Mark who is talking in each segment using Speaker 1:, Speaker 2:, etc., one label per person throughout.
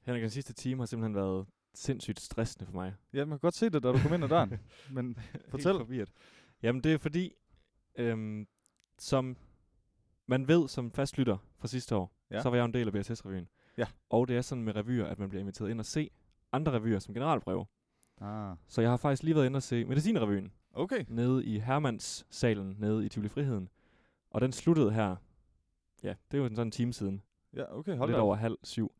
Speaker 1: Henrik, den sidste time har simpelthen været sindssygt stressende for mig.
Speaker 2: Ja, man kan godt se det, da du kom ind ad døren. Men Fortæl.
Speaker 1: Helt forvirret. Jamen, det er fordi, øhm, som man ved som fastlytter fra sidste år,
Speaker 2: Ja.
Speaker 1: ja. så var jeg jo en del af BSS-revyen.
Speaker 2: Ja.
Speaker 1: Og det er sådan med revyer, at man bliver inviteret ind og se andre revyer som generalprøve.
Speaker 2: ah.
Speaker 1: Så jeg har faktisk lige været inde og se Medicinrevyen
Speaker 2: Okay.
Speaker 1: nede i Hermans-salen nede i Tivoli Friheden. Og den sluttede her, ja, det var sådan en time siden.
Speaker 2: Ja, okay, hold da.
Speaker 1: lidt
Speaker 2: op.
Speaker 1: over halv syv.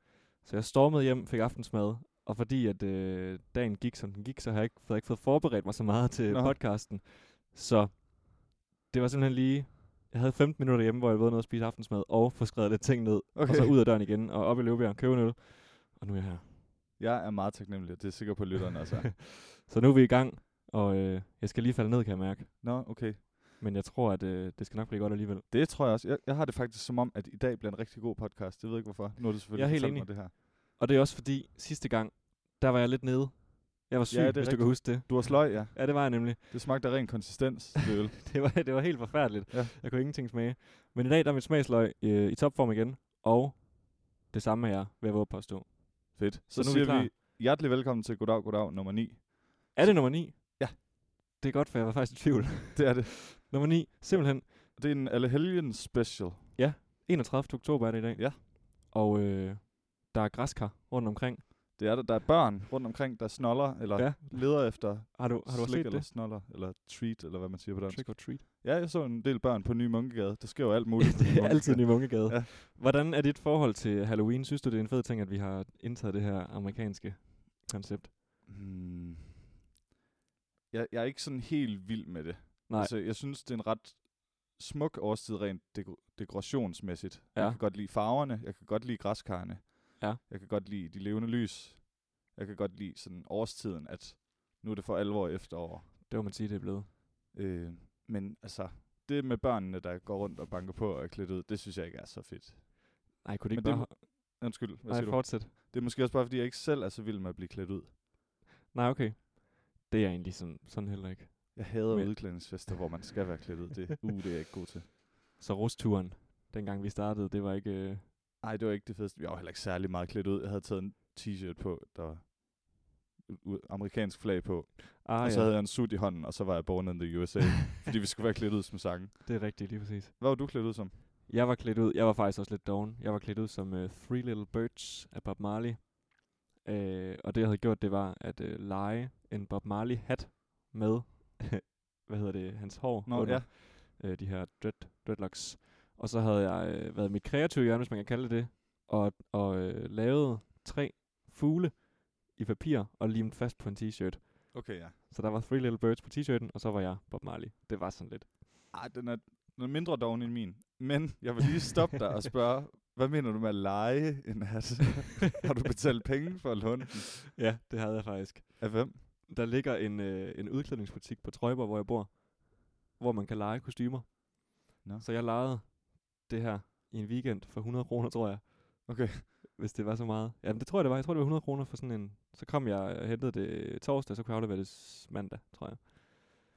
Speaker 1: Så jeg stormede hjem, fik aftensmad, og fordi at øh, dagen gik, som den gik, så har jeg ikke, havde jeg ikke fået forberedt mig så meget til
Speaker 2: Nå.
Speaker 1: Nå. podcasten. Så det var simpelthen lige... Jeg havde 15 minutter hjemme, hvor jeg var noget at spise aftensmad, og få skrevet lidt ting ned, okay. og så
Speaker 2: Okay.
Speaker 1: ud af døren igen, og op i Løvbjerg, købe en øl, og nu er jeg her.
Speaker 2: Jeg er meget taknemmelig, og det er sikkert på lytterne altså. også.
Speaker 1: Så nu er vi i gang, og øh, jeg skal lige falde ned, kan jeg mærke.
Speaker 2: Nå, okay.
Speaker 1: Men jeg tror, at øh, det skal nok blive godt alligevel.
Speaker 2: Det tror jeg også. Jeg, jeg har det faktisk som om, at i dag bliver en rigtig god podcast. Jeg ved ikke hvorfor. Nu har du selvfølgelig
Speaker 1: Jeg er helt
Speaker 2: fortalt
Speaker 1: enig.
Speaker 2: mig det her.
Speaker 1: Og det er også fordi, sidste gang, der var jeg lidt nede. Jeg var syg,
Speaker 2: det
Speaker 1: ja,
Speaker 2: er
Speaker 1: hvis du
Speaker 2: rigtigt.
Speaker 1: kan huske det.
Speaker 2: Du har sløj, ja.
Speaker 1: Ja, det var jeg nemlig.
Speaker 2: Det smagte af ren konsistens, det øl.
Speaker 1: det, var, det var helt forfærdeligt.
Speaker 2: Ja.
Speaker 1: Ja. Jeg kunne ingenting smage. Men i dag der er mit smagsløg øh, i topform igen, og det samme er jeg, vil jeg våge på at stå.
Speaker 2: Fedt. Så,
Speaker 1: nu
Speaker 2: så
Speaker 1: er vi
Speaker 2: siger
Speaker 1: klar.
Speaker 2: vi, hjertelig velkommen til Goddag, Goddag nummer 9.
Speaker 1: Er det nummer 9?
Speaker 2: Ja.
Speaker 1: Det er godt, for jeg var faktisk i tvivl.
Speaker 2: Det er det.
Speaker 1: nummer 9, simpelthen
Speaker 2: Det er en Allehelgen special.
Speaker 1: 31. oktober er det i dag.
Speaker 2: Ja.
Speaker 1: Og øh, der er græskar rundt omkring.
Speaker 2: Det er der. Der er børn rundt omkring, der snoller, eller ja.
Speaker 1: Ja.
Speaker 2: leder efter
Speaker 1: Har du, har du også
Speaker 2: slik
Speaker 1: set
Speaker 2: eller
Speaker 1: det?
Speaker 2: snoller, eller treat, eller hvad man siger på dansk.
Speaker 1: Trick or treat.
Speaker 2: Ja, jeg så en del børn på Nye Munkegade. Der sker jo alt muligt. på
Speaker 1: det
Speaker 2: Ny
Speaker 1: er
Speaker 2: Munkegade.
Speaker 1: altid i Munkegade.
Speaker 2: Ja.
Speaker 1: Ja. Hvordan er dit forhold til Halloween? Synes du, det er en fed ting, at vi har indtaget det her amerikanske koncept?
Speaker 2: Hmm. Jeg, jeg er ikke sådan helt vild med det.
Speaker 1: Nej.
Speaker 2: Altså, jeg synes, det er en ret smuk årstid rent deko- dekorationsmæssigt.
Speaker 1: Ja.
Speaker 2: Jeg kan godt lide farverne, jeg kan godt lide græskarne,
Speaker 1: Ja.
Speaker 2: jeg kan godt lide de levende lys, jeg kan godt lide sådan årstiden, at nu er det for alvor efterår.
Speaker 1: Det må man sige, det er blevet.
Speaker 2: Øh, men altså, det med børnene, der går rundt og banker på og er klædt ud, det synes jeg ikke er så fedt.
Speaker 1: Nej, kunne det ikke
Speaker 2: Men det
Speaker 1: bare...
Speaker 2: Undskyld, hvad
Speaker 1: Nej,
Speaker 2: siger du?
Speaker 1: fortsæt.
Speaker 2: Det er måske også bare, fordi jeg ikke selv er så vild med at blive klædt ud.
Speaker 1: Nej, okay. Det er jeg egentlig sådan, sådan heller ikke.
Speaker 2: Jeg hader
Speaker 1: Men-
Speaker 2: udklædningsfester, hvor man skal være klædt ud. Det, uh, det er jeg ikke god til.
Speaker 1: Så rusturen, dengang vi startede, det var ikke... Øh,
Speaker 2: Nej, det var ikke det fedeste. Jeg var heller ikke særlig meget klædt ud. Jeg havde taget en t-shirt på, der var u- u- amerikansk flag på. Ah,
Speaker 1: ah,
Speaker 2: og så
Speaker 1: ja,
Speaker 2: havde jeg en sut i hånden, og så var jeg born in the USA, fordi vi skulle være klædt ud som sange.
Speaker 1: det er rigtigt, lige præcis.
Speaker 2: Hvad var du klædt ud som?
Speaker 1: Jeg var klædt ud, jeg var faktisk også lidt doven. Jeg var klædt ud som øh, Three Little Birds af Bob Marley. Øh, og det, jeg havde gjort, det var at øh, lege en Bob Marley-hat med, hvad hedder det, hans hår
Speaker 2: Nå, ja.
Speaker 1: øh, de her dread, dreadlocks. Og så havde jeg øh, været i mit kreative hjørne, hvis man kan kalde det det, og, og øh, lavet tre fugle i papir og limt fast på en t-shirt.
Speaker 2: Okay, ja.
Speaker 1: Så der var Three Little Birds på t-shirten, og så var jeg Bob Marley. Det var sådan lidt.
Speaker 2: Ej, den er, den er mindre doven end min. Men jeg vil lige stoppe dig og spørge, hvad mener du med at lege en hat? Har du betalt penge for at låne den?
Speaker 1: ja, det havde jeg faktisk.
Speaker 2: Af hvem?
Speaker 1: Der ligger en, øh, en udklædningsbutik på Trøjborg, hvor jeg bor, hvor man kan lege kostymer.
Speaker 2: Nå.
Speaker 1: Så jeg legede det her i en weekend for 100 kroner, tror jeg.
Speaker 2: Okay.
Speaker 1: Hvis det var så meget. Jamen, det tror jeg, det var. Jeg tror, det var 100 kroner for sådan en... Så kom jeg og hentede det torsdag, så kunne jeg aflevere det s- mandag, tror jeg.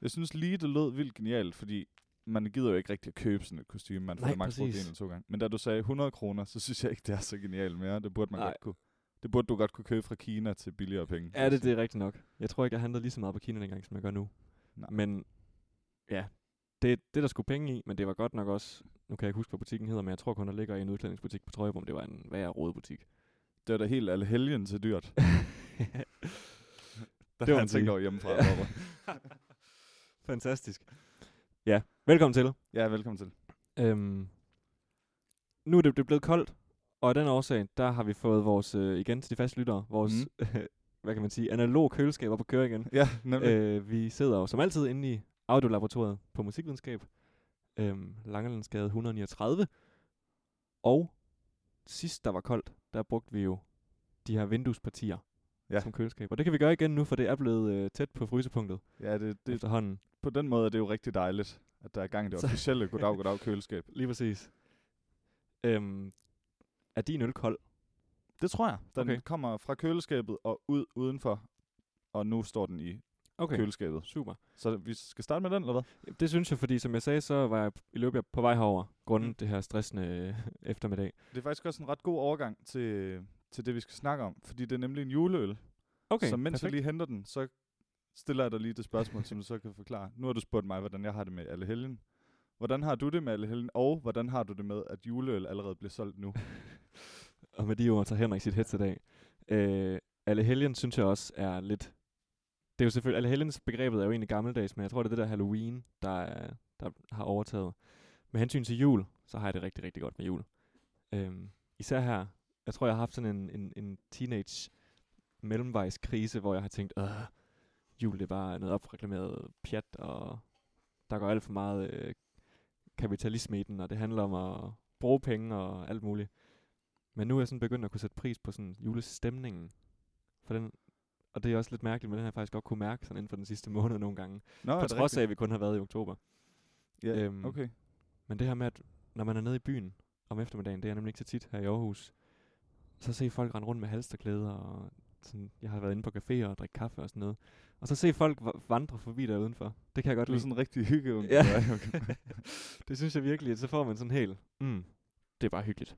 Speaker 2: Jeg synes lige, det lød vildt genialt, fordi man gider jo ikke rigtig at købe sådan et kostume. Man får
Speaker 1: Nej,
Speaker 2: det maks brugt en
Speaker 1: præcis.
Speaker 2: eller to gange. Men da du sagde 100 kroner, så synes jeg ikke, det er så genialt mere. Det burde man
Speaker 1: Nej.
Speaker 2: godt kunne. Det burde du godt kunne købe fra Kina til billigere penge.
Speaker 1: Ja, det, det er rigtigt nok. Jeg tror ikke, jeg handlede lige så meget på Kina dengang, som jeg gør nu.
Speaker 2: Nej.
Speaker 1: Men ja, det, det er der skulle penge i, men det var godt nok også, nu kan jeg ikke huske, hvad butikken hedder, men jeg tror kun, der ligger en udklædningsbutik på Trøjebom. Det var en værre rådbutik.
Speaker 2: Det var da helt alle helgen til dyrt. Der
Speaker 1: Det
Speaker 2: det
Speaker 1: må
Speaker 2: har
Speaker 1: man
Speaker 2: jeg tænkt
Speaker 1: sige.
Speaker 2: over hjemmefra. Ja.
Speaker 1: Fantastisk. Ja, velkommen til.
Speaker 2: ja, velkommen til.
Speaker 1: Øhm, nu er det, det er blevet koldt, og af den årsag, der har vi fået vores, øh, igen til de faste lyttere, vores, mm. hvad kan man sige, analog køleskaber på køre igen.
Speaker 2: Ja, nemlig. Øh.
Speaker 1: Øh, vi sidder jo som altid inde i audiolaboratoriet på musikvidenskab. Øhm, Langelandsgade 139. Og sidst der var koldt, der brugte vi jo de her vinduespartier
Speaker 2: Ja.
Speaker 1: ja. som køleskab. Og det kan vi gøre igen nu, for det er blevet øh, tæt på frysepunktet
Speaker 2: Ja, det,
Speaker 1: det
Speaker 2: det,
Speaker 1: efterhånden.
Speaker 2: på den måde er det jo rigtig dejligt, at der er gang i det
Speaker 1: Så-
Speaker 2: officielle goddag, goddag køleskab.
Speaker 1: Lige præcis. Øhm, er din øl kold?
Speaker 2: Det tror jeg. Den okay.
Speaker 1: Okay.
Speaker 2: kommer fra køleskabet og ud udenfor, og nu står den i okay. køleskabet.
Speaker 1: super.
Speaker 2: Så vi skal starte med den, eller hvad?
Speaker 1: Det synes jeg, fordi som jeg sagde, så var jeg i løbet af- på vej herover, grundet
Speaker 2: Mm.
Speaker 1: mm. det her stressende øh, eftermiddag.
Speaker 2: Det er faktisk også en ret god overgang til, til det, vi skal snakke om. Fordi det er nemlig en juleøl.
Speaker 1: Okay,
Speaker 2: så mens
Speaker 1: perfekt.
Speaker 2: jeg lige henter den, så stiller jeg dig lige det spørgsmål, som du så kan forklare. Nu har du spurgt mig, hvordan jeg har det med alle helgen. Hvordan har du det med alle helgen, og hvordan har du det med, at juleøl allerede bliver solgt nu?
Speaker 1: Og med de ord tager Henrik sit headset af. Øh, alle helgen synes jeg også er lidt... Det er jo selvfølgelig... Alle helgens begrebet er jo egentlig gammeldags, men jeg tror, det er det der Halloween, der, er, der har overtaget. Med hensyn til jul, så har jeg det rigtig, rigtig godt med jul. Øhm, især her, jeg tror, jeg har haft sådan en, en, en teenage mellemvejskrise, hvor jeg har tænkt, Åh, jul det er bare noget opreklameret pjat, og der går alt for meget øh, kapitalisme i den, og det handler om at bruge penge og alt muligt. Men nu er jeg sådan begyndt at kunne sætte pris på sådan julestemningen. For den, og det er også lidt mærkeligt, men den har jeg faktisk godt kunne mærke sådan inden for den sidste måned nogle gange.
Speaker 2: Nå, er
Speaker 1: på
Speaker 2: det
Speaker 1: trods af,
Speaker 2: rigtigt?
Speaker 1: at vi kun har været i oktober.
Speaker 2: Ja,
Speaker 1: øhm,
Speaker 2: okay.
Speaker 1: Men det her med, at når man er nede i byen om eftermiddagen, det er jeg nemlig ikke så tit her i Aarhus, så se folk rende rundt med halsterklæder, og sådan, jeg har været inde på caféer og drikke kaffe og sådan noget. Og så se folk va- vandre forbi der udenfor. Det kan jeg godt
Speaker 2: Du er
Speaker 1: lide.
Speaker 2: sådan en rigtig hygge.
Speaker 1: Ja.
Speaker 2: okay.
Speaker 1: Det synes jeg virkelig, at så får man sådan helt, mm, det er bare hyggeligt.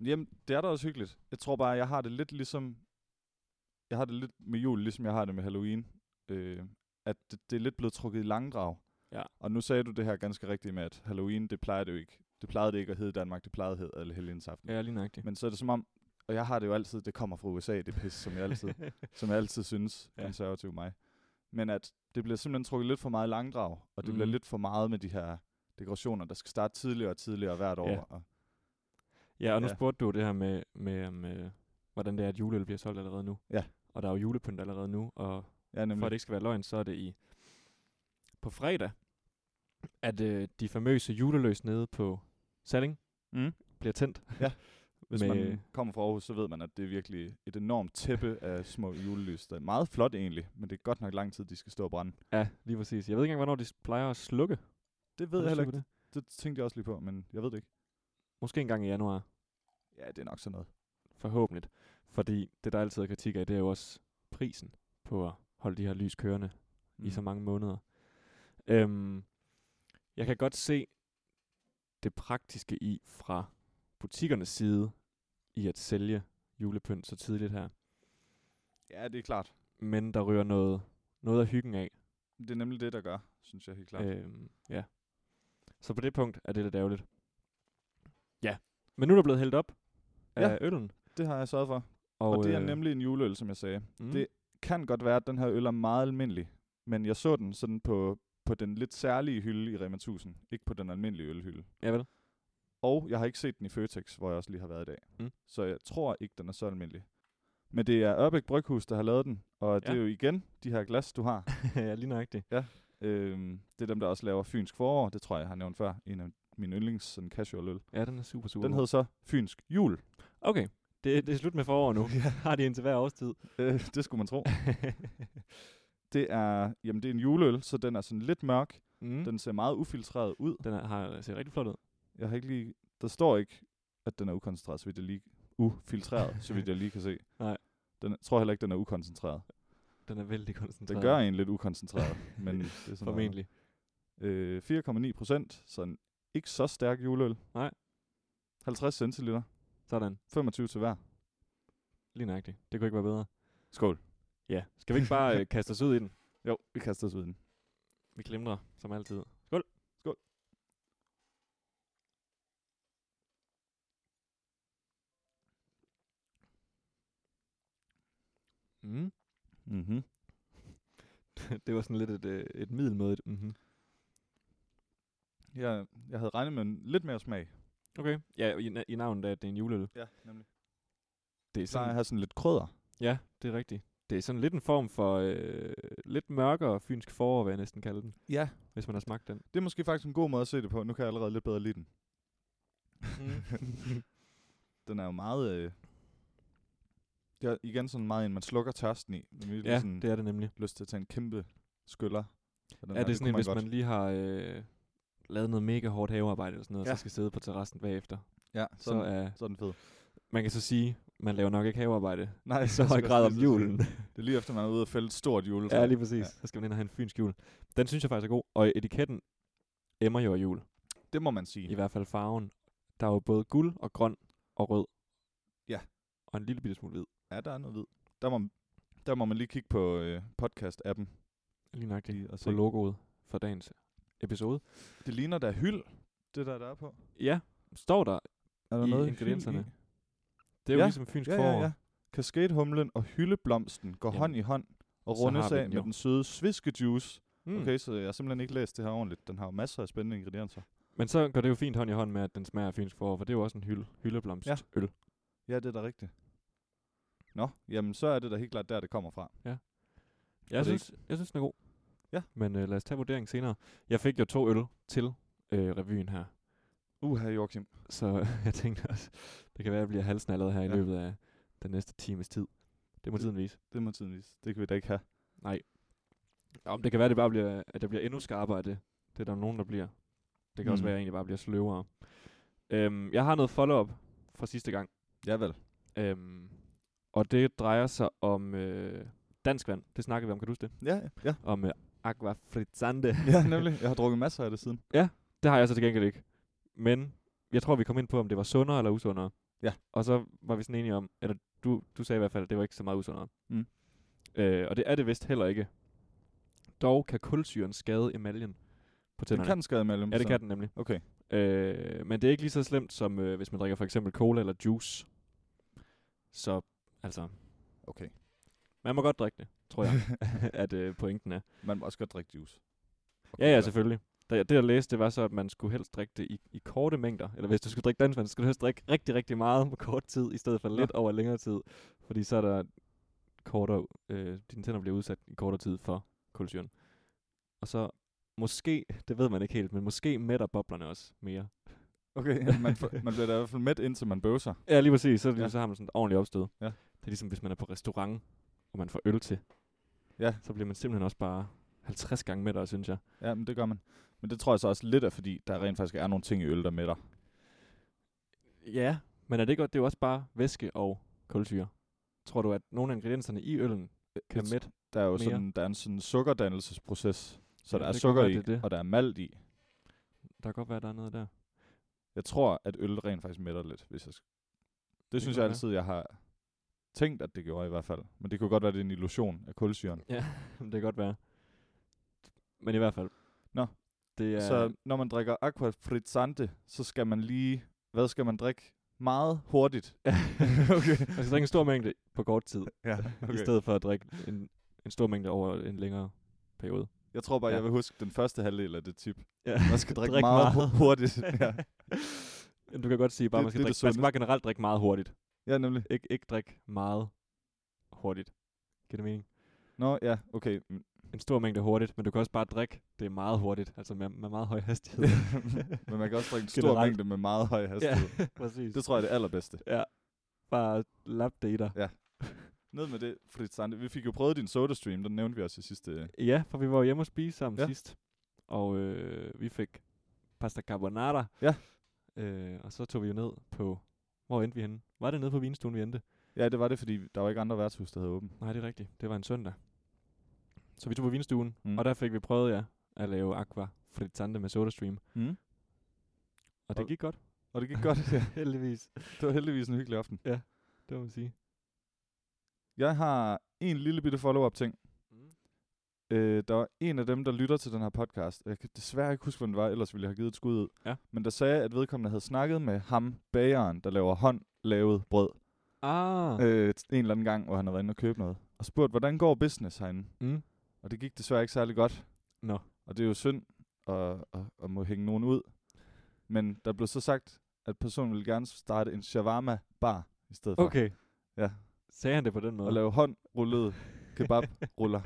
Speaker 2: Jamen, det er da også hyggeligt. Jeg tror bare, jeg har det lidt ligesom... Jeg har det lidt med jul, ligesom jeg har det med Halloween. Øh, at det, det er lidt blevet trukket i langdrag.
Speaker 1: Ja.
Speaker 2: Og nu sagde du det her ganske rigtigt med, at Halloween, det plejer det jo ikke. Det plejede det ikke at hedde i Danmark, det plejede at hedde alle helgens aften.
Speaker 1: Ja, lige nøjagtigt.
Speaker 2: Men så er det som om, og jeg har det jo altid, det kommer fra USA, det pis, som jeg altid, som jeg altid synes,
Speaker 1: Ja.
Speaker 2: ja. konservativ mig. Men at det bliver simpelthen trukket lidt for meget i langdrag, og det mm. bliver
Speaker 1: Mhm.
Speaker 2: lidt for meget med de her dekorationer, der skal starte tidligere og tidligere hvert år.
Speaker 1: Ja.
Speaker 2: Og,
Speaker 1: Ja, og nu ja.
Speaker 2: Ja.
Speaker 1: spurgte du jo det her med, med, øh, med, hvordan det er, at juleøl bliver solgt allerede nu.
Speaker 2: Ja.
Speaker 1: Og der er jo julepynt allerede nu, og
Speaker 2: ja,
Speaker 1: Nemlig. for
Speaker 2: nemlig.
Speaker 1: at det ikke skal være løgn, så er det i på fredag, at øh, de famøse juleløs nede på Salling
Speaker 2: Mm.
Speaker 1: bliver tændt.
Speaker 2: Ja. Hvis
Speaker 1: med,
Speaker 2: man kommer fra Aarhus, så ved man, at det er virkelig et enormt tæppe af små julelys. Det er meget flot egentlig, men det er godt nok lang tid, de skal stå og brænde.
Speaker 1: Ja, lige præcis. Jeg ved ikke engang, hvornår de s- plejer at slukke. Har
Speaker 2: Det ved
Speaker 1: du
Speaker 2: jeg heller
Speaker 1: styr på
Speaker 2: ikke.
Speaker 1: det?
Speaker 2: Det tænkte jeg også lige på, men jeg ved det ikke.
Speaker 1: Måske engang i januar.
Speaker 2: Ja, det er nok sådan noget.
Speaker 1: Forhåbentlig. Fordi det, der altid er kritik af, det er jo også prisen på at holde de her lys kørende mm. i så mange måneder. Øhm, jeg kan godt se det praktiske i fra butikkernes side i at sælge julepynt så tidligt her.
Speaker 2: Ja, det er klart.
Speaker 1: Men der rører noget, noget af hyggen af.
Speaker 2: Det er nemlig det, der gør, synes jeg helt klart.
Speaker 1: Øhm, ja. Så på det punkt er det lidt ærgerligt. Ja. Men nu er der blevet hældt op
Speaker 2: Ja.
Speaker 1: af øllen. øh,
Speaker 2: Det har jeg sørget for. Og, og det er nemlig en juleøl, som jeg sagde.
Speaker 1: mm,
Speaker 2: det- Kan godt være, at den her øl er meget almindelig, men jeg så den sådan på, på den lidt særlige hylde i Rema 1000, ikke på den almindelige ølhylde.
Speaker 1: Ja, vel?
Speaker 2: Og jeg har ikke set den i Føtex, hvor jeg også lige har været i dag.
Speaker 1: Mm.
Speaker 2: Så jeg tror ikke, den er så almindelig. Men det er Ørbæk Bryghus, der har lavet den, og ja. det
Speaker 1: Ja.
Speaker 2: er jo igen de her glas, du har.
Speaker 1: ja, lige nøjagtigt.
Speaker 2: øhm, det er dem, der også laver Fynsk Forår, det tror jeg, jeg har nævnt før, en af mine yndlings sådan casual øl.
Speaker 1: Ja, den er super, super
Speaker 2: Den
Speaker 1: god.
Speaker 2: hed så Fynsk Jul.
Speaker 1: Okay, det, det er slut med forår nu. Har de indtil hver årstid.
Speaker 2: Øh, det skulle man tro. Det er, jamen det er en juleøl, så den er sådan lidt mørk.
Speaker 1: mm.
Speaker 2: Den ser meget ufiltreret ud.
Speaker 1: Den er, har, ser rigtig flot ud.
Speaker 2: Jeg har ikke lige... Der står ikke, at den er ukoncentreret, så vidt jeg lige... Ufiltreret, så vidt jeg lige kan se.
Speaker 1: Nej.
Speaker 2: Den, jeg tror heller ikke, den er ukoncentreret.
Speaker 1: Den er vældig
Speaker 2: Den
Speaker 1: koncentreret.
Speaker 2: gør en lidt ukoncentreret, men det er sådan noget.
Speaker 1: Formentlig.
Speaker 2: Øh, 4,9 procent, så en ikke så stærk juleøl.
Speaker 1: Nej.
Speaker 2: 50 centiliter,
Speaker 1: Sådan.
Speaker 2: 25 til hver.
Speaker 1: Lige nøjagtigt. Det kunne ikke være bedre.
Speaker 2: Skål.
Speaker 1: Ja. Skal vi ikke bare øh, kaste os ud i den?
Speaker 2: Jo, vi kaster os ud i den.
Speaker 1: Vi klemmer som altid. Mm.
Speaker 2: Mm-hmm.
Speaker 1: det var sådan lidt et, øh, et middelmådigt. Mm-hmm.
Speaker 2: Jeg, jeg havde regnet med en lidt mere smag.
Speaker 1: Okay. Ja, i, na- i navnet af, at det er en juleøl.
Speaker 2: Ja, nemlig.
Speaker 1: Det er
Speaker 2: Det plejer at
Speaker 1: sådan,
Speaker 2: have sådan lidt krydder.
Speaker 1: ja, det er rigtigt. Det er sådan lidt en form for øh, lidt mørkere fynsk forår, vil jeg næsten kalde den,
Speaker 2: Ja.
Speaker 1: hvis man har smagt den.
Speaker 2: Det er måske faktisk en god måde at se det på. Nu kan jeg allerede lidt bedre lide den. den er jo meget... Øh, det er igen sådan meget en, man slukker tørsten i. Man virkelig
Speaker 1: ja,
Speaker 2: sådan
Speaker 1: det er det nemlig.
Speaker 2: lyst til at tage en kæmpe skyller. Og den
Speaker 1: Ja,
Speaker 2: her,
Speaker 1: det er sådan en,
Speaker 2: kunne
Speaker 1: hvis
Speaker 2: godt.
Speaker 1: man lige har øh, lavet noget mega hårdt havearbejde eller sådan noget, ja.
Speaker 2: Ja.
Speaker 1: og så skal sidde på terrassen bagefter.
Speaker 2: Ja,
Speaker 1: Så er,
Speaker 2: sådan, så, så er den fed.
Speaker 1: man kan så sige, man laver nok ikke havearbejde
Speaker 2: Nej,
Speaker 1: i så høj grad om julen.
Speaker 2: Det er lige efter, man er ude og fælde et stort jul.
Speaker 1: ja, lige præcis. Ja. Så skal man ind og have en fynsk jul. Den synes jeg faktisk er god, og etiketten emmer jo af jul.
Speaker 2: Det må man
Speaker 1: I
Speaker 2: sige.
Speaker 1: hvert fald farven. Der er jo både guld og grøn og rød.
Speaker 2: Ja.
Speaker 1: og en lille bitte smule hvid.
Speaker 2: Ja, der er noget hvid. Der må, der må man lige kigge på øh, podcast-appen.
Speaker 1: Lige nok det.
Speaker 2: lige og
Speaker 1: På
Speaker 2: se.
Speaker 1: logoet for dagens episode.
Speaker 2: Det ligner der er hyld, det der, der er på.
Speaker 1: Ja, står der.
Speaker 2: Er der
Speaker 1: I
Speaker 2: noget hyld
Speaker 1: ingredienserne.
Speaker 2: i?
Speaker 1: Det er jo
Speaker 2: Ja,
Speaker 1: ligesom fynsk
Speaker 2: Ja,
Speaker 1: forår.
Speaker 2: ja, ja. Kaskethumlen og hyldeblomsten går
Speaker 1: Jamen,
Speaker 2: hånd i hånd og
Speaker 1: så har
Speaker 2: rundes
Speaker 1: vi
Speaker 2: af
Speaker 1: den
Speaker 2: med
Speaker 1: jo.
Speaker 2: den søde sviskejuice.
Speaker 1: Mm.
Speaker 2: Okay, så jeg har simpelthen ikke læst det her ordentligt. Den har jo masser af spændende ingredienser.
Speaker 1: Men så går det jo fint hånd i hånd med, at den smager af fynsk forår, for det er jo også en hylde, hyldeblomst
Speaker 2: Ja.
Speaker 1: ja. øl.
Speaker 2: Ja, det er da rigtigt. Nå, jamen så er det da helt klart der, det kommer fra.
Speaker 1: Jeg
Speaker 2: det ikke-
Speaker 1: synes, jeg synes, den er god.
Speaker 2: Ja.
Speaker 1: Men øh, lad os tage vurderingen senere. Jeg fik jo to øl til øh, revyen her,
Speaker 2: Uha, Joachim.
Speaker 1: så jeg tænkte også, det kan være, at jeg bliver halsen allerede her ja. i
Speaker 2: Ja.
Speaker 1: løbet af den næste times tid. Det må
Speaker 2: Det-
Speaker 1: tiden vise.
Speaker 2: Det må tiden vise. Det kan vi da ikke have.
Speaker 1: Om det kan være, at, det bare bliver, at jeg bliver endnu skarpere af det. Det er der nogen, der bliver. Det kan mm. også
Speaker 2: Mm.
Speaker 1: være, at jeg egentlig bare bliver sløvere. Øhm, jeg har noget follow-up fra sidste gang.
Speaker 2: Ja vel.
Speaker 1: Øhm, og det drejer sig om øh, dansk vand. Det snakkede vi om, kan du huske det?
Speaker 2: Ja, ja.
Speaker 1: Om øh, aqua frizzante.
Speaker 2: ja, nemlig. Jeg har drukket masser af det siden.
Speaker 1: Det har jeg så til gengæld ikke. Men jeg tror, vi kom ind på, om det var sundere eller usundere.
Speaker 2: Ja.
Speaker 1: Og så var vi sådan enige om, eller du, du sagde i hvert fald, at det var ikke så meget usundere.
Speaker 2: Mm.
Speaker 1: Øh, og det er det vist heller ikke. Dog kan kulsyren skade emaljen på
Speaker 2: Den
Speaker 1: tænderne.
Speaker 2: kan skade mellem.
Speaker 1: ja, det kan den nemlig.
Speaker 2: Okay.
Speaker 1: Øh, men det er ikke lige så slemt, som øh, hvis man drikker for eksempel cola eller juice. Så, altså,
Speaker 2: Okay.
Speaker 1: man må godt drikke det, tror jeg, at øh, pointen er.
Speaker 2: Man må også godt drikke juice. Og
Speaker 1: Ja, ja,
Speaker 2: cola.
Speaker 1: selvfølgelig. Da jeg, det jeg læste, det var så, at man skulle helst drikke det i, i korte mængder. Eller hvis du skulle drikke dansvand, så skulle du helst drikke rigtig, rigtig meget på kort tid, i stedet for lidt over længere tid. Fordi så er der kortere, øh, dine tænder bliver udsat i kortere tid for kulsyren. Og så måske, det ved man ikke helt, men måske mætter boblerne også mere.
Speaker 2: Okay, man, får- man bliver da i hvert fald mæt, indtil man bøvser.
Speaker 1: Ja, lige præcis. Så,
Speaker 2: Ja.
Speaker 1: ja. så har man sådan et ordentligt opstød.
Speaker 2: Ja.
Speaker 1: Det er ligesom, hvis man er på restaurant, og man får øl til.
Speaker 2: Ja.
Speaker 1: Så bliver man simpelthen også bare 50 gange mættere, synes jeg.
Speaker 2: Ja, men det gør man. Men det tror jeg så også lidt er, fordi der rent faktisk er nogle ting i øl, der mætter.
Speaker 1: Ja, men er det godt? Det er jo også bare væske og kulsyre. Tror du, at nogle af ingredienserne i øllen kan
Speaker 2: Jeg
Speaker 1: mætte?
Speaker 2: Der er jo
Speaker 1: Mere.
Speaker 2: sådan, der er en sådan sukkerdannelsesproces, så
Speaker 1: Ja,
Speaker 2: der er
Speaker 1: det kan
Speaker 2: sukker
Speaker 1: godt
Speaker 2: i,
Speaker 1: være, det er
Speaker 2: det.
Speaker 1: det.
Speaker 2: og der er malt i.
Speaker 1: Der kan godt være, at der er noget der.
Speaker 2: Jeg tror, at øl rent faktisk mætter lidt, hvis jeg skal. Det,
Speaker 1: Det
Speaker 2: synes
Speaker 1: kan
Speaker 2: jeg
Speaker 1: godt
Speaker 2: altid, jeg har tænkt, at det gjorde i hvert fald. Men det kunne godt være, at det er en illusion af kulsyren.
Speaker 1: Ja, det kan godt være. Men i hvert fald.
Speaker 2: Nå.
Speaker 1: Det er,
Speaker 2: Ja. Så når man drikker aqua frizzante, så skal man lige... Hvad skal man drikke? Meget hurtigt.
Speaker 1: okay. Man skal drikke en stor mængde på kort tid,
Speaker 2: Ja,
Speaker 1: okay. i stedet for at drikke en, en stor mængde over en længere periode.
Speaker 2: Jeg tror bare, ja.
Speaker 1: Ja.
Speaker 2: jeg vil huske den første halvdel af det tip.
Speaker 1: Ja.
Speaker 2: Man skal drikke Drik meget, meget hurtigt. ja.
Speaker 1: Jamen, du kan godt sige, bare
Speaker 2: Det-
Speaker 1: man, skal drikke,
Speaker 2: det er det
Speaker 1: man skal
Speaker 2: sunde.
Speaker 1: bare generelt drikke meget hurtigt.
Speaker 2: ja, nemlig.
Speaker 1: Ik- ikke drikke meget hurtigt. Giver det mening?
Speaker 2: Nå, ja, okay. Mm.
Speaker 1: En stor mængde hurtigt, men du kan også bare drikke det meget hurtigt, altså med, med meget høj hastighed.
Speaker 2: Men man kan også drikke en stor
Speaker 1: Generelt.
Speaker 2: mængde med meget høj hastighed.
Speaker 1: ja, præcis.
Speaker 2: Det tror jeg er det allerbedste.
Speaker 1: bare lap det i dig.
Speaker 2: Ned med det, Fritz Sande. Vi fik jo prøvet din sodastream, den nævnte vi også i sidste... øh,
Speaker 1: Ja, for vi var jo hjemme og spise sammen
Speaker 2: Ja.
Speaker 1: ja. sidst. Og øh, vi fik pasta carbonara.
Speaker 2: Ja.
Speaker 1: Øh, og så tog vi jo ned på... Hvor endte vi henne? Var det nede på vinstuen, vi endte?
Speaker 2: Ja, det var det, fordi der var ikke andre værtshus, der havde åbent.
Speaker 1: Nej, det er rigtigt. Det var en søndag. Så vi tog på vinstuen,
Speaker 2: Mm.
Speaker 1: mm. og der fik vi prøvet, ja, at lave aqua frittante med sodastream.
Speaker 2: Mm.
Speaker 1: Og det
Speaker 2: Og-
Speaker 1: gik godt.
Speaker 2: Og det gik godt. ja.
Speaker 1: Heldigvis.
Speaker 2: Det var heldigvis en hyggelig aften.
Speaker 1: Det må man sige.
Speaker 2: Jeg har en lille bitte follow-up ting.
Speaker 1: Mm.
Speaker 2: Øh, der var en af dem, der lytter til den her podcast. Jeg kan desværre ikke huske, hvor den var, ellers ville jeg have givet et skud ud.
Speaker 1: Ja.
Speaker 2: Men der sagde, at vedkommende havde snakket med ham, bageren, der laver håndlavet brød.
Speaker 1: Ah. Øh.
Speaker 2: Øh, t- en eller anden gang, hvor han havde været inde og købe noget. Og spurgt, hvordan går business herinde?
Speaker 1: Mm.
Speaker 2: Og det gik desværre ikke særlig godt.
Speaker 1: Nå.
Speaker 2: Og det er jo synd at, at, at må hænge nogen ud. Men der blev så sagt, at personen ville gerne starte en shawarma-bar i stedet for.
Speaker 1: Okay.
Speaker 2: Ja.
Speaker 1: Sagde han det på den måde?
Speaker 2: Og lave håndrullede kebabruller.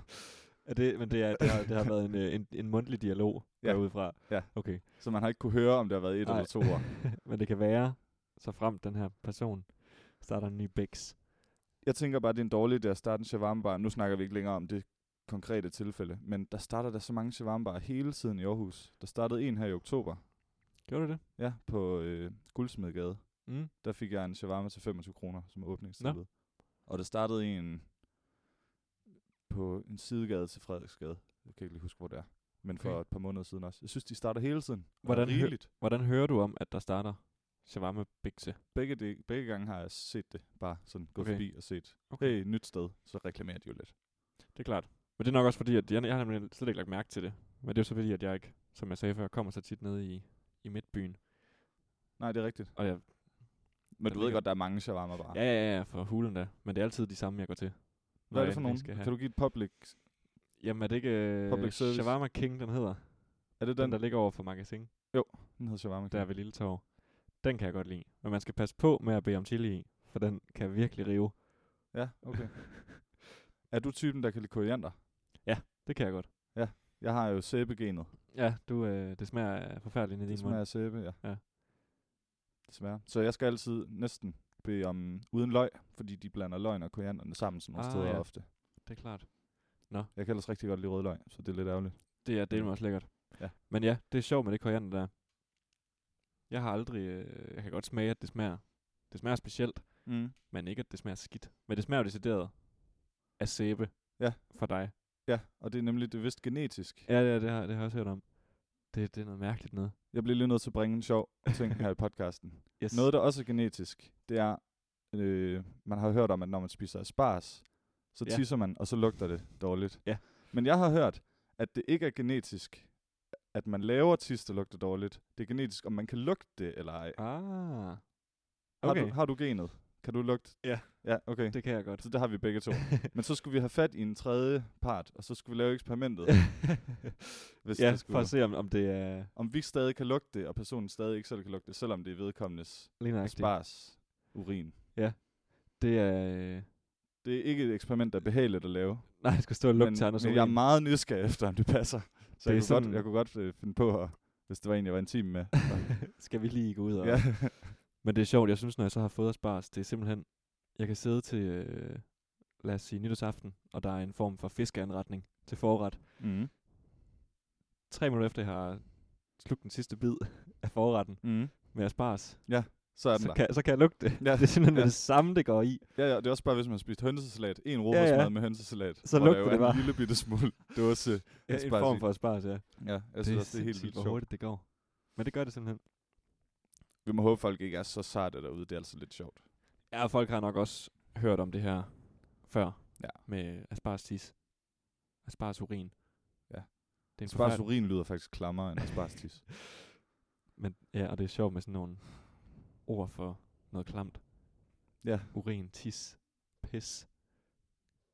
Speaker 1: Er det, men det, er, det, har, det har været en, øh, en, en mundtlig dialog
Speaker 2: Ja.
Speaker 1: ja. derudefra.
Speaker 2: Ja.
Speaker 1: Okay.
Speaker 2: så man har ikke kunne høre, om det har været et
Speaker 1: Nej.
Speaker 2: eller to år.
Speaker 1: Men det kan være, så frem den her person starter en ny bæks.
Speaker 2: Jeg tænker bare, det er en dårlig idé at starte en shawarma-bar. Nu snakker vi ikke længere om det konkrete tilfælde. Men der starter der så mange shawarma-barer hele tiden i Aarhus. Der startede en her i oktober.
Speaker 1: Gjorde du det?
Speaker 2: Ja, på øh, Guldsmedgade.
Speaker 1: Mm.
Speaker 2: Der fik jeg en shawarma til 25 kroner som åbningstilbud. Og der startede en på en sidegade til Frederiksgade. Jeg kan ikke lige huske, hvor det er. Men for
Speaker 1: Okay.
Speaker 2: et par måneder siden også. Jeg synes, de starter hele tiden. Og
Speaker 1: Hvordan hø-
Speaker 2: rigeligt?
Speaker 1: Hvordan hører du om, at der starter shawarma bikse.
Speaker 2: Begge, de, begge gange har jeg set det, bare sådan gået
Speaker 1: Okay.
Speaker 2: okay. forbi og set,
Speaker 1: Okay.
Speaker 2: hey, nyt sted, så reklamerer de jo lidt.
Speaker 1: Det er klart. Men det er nok også fordi, at jeg, jeg har nemlig slet ikke lagt mærke til det. Men det er jo så fordi, at jeg ikke, som jeg sagde før, kommer så tit ned i, i midtbyen.
Speaker 2: Nej, det er rigtigt.
Speaker 1: Og jeg,
Speaker 2: Men
Speaker 1: Der
Speaker 2: du ved
Speaker 1: ligger-
Speaker 2: godt, der er mange shawarma bare.
Speaker 1: ja, ja, ja, for hulen da. Men det er altid de samme, jeg går til.
Speaker 2: Hvad
Speaker 1: når
Speaker 2: er
Speaker 1: jeg
Speaker 2: det for
Speaker 1: endelig
Speaker 2: nogen?
Speaker 1: Skal have.
Speaker 2: Kan du give et public?
Speaker 1: Jamen er det ikke øh,
Speaker 2: Public service?
Speaker 1: Shawarma King, den hedder?
Speaker 2: Er det
Speaker 1: Den, den
Speaker 2: den,
Speaker 1: der ligger over for magasin,
Speaker 2: den hedder shawarma?
Speaker 1: der er ved Lille Torv. Den kan jeg godt lide. Men man skal passe på med at bede om chili i, for den kan virkelig rive.
Speaker 2: Ja, okay. er du typen, der kan lide koriander?
Speaker 1: Det kan jeg godt.
Speaker 2: Jeg har jo sæbegenet.
Speaker 1: Ja, du, øh, det smager af forfærdeligt i
Speaker 2: Det
Speaker 1: din
Speaker 2: smager
Speaker 1: mund.
Speaker 2: af sæbe, ja.
Speaker 1: Ja.
Speaker 2: Desværre. Så jeg skal altid næsten bede om uden løg, fordi de blander løgn og korianderne sammen sådan nogle
Speaker 1: Ah,
Speaker 2: ah, steder
Speaker 1: ja.
Speaker 2: ja. ofte.
Speaker 1: Det er klart.
Speaker 2: Jeg kan ellers rigtig godt lide rød løg, så det er lidt ærgerligt.
Speaker 1: Det er delvis også lækkert.
Speaker 2: Ja.
Speaker 1: Men ja, det er sjovt med det koriander der. Jeg har aldrig... Øh, jeg kan godt smage, at det smager... Det smager specielt,
Speaker 2: Mm.
Speaker 1: men ikke, at det smager skidt. Men det smager jo decideret af sæbe
Speaker 2: Ja.
Speaker 1: for dig.
Speaker 2: Ja, og det er nemlig det er vist genetisk.
Speaker 1: Ja, det, det, har, det har jeg også hørt om. Det, det er noget mærkeligt noget.
Speaker 2: Jeg bliver lige nødt til at bringe en sjov ting her i podcasten.
Speaker 1: Yes.
Speaker 2: Noget, der også er genetisk, det er, øh, man har hørt om, at når man spiser asparges, så
Speaker 1: Ja.
Speaker 2: ja. tisser man, og så lugter det dårligt.
Speaker 1: Ja.
Speaker 2: Men jeg har hørt, at det ikke er genetisk, at man laver tis, der lugter dårligt. Det er genetisk, om man kan lugte det eller ej.
Speaker 1: Ah.
Speaker 2: Har,
Speaker 1: Okay,
Speaker 2: du, har du genet? Kan du lugte?
Speaker 1: Ja.
Speaker 2: Ja, okay.
Speaker 1: det kan jeg godt.
Speaker 2: Så det har vi begge to. Men så skulle vi have fat i en tredje part, og så skulle vi lave eksperimentet, hvis
Speaker 1: ja,
Speaker 2: det skulle.
Speaker 1: for at se, om, om det er
Speaker 2: Om vi stadig kan lugte det, og personen stadig ikke selv kan lugte det, selvom det er vedkommendes
Speaker 1: lige nøjagtigt.
Speaker 2: spars urin.
Speaker 1: Det er... Øh,
Speaker 2: Det er ikke et eksperiment, der er behageligt at lave.
Speaker 1: nej, jeg skulle stå og lugte
Speaker 2: men,
Speaker 1: til andres
Speaker 2: men jeg er
Speaker 1: urin.
Speaker 2: meget nysgerrig efter, om det passer. Så
Speaker 1: Det er
Speaker 2: jeg, kunne
Speaker 1: sådan-
Speaker 2: godt, jeg kunne godt øh, finde på, at, hvis det var en, jeg var intim med. Så-
Speaker 1: Skal vi lige gå ud og...
Speaker 2: ja.
Speaker 1: Men det er sjovt, jeg synes, når jeg så har fået spars, det er simpelthen, jeg kan sidde til, øh, lad os sige, nytårsaften, og der er en form for fiskeanretning til forret.
Speaker 2: mm.
Speaker 1: Tre minutter efter, jeg har slugt den sidste bid af forretten
Speaker 2: Mm.
Speaker 1: med asparges,
Speaker 2: Så er den
Speaker 1: så
Speaker 2: der.
Speaker 1: kan, så kan jeg lugte det.
Speaker 2: Ja.
Speaker 1: Det er simpelthen ja.
Speaker 2: Ja.
Speaker 1: det samme, det går i.
Speaker 2: Ja, ja, det er også bare, hvis man har spist hønsesalat. En robersmad ja,
Speaker 1: ja.
Speaker 2: ja. med hønsesalat.
Speaker 1: Så
Speaker 2: hvor der
Speaker 1: lugter
Speaker 2: jo
Speaker 1: det
Speaker 2: er
Speaker 1: bare.
Speaker 2: en lille bitte smule dåse.
Speaker 1: Ja, en
Speaker 2: Asparges
Speaker 1: form
Speaker 2: i.
Speaker 1: for asparges, ja.
Speaker 2: Ja, jeg synes det også, det er helt vildt
Speaker 1: hvor
Speaker 2: sjovt.
Speaker 1: hurtigt det går. Men det gør det simpelthen.
Speaker 2: Vi må håbe, folk ikke er så sarte derude. Det er altså lidt sjovt.
Speaker 1: Ja, og folk har nok også hørt om det her før.
Speaker 2: Ja.
Speaker 1: Med asparges tis. Asparges urin.
Speaker 2: Ja.
Speaker 1: Det er en
Speaker 2: Asparges
Speaker 1: forfærdelig...
Speaker 2: urin lyder faktisk klammere end aspargestis.
Speaker 1: Men ja, og det er sjovt med sådan nogle ord for noget klamt.
Speaker 2: ja.
Speaker 1: Urin, tis, pis.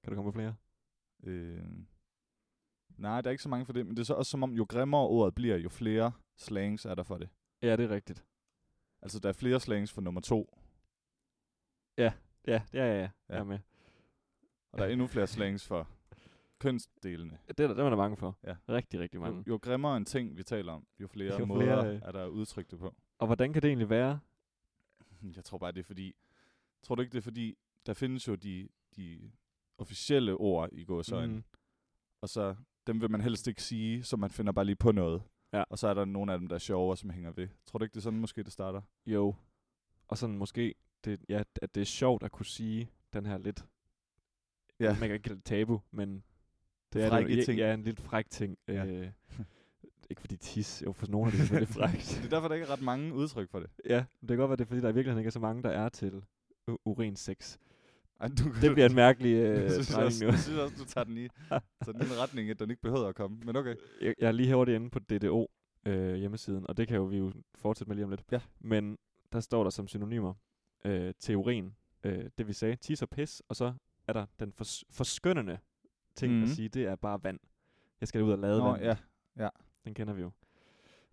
Speaker 1: Kan du komme på flere?
Speaker 2: Øh. Nej, der er ikke så mange for det, men det er så også som om, jo grimmere ordet bliver, jo flere slangs er der for det.
Speaker 1: Ja, det er rigtigt.
Speaker 2: Altså, der er flere slangs for nummer to,
Speaker 1: Ja, ja, ja, ja.
Speaker 2: Ja.
Speaker 1: Jeg er med.
Speaker 2: og der er endnu flere slangs for kønsdelene.
Speaker 1: Det er der, dem er der mange for.
Speaker 2: Ja.
Speaker 1: Rigtig, rigtig mange.
Speaker 2: Jo, jo grimmere en ting, vi taler om, jo flere
Speaker 1: Jo flere,
Speaker 2: jo måder
Speaker 1: øh.
Speaker 2: flere, er der udtrykt det på.
Speaker 1: Og hvordan kan det egentlig være?
Speaker 2: Jeg tror bare, det er fordi... Tror du ikke, det er fordi, der findes jo de, de officielle ord i gåsøjne, mm.
Speaker 1: Mhm.
Speaker 2: og så dem vil man helst ikke sige, så man finder bare lige på noget.
Speaker 1: Ja.
Speaker 2: Og så er der nogle af dem, der er sjovere, som hænger ved. Tror du ikke, det er sådan, måske det starter?
Speaker 1: Jo. Og sådan måske, det, ja, at det er sjovt at kunne sige den her lidt,
Speaker 2: Ja.
Speaker 1: man kan ikke kalde det tabu, men det er
Speaker 2: Frække
Speaker 1: det, jo.
Speaker 2: ting.
Speaker 1: Ja, ja, en lidt fræk ting.
Speaker 2: Ja.
Speaker 1: Øh, ikke fordi tis, jo for nogle af det er selvfølgelig frækt.
Speaker 2: Det er derfor, der ikke er ret mange udtryk for det.
Speaker 1: Ja, det kan godt være, det er, fordi der i virkeligheden ikke er så mange, der er til u- urin sex.
Speaker 2: Ej, du,
Speaker 1: Det bliver en mærkelig øh,
Speaker 2: jeg synes,
Speaker 1: drejning
Speaker 2: også,
Speaker 1: nu.
Speaker 2: jeg synes også, du tager den i, tager den i en retning, at den ikke behøver at komme. Men okay.
Speaker 1: Jeg, jeg er lige herovre inde på DDO øh, hjemmesiden, og det kan jo vi jo fortsætte med lige om lidt.
Speaker 2: Ja.
Speaker 1: Men der står der som synonymer øh, teorien, øh, det vi sagde, tis og pis, og så er der den fors- forskyndende ting mm. at
Speaker 2: Mhm.
Speaker 1: sige, det er bare vand. Jeg skal ud og lade
Speaker 2: Nå,
Speaker 1: vand.
Speaker 2: ja.
Speaker 1: Den kender vi jo.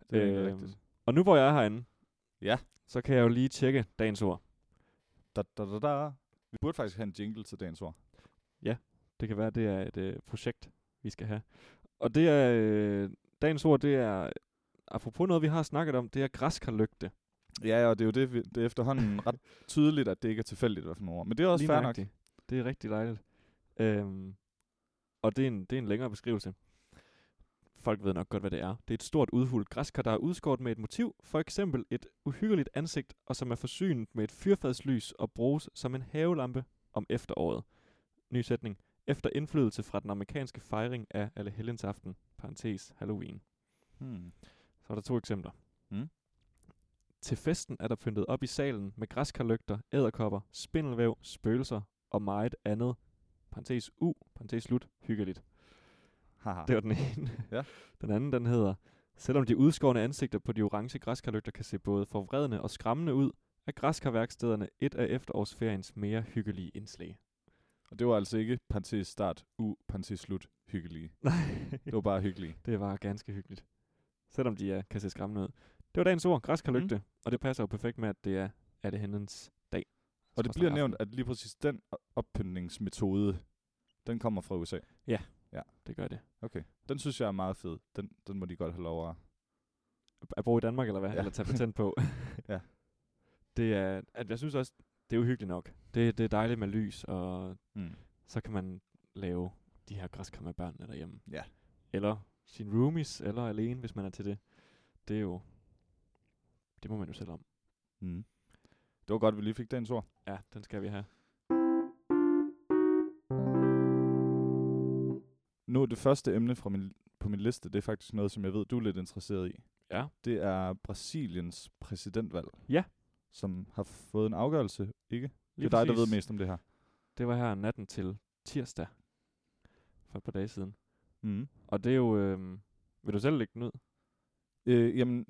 Speaker 2: Det er egentlig
Speaker 1: Øhm,
Speaker 2: rigtigt.
Speaker 1: Og nu hvor jeg er herinde,
Speaker 2: Ja.
Speaker 1: så kan jeg jo lige tjekke dagens ord.
Speaker 2: Da, da, da, da. Vi burde faktisk have en jingle til dagens ord.
Speaker 1: Det kan være, det er et øh, projekt, vi skal have. Og det er, øh, dagens ord, det er, apropos noget, vi har snakket om, det er græskarlygte.
Speaker 2: Ja, og det er jo det, vi- det er efterhånden ret tydeligt, at det ikke er tilfældigt, hvad for nogle ord. Men det er også fair nok.
Speaker 1: nok. Det er rigtig dejligt. Øhm, og det er, en, det er en længere beskrivelse. Folk ved nok godt, hvad det er. Det er et stort udhullet græskar, der er udskåret med et motiv, for eksempel et uhyggeligt ansigt, og som er forsynet med et fyrfadslys og bruges som en havelampe om efteråret. Ny sætning. Efter indflydelse fra den amerikanske fejring af alle helgens aften, parentes Halloween.
Speaker 2: Hmm.
Speaker 1: Så er der to eksempler.
Speaker 2: Mm.
Speaker 1: Til festen er der pyntet op i salen med græskarlygter, æderkopper, spindelvæv, spøgelser og meget andet. Parentes u, parentes slut, hyggeligt.
Speaker 2: Haha.
Speaker 1: Det var den ene.
Speaker 2: Ah. Ja.
Speaker 1: Den anden, den hedder, selvom de udskårne ansigter på de orange græskarlygter kan se både forvredende og skræmmende ud, er græskarværkstederne et af efterårsferiens mere hyggelige indslag.
Speaker 2: Og det var altså ikke parentes start, u, parentes slut, hyggelige.
Speaker 1: Nej,
Speaker 2: Det var bare hyggelige.
Speaker 1: det var ganske hyggeligt. Selvom de ja, kan se skræmmende ud. Det var dagens ord,
Speaker 2: Mhm.
Speaker 1: græskarlygte. Mm. Og det passer jo perfekt med, at det er, er det hændens dag.
Speaker 2: Og det
Speaker 1: Skråstreg
Speaker 2: bliver
Speaker 1: aften.
Speaker 2: nævnt, at lige præcis den o- oppyntningsmetode, den kommer fra USA.
Speaker 1: Det gør det.
Speaker 2: Den synes jeg er meget fed. Den, den må de godt have lov at...
Speaker 1: At bo i Danmark, eller hvad?
Speaker 2: Ja.
Speaker 1: Ja. Eller tage patent på.
Speaker 2: Ja.
Speaker 1: Det er, at jeg synes også, det er uhyggeligt nok. Det, det er dejligt med lys, og
Speaker 2: Mm.
Speaker 1: så kan man lave de her græskar med børnene derhjemme.
Speaker 2: Ja.
Speaker 1: Eller sin roomies, eller alene, hvis man er til det. Det er jo, det må man jo selv om.
Speaker 2: Mm. Det var godt, vi lige fik dagens ord.
Speaker 1: Ja, den skal vi have.
Speaker 2: Nu er det første emne fra min, på min liste, det er faktisk noget, som jeg ved, du er lidt interesseret i.
Speaker 1: Ja.
Speaker 2: Det er Brasiliens præsidentvalg.
Speaker 1: Ja.
Speaker 2: Som har fået en afgørelse, ikke? det er dig, der ved mest om det her.
Speaker 1: Det var her natten til tirsdag, for et par dage siden.
Speaker 2: Mm.
Speaker 1: Og det er jo, øh, vil du selv lægge den ud?
Speaker 2: Øh, jamen,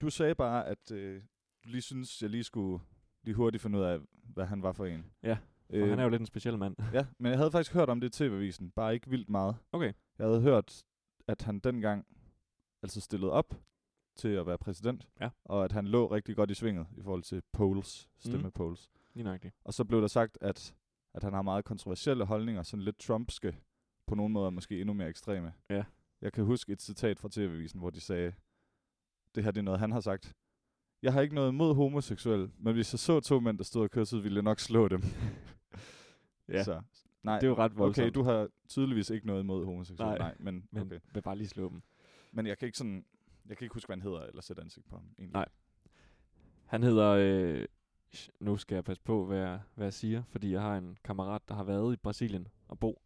Speaker 2: du sagde bare, at øh, du lige synes, jeg lige skulle lige hurtigt finde ud af, hvad han var for en.
Speaker 1: Ja, For øh. han er jo lidt en speciel mand.
Speaker 2: Ja, men jeg havde faktisk hørt om det i TV-avisen, bare ikke vildt meget.
Speaker 1: Okay.
Speaker 2: Jeg havde hørt, at han dengang altså stillede op til at være præsident,
Speaker 1: Ja.
Speaker 2: og at han lå rigtig godt i svinget i forhold til polls,
Speaker 1: Mhm.
Speaker 2: stemmepolls. Mm.
Speaker 1: Lige nøjagtigt.
Speaker 2: Og så blev der sagt, at, at han har meget kontroversielle holdninger, sådan lidt trumpske, på nogle måder måske endnu mere ekstreme.
Speaker 1: Ja.
Speaker 2: Jeg kan huske et citat fra TV-avisen, hvor de sagde, det her det er noget, han har sagt. Jeg har ikke noget imod homoseksuelle, men hvis jeg så to mænd, der stod og kyssede, ville jeg nok slå dem.
Speaker 1: Ja.
Speaker 2: Så, nej,
Speaker 1: Det er jo ret voldsomt.
Speaker 2: Okay, du har tydeligvis ikke noget imod homoseksuelle. Nej,
Speaker 1: Nej,
Speaker 2: nej men,
Speaker 1: Men
Speaker 2: okay.
Speaker 1: vil bare lige slå dem.
Speaker 2: men jeg kan ikke sådan... Jeg kan ikke huske, hvad han hedder, eller sætte ansigt på ham, egentlig.
Speaker 1: Nej. Han hedder, øh, sh- nu skal jeg passe på, hvad jeg, hvad jeg siger, fordi jeg har en kammerat, der har været i Brasilien og bo.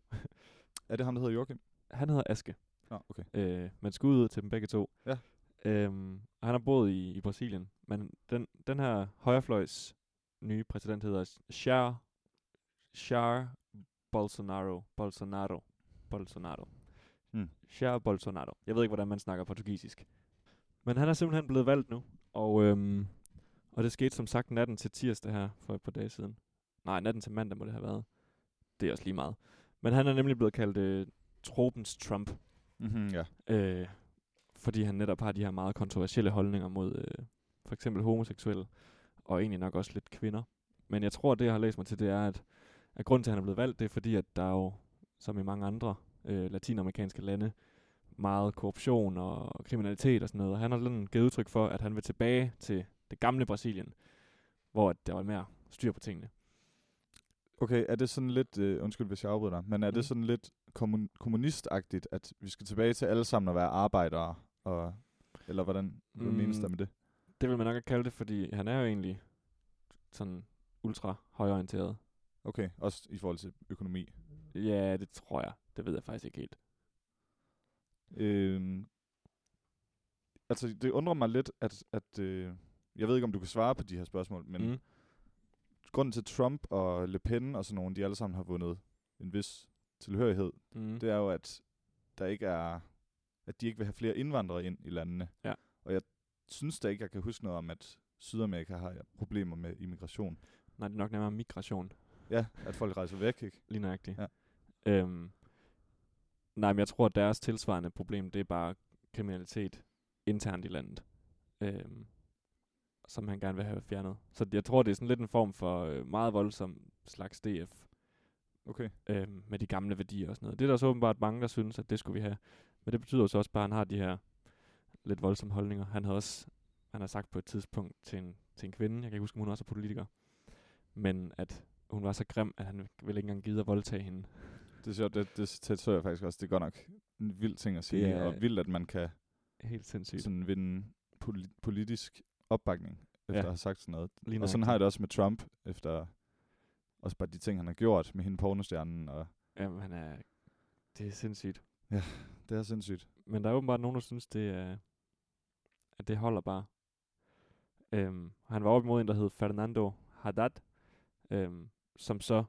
Speaker 2: Er det ham, der hedder Joachim?
Speaker 1: Han hedder Aske,
Speaker 2: Nå, okay.
Speaker 1: øh, men skud ud til dem begge to.
Speaker 2: Ja.
Speaker 1: Øhm, og han har boet i, i Brasilien, men den, den her højrefløjs nye præsident hedder Jair, Jair Bolsonaro. Bolsonaro. Bolsonaro.
Speaker 2: Mm.
Speaker 1: Jair Bolsonaro. Jeg ved ikke, hvordan man snakker portugisisk. Men han er simpelthen blevet valgt nu, og, øhm, og det skete som sagt natten til tirsdag her for et par dage siden. Nej, natten til mandag må det have været. Det er også lige meget. Men han er nemlig blevet kaldt øh, Tropens Trump
Speaker 2: Mm-hmm, ja.
Speaker 1: øh, fordi han netop har de her meget kontroversielle holdninger mod øh, for eksempel homoseksuelle, og egentlig nok også lidt kvinder. Men jeg tror, det jeg har læst mig til, det er, at, at grunden til, at han er blevet valgt, det er fordi, at der er jo, som i mange andre øh, latinamerikanske lande, meget korruption og kriminalitet og sådan noget. Og han har sådan givet udtryk for, at han vil tilbage til det gamle Brasilien, hvor at der var mere styr på tingene.
Speaker 2: Okay, er det sådan lidt... Øh, undskyld, hvis jeg afbryder dig, men er
Speaker 1: Mm.
Speaker 2: mm. det sådan lidt kommun- kommunistagtigt, at vi skal tilbage til alle sammen at være arbejdere? Og, eller hvordan hvad
Speaker 1: Mm.
Speaker 2: menes der med det?
Speaker 1: Det vil man nok ikke kalde det, fordi han er jo egentlig sådan ultra højorienteret.
Speaker 2: Okay, også i forhold til økonomi.
Speaker 1: Ja, det tror jeg. Det ved jeg faktisk ikke helt.
Speaker 2: Øhm, altså, det undrer mig lidt, at... at øh, jeg ved ikke, om du kan svare på de her spørgsmål, men... Mm. grunden til Trump og Le Pen og sådan nogle, de alle sammen har vundet en vis tilhørighed,
Speaker 1: Mm.
Speaker 2: det er jo, at der ikke er, at de ikke vil have flere indvandrere ind i landene.
Speaker 1: Ja.
Speaker 2: Og jeg synes da ikke, jeg kan huske noget om, at Sydamerika har problemer med immigration.
Speaker 1: Nej, det er nok nærmere migration,
Speaker 2: Ja, at folk rejser væk, ikke?
Speaker 1: lige nøjagtigt.
Speaker 2: Ja.
Speaker 1: Øhm, nej, men jeg tror, at deres tilsvarende problem, det er bare kriminalitet internt i landet, øhm, som han gerne vil have fjernet. Så jeg tror, det er sådan lidt en form for øh, meget voldsom slags DF
Speaker 2: Okay.
Speaker 1: øhm, med de gamle værdier og sådan noget. Det er der så åbenbart mange, der synes, at det skulle vi have. Men det betyder jo så også bare, at han har de her lidt voldsomme holdninger. Han havde også, han har sagt på et tidspunkt til en, til en kvinde, jeg kan ikke huske, om hun også er politiker, men at hun var så grim, at han ville ikke engang gide at voldtage hende.
Speaker 2: Det er sjovt, det, det citat så jeg faktisk også. Det er godt nok en vild ting at sige,
Speaker 1: er-
Speaker 2: og vildt, at man kan
Speaker 1: Helt sindssygt.
Speaker 2: sådan vinde poli- politisk opbakning, efter
Speaker 1: Ja.
Speaker 2: ja. at have sagt sådan noget.
Speaker 1: Lige
Speaker 2: Og sådan
Speaker 1: nøjagtigt.
Speaker 2: har jeg det også med Trump, efter også bare de ting, han har gjort med hende pornostjernen, og
Speaker 1: Jamen, han er, det er sindssygt.
Speaker 2: det er sindssygt.
Speaker 1: Men der er åbenbart nogen, der synes, det er, at det holder bare. Øhm, han var op imod en, der hed Fernando Haddad, øhm, som så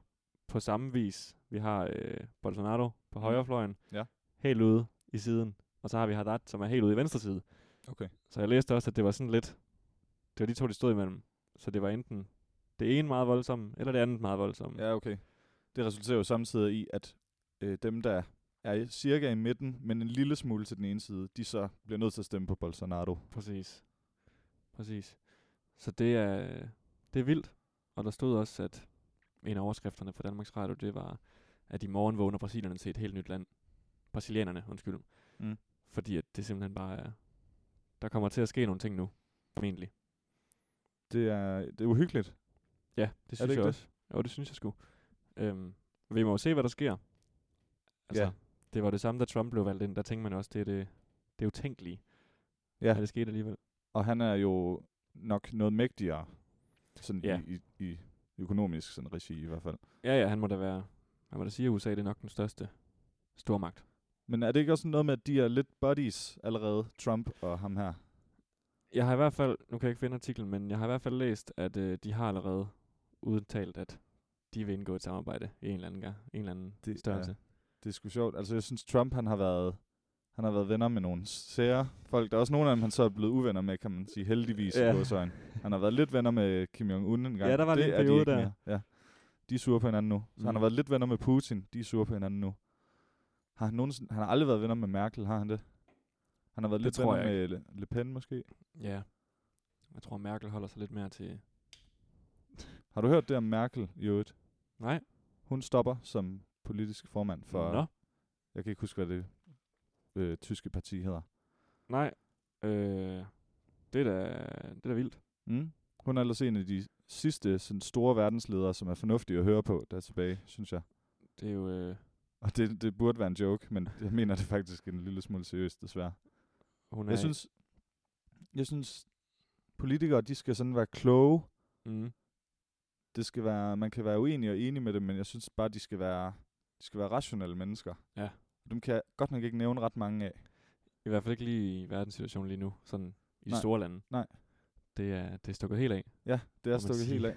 Speaker 1: på samme vis, vi har øh, Bolsonaro på
Speaker 2: Mm.
Speaker 1: højrefløjen,
Speaker 2: Ja.
Speaker 1: helt ude i siden, og så har vi Haddad, som er helt ude i venstre side.
Speaker 2: Okay.
Speaker 1: Så jeg læste også, at det var sådan lidt, det var de to, de stod imellem. Så det var enten det ene meget voldsomme, eller det andet meget voldsomme.
Speaker 2: Ja, okay. Det resulterer jo samtidig i, at øh, dem, der er i- cirka i midten, men en lille smule til den ene side, de så bliver nødt til at stemme på Bolsonaro.
Speaker 1: Præcis. Præcis. Så det er, det er vildt. Og der stod også, at en af overskrifterne på Danmarks Radio, det var, at i morgen vågner brasilianerne til et helt nyt land. Brasilianerne, undskyld.
Speaker 2: Mm.
Speaker 1: Fordi at det simpelthen bare er, der kommer til at ske nogle ting nu, formentlig.
Speaker 2: Det er, det er uhyggeligt.
Speaker 1: Ja, det synes
Speaker 2: det ikke
Speaker 1: jeg
Speaker 2: det?
Speaker 1: også. Jo, det synes jeg sgu. Øhm, vi må jo se, hvad der sker. Altså,
Speaker 2: Ja.
Speaker 1: det var det samme, da Trump blev valgt ind. Der tænkte man også, det er det, det er utænkelige.
Speaker 2: Ja.
Speaker 1: Men det skete alligevel.
Speaker 2: Og han er jo nok noget mægtigere sådan
Speaker 1: Ja.
Speaker 2: ja. i, i, i økonomisk sådan regi i hvert fald.
Speaker 1: Ja, ja, han må da være... Han må da sige, at USA det er nok den største stormagt.
Speaker 2: Men er det ikke også noget med, at de er lidt buddies allerede, Trump og ham her?
Speaker 1: Jeg har i hvert fald... Nu kan jeg ikke finde artiklen, men jeg har i hvert fald læst, at øh, de har allerede udtalt, at de vil indgå et samarbejde i en eller anden, gang, en eller anden
Speaker 2: Det er-
Speaker 1: det, størrelse.
Speaker 2: Det er sgu sjovt. Altså, jeg synes, Trump han har været han har været venner med nogle sære folk. Der er også nogle af dem, han så er blevet uvenner med, kan man sige, heldigvis
Speaker 1: Ja.
Speaker 2: ja. i godsøjne. Han har været lidt venner med Kim Jong-un en gang.
Speaker 1: Ja, der var
Speaker 2: det
Speaker 1: lige en
Speaker 2: er de
Speaker 1: periode
Speaker 2: ikke
Speaker 1: der.
Speaker 2: mere. Ja. De er sure på hinanden nu. Så mm. han har
Speaker 1: Mm.
Speaker 2: været lidt venner med Putin. De er sure på hinanden nu. Har han, nogensinde, han har aldrig været venner med Merkel, har han det? Han har været
Speaker 1: Det
Speaker 2: lidt
Speaker 1: tror
Speaker 2: venner
Speaker 1: jeg
Speaker 2: med Le, Le Pen måske.
Speaker 1: Ja. Jeg tror, Merkel holder sig lidt mere til...
Speaker 2: Har du hørt det om Merkel i øvrigt?
Speaker 1: Nej.
Speaker 2: Hun stopper som politisk formand for,
Speaker 1: Nå.
Speaker 2: jeg kan ikke huske, hvad det øh, tyske parti hedder.
Speaker 1: Nej. Øh, det, er da, det er da vildt.
Speaker 2: Mm. Hun er ellers en af de sidste sådan, store verdensledere, som er fornuftige at høre på, der er tilbage, synes jeg.
Speaker 1: Det er jo... Øh,
Speaker 2: Og det, det burde være en joke, men jeg mener det faktisk en lille smule seriøst, desværre.
Speaker 1: hun er
Speaker 2: Jeg synes, jeg synes, politikere, de skal sådan være kloge.
Speaker 1: Mm,
Speaker 2: Det skal være, man kan være uenig og enig med dem, men jeg synes bare, de skal være, de skal være rationelle mennesker.
Speaker 1: Ja.
Speaker 2: Dem kan jeg godt nok ikke nævne ret mange af.
Speaker 1: I hvert fald ikke lige i verdenssituationen lige nu. Sådan i
Speaker 2: Nej.
Speaker 1: de store lande.
Speaker 2: Nej.
Speaker 1: Det er, det er stukket helt af.
Speaker 2: Ja, det er
Speaker 1: man
Speaker 2: stukket
Speaker 1: sige.
Speaker 2: helt af.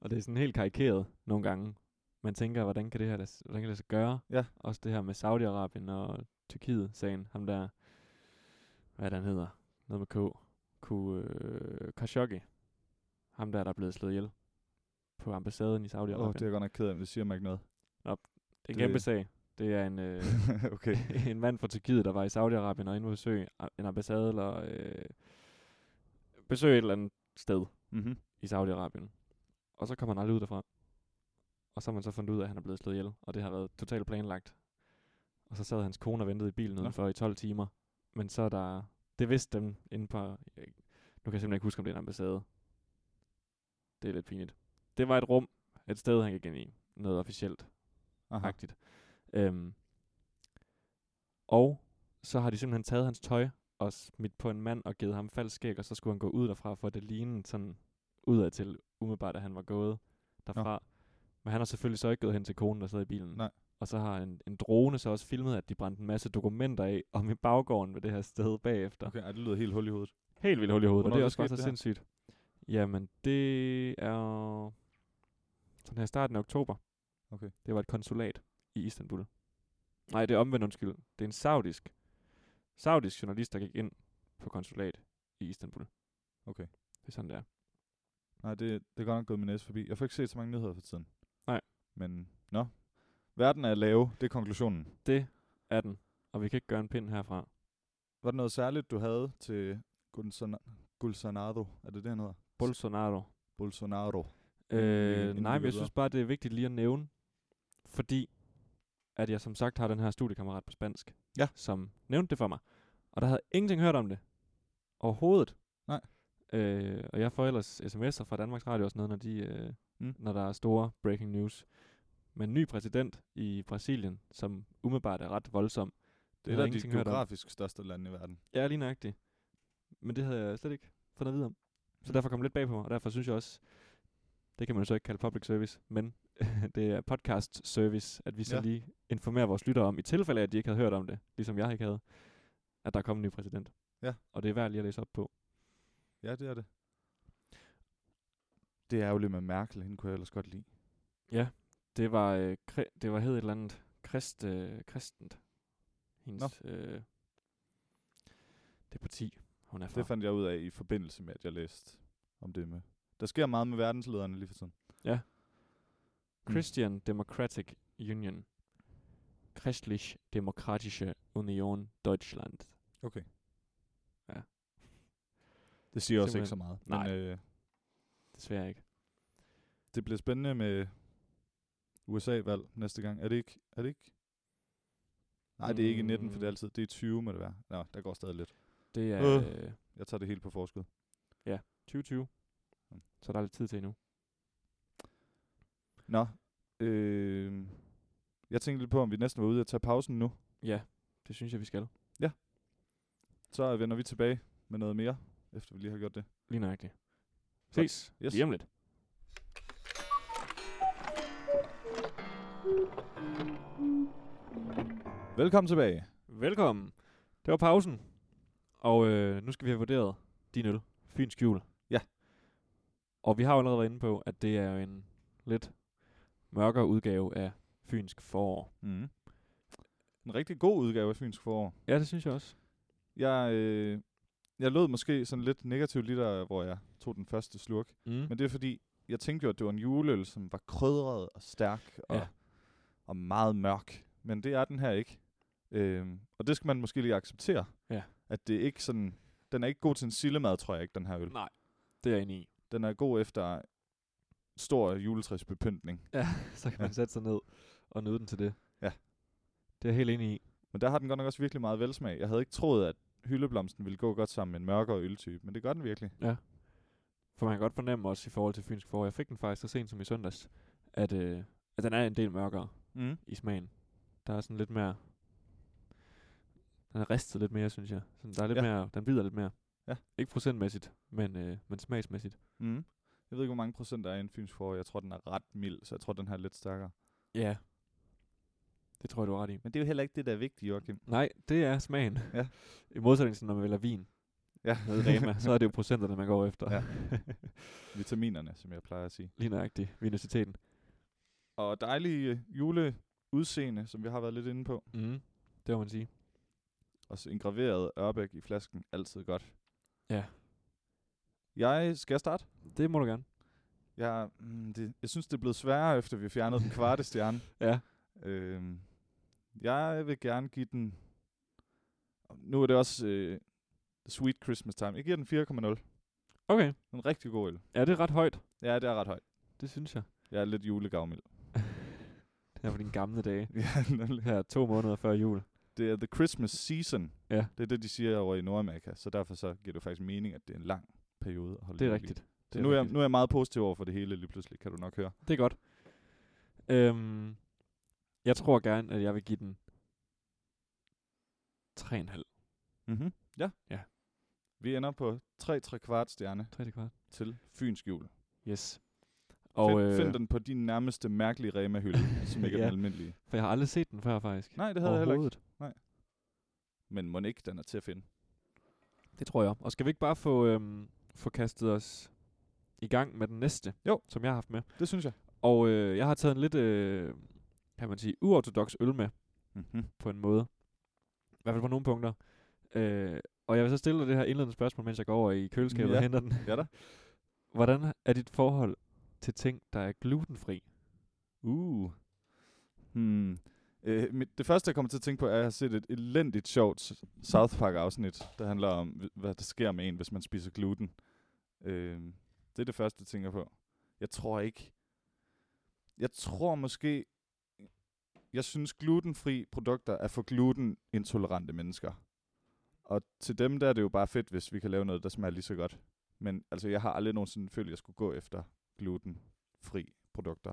Speaker 1: Og det er sådan helt karikeret nogle gange. Man tænker, hvordan kan det her lade, s- hvordan kan det lade sig gøre?
Speaker 2: Ja.
Speaker 1: Også det her med Saudi-Arabien og Tyrkiet-sagen. Ham der, hvad er det, han hedder? Noget med K. Ku, øh, Khashoggi. Ham der, der er blevet slået ihjel på ambassaden i Saudi-Arabien.
Speaker 2: Åh,
Speaker 1: Oh,
Speaker 2: oh, det er jeg godt nok ked af, men det siger mig ikke noget.
Speaker 1: det er en
Speaker 2: det-
Speaker 1: kæmpe sag. Det er en, øh,
Speaker 2: okay.
Speaker 1: en mand fra Tyrkiet, der var i Saudi-Arabien og inde på besøg a- en ambassade eller øh, besøg et eller andet sted
Speaker 2: Mm-hmm.
Speaker 1: i Saudi-Arabien. Og så kommer han aldrig ud derfra. Og så har man så fundet ud af, at han er blevet slået ihjel, og det har været totalt planlagt. Og så sad hans kone og ventede i bilen udenfor i 12 timer. Men så er der... Det vidste dem inde på... jeg- Nu kan jeg simpelthen ikke huske, om det er en ambassade. Det er lidt pinligt. Det var et rum, et sted, han gik ind i. Noget officielt
Speaker 2: Aha.
Speaker 1: agtigt. Øhm, og så har de simpelthen taget hans tøj og smidt på en mand og givet ham falsk skæg, og så skulle han gå ud derfra, for at det lignede sådan udad til umiddelbart, at han var gået derfra. Men han har selvfølgelig så ikke gået hen til konen, der sad i bilen.
Speaker 2: Nej.
Speaker 1: Og så har en, en drone så også filmet, at de brændte en masse dokumenter af om i baggården ved det her sted bagefter.
Speaker 2: Okay, ej, det lyder helt hul i hovedet.
Speaker 1: Helt vildt hul i hovedet,
Speaker 2: Hvornår
Speaker 1: og det
Speaker 2: er
Speaker 1: er
Speaker 2: det
Speaker 1: også bare
Speaker 2: sket,
Speaker 1: så
Speaker 2: det her?
Speaker 1: sindssygt. Jamen, det er sådan her i starten af oktober.
Speaker 2: Okay.
Speaker 1: Det var et konsulat i Istanbul. Nej, det er omvendt undskyld. Det er en saudisk, saudisk journalist, der gik ind på konsulat i Istanbul.
Speaker 2: Okay.
Speaker 1: Det er sådan, det er.
Speaker 2: Nej, det, det er godt nok gået min næse forbi. Jeg får ikke set så mange nyheder for tiden.
Speaker 1: Nej.
Speaker 2: Men, nå. Verden er lave, det er konklusionen.
Speaker 1: Det er den, og vi kan ikke gøre en pind herfra.
Speaker 2: Var det noget særligt, du havde til Bolsonaro? Er det det, han hedder?
Speaker 1: Bolsonaro.
Speaker 2: Bolsonaro.
Speaker 1: Øh,
Speaker 2: inden vi
Speaker 1: nej,
Speaker 2: går
Speaker 1: men jeg
Speaker 2: videre.
Speaker 1: synes bare, det er vigtigt lige at nævne, fordi at jeg som sagt har den her studiekammerat på spansk,
Speaker 2: Ja.
Speaker 1: som nævnte det for mig. Og der havde jeg ingenting hørt om det. Overhovedet.
Speaker 2: Nej.
Speaker 1: Øh, og jeg får ellers sms'er fra Danmarks Radio og sådan noget, når, de, øh,
Speaker 2: Mm.
Speaker 1: mm. når der er store breaking news. Men en ny præsident i Brasilien, som umiddelbart er ret voldsom.
Speaker 2: Det er
Speaker 1: havde jeg
Speaker 2: da de
Speaker 1: ingenting hørt om.
Speaker 2: geografisk største land i verden.
Speaker 1: Ja, lige nøjagtigt. Men det havde jeg slet ikke fået noget videre om.
Speaker 2: Mm.
Speaker 1: Så derfor kom det lidt bag på mig, og derfor synes jeg også, det kan man jo så ikke kalde public service, men det er podcast service, at vi så
Speaker 2: Ja.
Speaker 1: ja. lige informerer vores lyttere om, i tilfælde af, at de ikke havde hørt om det, ligesom jeg ikke havde, at der kom en ny præsident.
Speaker 2: Ja.
Speaker 1: Og det er værd lige at læse op på.
Speaker 2: Ja, det er det. Det er jo lidt med Merkel, hende kunne jeg ellers godt lide.
Speaker 1: Ja, det var, øh, kri- det var hed et eller andet krist, øh, kristent. Hendes, øh, det parti, hun er fra.
Speaker 2: Det fandt jeg ud af i forbindelse med, at jeg læste om det med. Der sker meget med verdenslederne lige for tiden. Mm.
Speaker 1: Christian Democratic Union. Christlich Demokratische Union Deutschland.
Speaker 2: Okay.
Speaker 1: Ja.
Speaker 2: Det siger også
Speaker 1: Simpelthen.
Speaker 2: ikke så meget.
Speaker 1: Nej.
Speaker 2: Men, øh,
Speaker 1: Desværre ikke.
Speaker 2: det bliver spændende med USA-valg næste gang. Er det ikke? Er det ikke? Nej, det er ikke i 19, for det er
Speaker 1: Mm.
Speaker 2: altid. Det er 20, må det være. Nå, der går stadig lidt.
Speaker 1: Det er
Speaker 2: Øh.
Speaker 1: øh,
Speaker 2: Jeg tager det helt på forskud.
Speaker 1: 2020.
Speaker 2: Mm.
Speaker 1: Så der er lidt tid til endnu.
Speaker 2: Nå, øh, jeg tænkte lidt på, om vi næsten var ude at tage pausen nu.
Speaker 1: Ja, det synes jeg, vi skal.
Speaker 2: Så vender vi tilbage med noget mere, efter vi lige har gjort det.
Speaker 1: Lige nøjagtigt.
Speaker 2: Godt.
Speaker 1: Ses.
Speaker 2: Yes.
Speaker 1: Lige om lidt.
Speaker 2: Velkommen tilbage.
Speaker 1: Velkommen. Det var pausen. Og øh, nu skal vi have vurderet din øl. Fyns jul.
Speaker 2: Ja.
Speaker 1: Og vi har jo allerede været inde på, at det er jo en lidt mørkere udgave af Fynsk forår.
Speaker 2: Mm. En rigtig god udgave af Fynsk Forår.
Speaker 1: Ja, det synes jeg også.
Speaker 2: Jeg, øh, jeg lød måske sådan lidt negativ lige der, hvor jeg tog den første slurk.
Speaker 1: Mm.
Speaker 2: Men det er fordi, jeg tænkte jo, at det var en juleøl, som var krydret og stærk og,
Speaker 1: Ja.
Speaker 2: ja. og meget mørk. Men det er den her ikke. Øhm, og det skal man måske lige acceptere.
Speaker 1: Ja.
Speaker 2: At det er ikke sådan... Den er ikke god til en sillemad, tror jeg ikke, den her øl.
Speaker 1: Nej, det er jeg enig i.
Speaker 2: Den er god efter stor juletræsbepyntning.
Speaker 1: Ja, så kan man
Speaker 2: Ja.
Speaker 1: sætte sig ned og nyde den til det.
Speaker 2: Ja.
Speaker 1: Det er jeg helt enig i.
Speaker 2: Men der har den godt nok også virkelig meget velsmag. Jeg havde ikke troet, at hyldeblomsten ville gå godt sammen med en mørkere øltype, men det gør den virkelig.
Speaker 1: For man kan godt fornemme også i forhold til Fynsk forår. Jeg fik den faktisk så sent som i søndags, at, øh, at den er en del mørkere.
Speaker 2: Mm.
Speaker 1: i smagen. Der er sådan lidt mere... Den er ristet lidt mere, synes jeg. Sådan, der er lidt ja.
Speaker 2: Ja.
Speaker 1: mere, den bider lidt mere.
Speaker 2: Ja.
Speaker 1: Ikke procentmæssigt, men, øh, men smagsmæssigt.
Speaker 2: Mm. Jeg ved ikke, hvor mange procent der er i en fynsk forår. Jeg tror, den er ret mild, så jeg tror, den her er lidt stærkere.
Speaker 1: Ja. Det tror jeg, du har ret i.
Speaker 2: Men det er jo heller ikke det, der er vigtigt, Joachim.
Speaker 1: Nej, det er smagen.
Speaker 2: Ja.
Speaker 1: I modsætning til, når man vælger vin
Speaker 2: Ja.
Speaker 1: med Rema, så er det jo procenterne, man går efter.
Speaker 2: Ja. Vitaminerne, som jeg plejer at sige.
Speaker 1: Lige nøjagtigt. Vinositeten.
Speaker 2: Og dejlig øh, juleudseende, som vi har været lidt inde på.
Speaker 1: Mm. Det må man sige.
Speaker 2: Og så en graveret ørbæk i flasken, altid godt.
Speaker 1: Ja.
Speaker 2: Jeg skal jeg starte.
Speaker 1: Det må du gerne.
Speaker 2: Jeg, mm, det, jeg synes, det er blevet sværere, efter vi fjernede den kvarte stjerne.
Speaker 1: Ja.
Speaker 2: Øhm, jeg vil gerne give den... Nu er det også øh, Sweet Christmas Time. Jeg giver den 4,0.
Speaker 1: Okay.
Speaker 2: En rigtig god øl.
Speaker 1: Ja, det er ret højt.
Speaker 2: Ja, det er ret højt.
Speaker 1: Det synes jeg.
Speaker 2: Jeg er lidt julegavmild.
Speaker 1: Det er på dine gamle dage.
Speaker 2: ja, nemlig.
Speaker 1: Her to måneder før jul.
Speaker 2: Det er the Christmas season.
Speaker 1: Ja.
Speaker 2: Det er det, de siger over i Nordamerika. Så derfor så giver det faktisk mening, at det er en lang periode at holde
Speaker 1: Det er
Speaker 2: jul i.
Speaker 1: rigtigt.
Speaker 2: Så
Speaker 1: Det er
Speaker 2: nu, er jeg,
Speaker 1: rigtigt.
Speaker 2: nu er jeg meget positiv over for det hele lige pludselig, kan du nok høre.
Speaker 1: Det er godt. Øhm, jeg tror gerne, at jeg vil give den 3,5.
Speaker 2: Mm-hmm. Ja.
Speaker 1: Ja.
Speaker 2: Vi ender på 3 3 kvart stjerne
Speaker 1: 3 kvart.
Speaker 2: til Fyns jul.
Speaker 1: Yes.
Speaker 2: Og
Speaker 1: Og,
Speaker 2: find, øh...
Speaker 1: øh,
Speaker 2: find den på din nærmeste mærkelige Rema-hylde, som ikke er
Speaker 1: Ja.
Speaker 2: den almindelige.
Speaker 1: For jeg har aldrig set den før, faktisk.
Speaker 2: Nej, det havde jeg heller ikke.
Speaker 1: Overhovedet.
Speaker 2: Men må ikke, den er til at finde.
Speaker 1: Det tror jeg. Og skal vi ikke bare få, øhm, få kastet os i gang med den næste,
Speaker 2: Jo.
Speaker 1: som jeg har haft med?
Speaker 2: Det synes jeg.
Speaker 1: Og øh, jeg har taget en lidt, øh, kan man sige, uortodox øl med.
Speaker 2: Mm-hmm.
Speaker 1: på en måde. I hvert fald på nogle punkter. Øh, og jeg vil så stille dig det her indledende spørgsmål, mens jeg går over i køleskabet ja.
Speaker 2: Ja.
Speaker 1: og henter den.
Speaker 2: Ja da.
Speaker 1: Hvordan er dit forhold til ting, der er glutenfri?
Speaker 2: Uh. Hmm. Øh, mit, det første, jeg kommer til at tænke på, er, at jeg har set et elendigt sjovt s- South Park-afsnit, der handler om, hv- hvad der sker med en, hvis man spiser gluten. Øh, det er det første, jeg tænker på. Jeg tror ikke... Jeg tror måske... Jeg synes, glutenfri produkter er for glutenintolerante mennesker. Og til dem der er det jo bare fedt, hvis vi kan lave noget, der smager lige så godt. Men altså, jeg har aldrig nogensinde følt, at jeg skulle gå efter glutenfri produkter.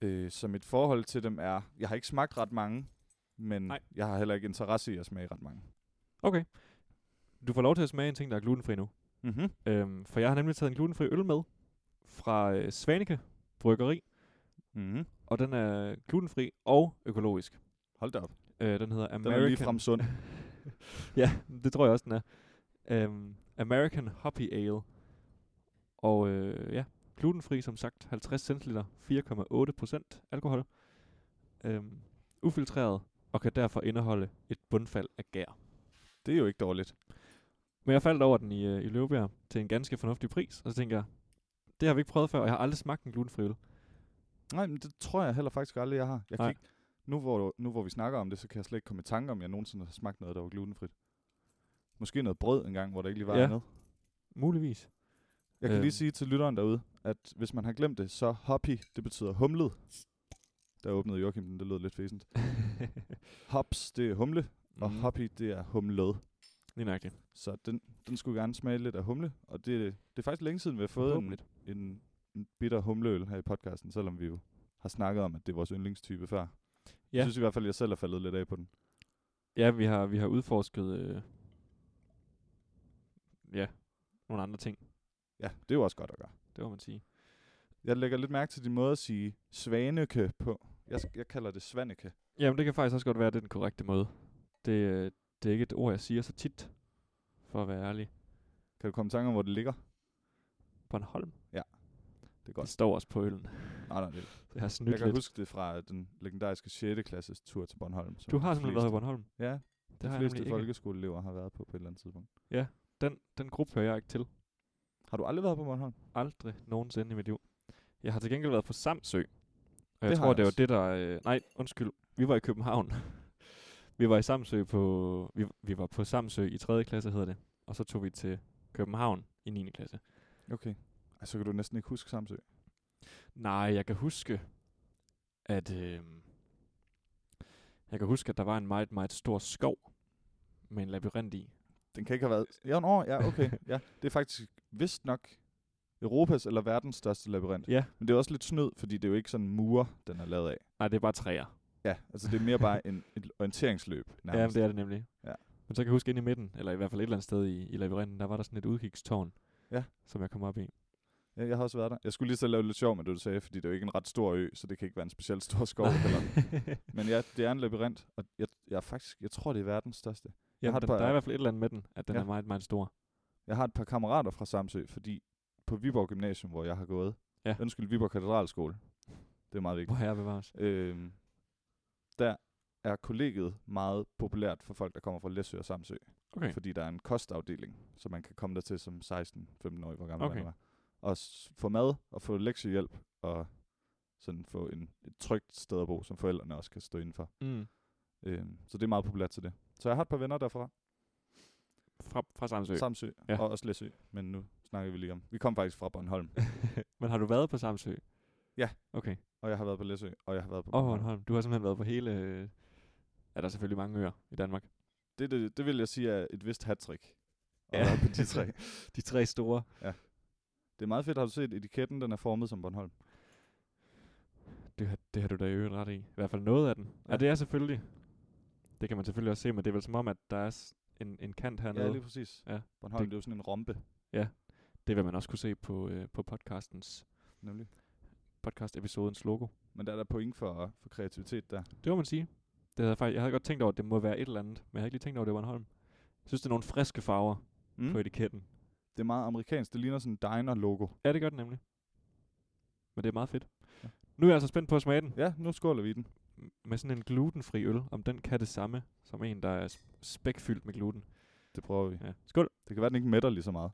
Speaker 2: Øh, så mit forhold til dem er, jeg har ikke smagt ret mange, men
Speaker 1: Nej.
Speaker 2: Nej. jeg har heller ikke interesse i at smage ret mange.
Speaker 1: Okay. Du får lov til at smage en ting, der er glutenfri nu.
Speaker 2: Mm-hmm.
Speaker 1: Øhm, for jeg har nemlig taget en glutenfri øl med fra øh, Svanike Bryggeri.
Speaker 2: Mm-hmm.
Speaker 1: Og den er glutenfri og økologisk.
Speaker 2: Hold da op.
Speaker 1: Øh, den hedder
Speaker 2: Den er lige
Speaker 1: American...
Speaker 2: frem sund.
Speaker 1: ja, det tror jeg også, den er. Øhm, American Hoppy Ale. Og øh, ja, glutenfri som sagt, 50 centiliter, 4,8 procent alkohol. Øhm, ufiltreret, og kan derfor indeholde et bundfald af gær.
Speaker 2: Det er jo ikke dårligt.
Speaker 1: Men jeg faldt over den i, øh, i Løbjerg til en ganske fornuftig pris, og så tænker jeg, det har vi ikke prøvet før, og jeg har aldrig smagt en glutenfri øl.
Speaker 2: Nej, men det tror jeg heller faktisk aldrig, jeg har. Jeg kan
Speaker 1: Nej.
Speaker 2: ikke, nu, hvor, nu hvor vi snakker om det, så kan jeg slet ikke komme i tanke om, at jeg nogensinde har smagt noget, der var glutenfrit. Måske noget brød engang, hvor der ikke lige var
Speaker 1: Ja.
Speaker 2: ja. andet.
Speaker 1: Muligvis.
Speaker 2: Jeg kan øhm. lige
Speaker 1: Øhm.
Speaker 2: sige til lytteren derude, at hvis man har glemt det, så hoppy, det betyder humlet. Der åbnede Joachim den, det lød lidt fæsent. Hops, det er humle, mm.
Speaker 1: Mhm.
Speaker 2: og hoppy, det er humlet.
Speaker 1: Lige nøjagtigt.
Speaker 2: Så den, den skulle gerne smage lidt af humle, og det, det er faktisk længe siden, vi har fået en,
Speaker 1: Forhåbentlig.
Speaker 2: en, en bitter humleøl her i podcasten, selvom vi jo har snakket om, at det er vores yndlingstype før. Ja.
Speaker 1: Ja.
Speaker 2: Jeg synes i hvert fald, at jeg selv har faldet lidt af på den.
Speaker 1: Ja, vi har, vi har udforsket øh, ja, nogle andre ting,
Speaker 2: Ja, det er jo også godt at gøre.
Speaker 1: det må man sige.
Speaker 2: Jeg lægger lidt mærke til din måde at sige svaneke på. Jeg, sk- jeg kalder det svaneke.
Speaker 1: Jamen, det kan faktisk også godt være, at det er den korrekte måde. Det, øh, det er ikke et ord, jeg siger så tit, for at være ærlig.
Speaker 2: Kan du komme i tanke om, hvor det ligger?
Speaker 1: Bornholm,
Speaker 2: Det er
Speaker 1: det
Speaker 2: godt.
Speaker 1: står også på øllen.
Speaker 2: Nej, nej, det,
Speaker 1: Jeg har
Speaker 2: jeg
Speaker 1: snydt
Speaker 2: kan
Speaker 1: lidt.
Speaker 2: huske det fra den legendariske 6. klasses tur til Bornholm. som
Speaker 1: Du
Speaker 2: de
Speaker 1: har simpelthen været
Speaker 2: fleste-
Speaker 1: på Bornholm. Det
Speaker 2: Ja, det
Speaker 1: har
Speaker 2: de
Speaker 1: jeg nemlig
Speaker 2: fleste
Speaker 1: ikke.
Speaker 2: folkeskoleelever har været på på et eller andet tidspunkt.
Speaker 1: Den, den gruppe hører jeg ikke til.
Speaker 2: Har du aldrig været på Bornholm?
Speaker 1: Aldrig nogensinde i mit liv. Jeg har til gengæld været på Samsø. Og jeg
Speaker 2: Det
Speaker 1: det
Speaker 2: har
Speaker 1: tror,
Speaker 2: jeg
Speaker 1: det var
Speaker 2: også.
Speaker 1: det, der... Øh, nej, undskyld. Vi var i København. vi var i Samsø på... Vi, vi var på Samsø i 3. klasse, hedder det. Og så tog vi til København i 9. klasse.
Speaker 2: Okay. Ej,
Speaker 1: Altså,
Speaker 2: så kan du næsten ikke huske Samsø.
Speaker 1: Nej, jeg kan huske, at... Øh, jeg kan huske, at der var en meget, meget stor skov med en labyrint i.
Speaker 2: Den kan ikke have været... Ja, nå, ja, okay. ja. Det er faktisk vist nok Europas eller verdens største labyrint.
Speaker 1: Ja.
Speaker 2: Men det er også lidt snyd, fordi det er jo ikke sådan en mur, den er lavet af.
Speaker 1: Nej, det er bare træer.
Speaker 2: Ja, altså det er mere bare en, et orienteringsløb
Speaker 1: Ja, men
Speaker 2: nærmest.
Speaker 1: det er det nemlig.
Speaker 2: Ja.
Speaker 1: Men så kan jeg huske ind i midten, eller i hvert fald et eller andet sted i, i labyrinten, der var der sådan et udkigstårn,
Speaker 2: Ja.
Speaker 1: som jeg kom op i.
Speaker 2: Ja, jeg har også været der. Jeg skulle lige så lave lidt sjov med det, du sagde, fordi det er jo ikke en ret stor ø, så det kan ikke være en specielt stor skov. Eller. Men ja, det er en labyrint, og jeg, jeg, er faktisk, jeg tror, det er verdens største.
Speaker 1: Jamen,
Speaker 2: har
Speaker 1: den,
Speaker 2: et par-
Speaker 1: der er i hvert fald et eller andet med den, at den
Speaker 2: Ja.
Speaker 1: er meget, meget stor.
Speaker 2: Jeg har et par kammerater fra Samsø, fordi på Viborg Gymnasium, hvor jeg har gået,
Speaker 1: Ja.
Speaker 2: undskyld, Viborg Katedralskole, det er meget vigtigt,
Speaker 1: Hvor herre bevares.
Speaker 2: øhm, der er kollegiet meget populært for folk, der kommer fra Læsø og Samsø.
Speaker 1: Okay.
Speaker 2: Fordi der er en kostafdeling, så man kan komme der til som 16-15-årig, hvor gammel
Speaker 1: Okay.
Speaker 2: okay. man var. Og s- få mad og få lektiehjælp og sådan få en, et trygt sted at bo, som forældrene også kan stå indenfor.
Speaker 1: Mm.
Speaker 2: Øhm, så det er meget populært til det. Så jeg har et par venner derfra,
Speaker 1: Fra, fra Samsø. Sam-
Speaker 2: Samsø
Speaker 1: Øh, Ja.
Speaker 2: ja. og også Læsø, men nu snakker vi lige om. Vi kom faktisk fra Bornholm,
Speaker 1: Men har du været på Samsø?
Speaker 2: Ja.
Speaker 1: Okay.
Speaker 2: og jeg har været på Læsø, og jeg har været på
Speaker 1: Og Bornholm. Du har simpelthen været på hele... Øh, ja, der er selvfølgelig mange øer i Danmark.
Speaker 2: Det, det, det vil jeg sige er et vist hattrick.
Speaker 1: Ja.
Speaker 2: Ja. på de tre.
Speaker 1: De tre store.
Speaker 2: Det er meget fedt, har du set etiketten, den er formet som Bornholm.
Speaker 1: Det, har- det har du da i øvrigt ret i. I hvert fald noget af den. Ja.
Speaker 2: Ja.
Speaker 1: ja, det er selvfølgelig... Det kan man selvfølgelig også se, men det er vel som om, at der er s- en, en kant hernede.
Speaker 2: Ja, lige præcis.
Speaker 1: Ja.
Speaker 2: Bornholm,
Speaker 1: Det-
Speaker 2: det, det er jo sådan en rompe,
Speaker 1: Det vil man også kunne se på, øh, på podcastens
Speaker 2: nemlig.
Speaker 1: podcast-episodens logo.
Speaker 2: Men der er der point for, for kreativitet der.
Speaker 1: Det må man sige. Det havde jeg, faktisk, jeg havde godt tænkt over, at det må være et eller andet, men jeg havde ikke lige tænkt over, at det var Bornholm. Jeg synes, det er nogle friske farver mm.
Speaker 2: Mm.
Speaker 1: på etiketten.
Speaker 2: Det er meget amerikansk. Det ligner sådan en diner-logo.
Speaker 1: Ja, det gør det nemlig. Men det er meget fedt.
Speaker 2: Ja.
Speaker 1: Nu er jeg altså spændt på at smage den.
Speaker 2: Ja, nu skåler vi i den.
Speaker 1: M- Med sådan en glutenfri øl, om den kan det samme som en, der er s- spækfyldt med gluten.
Speaker 2: Det prøver vi.
Speaker 1: Ja. Skål.
Speaker 2: Det kan være, den ikke mætter lige så meget.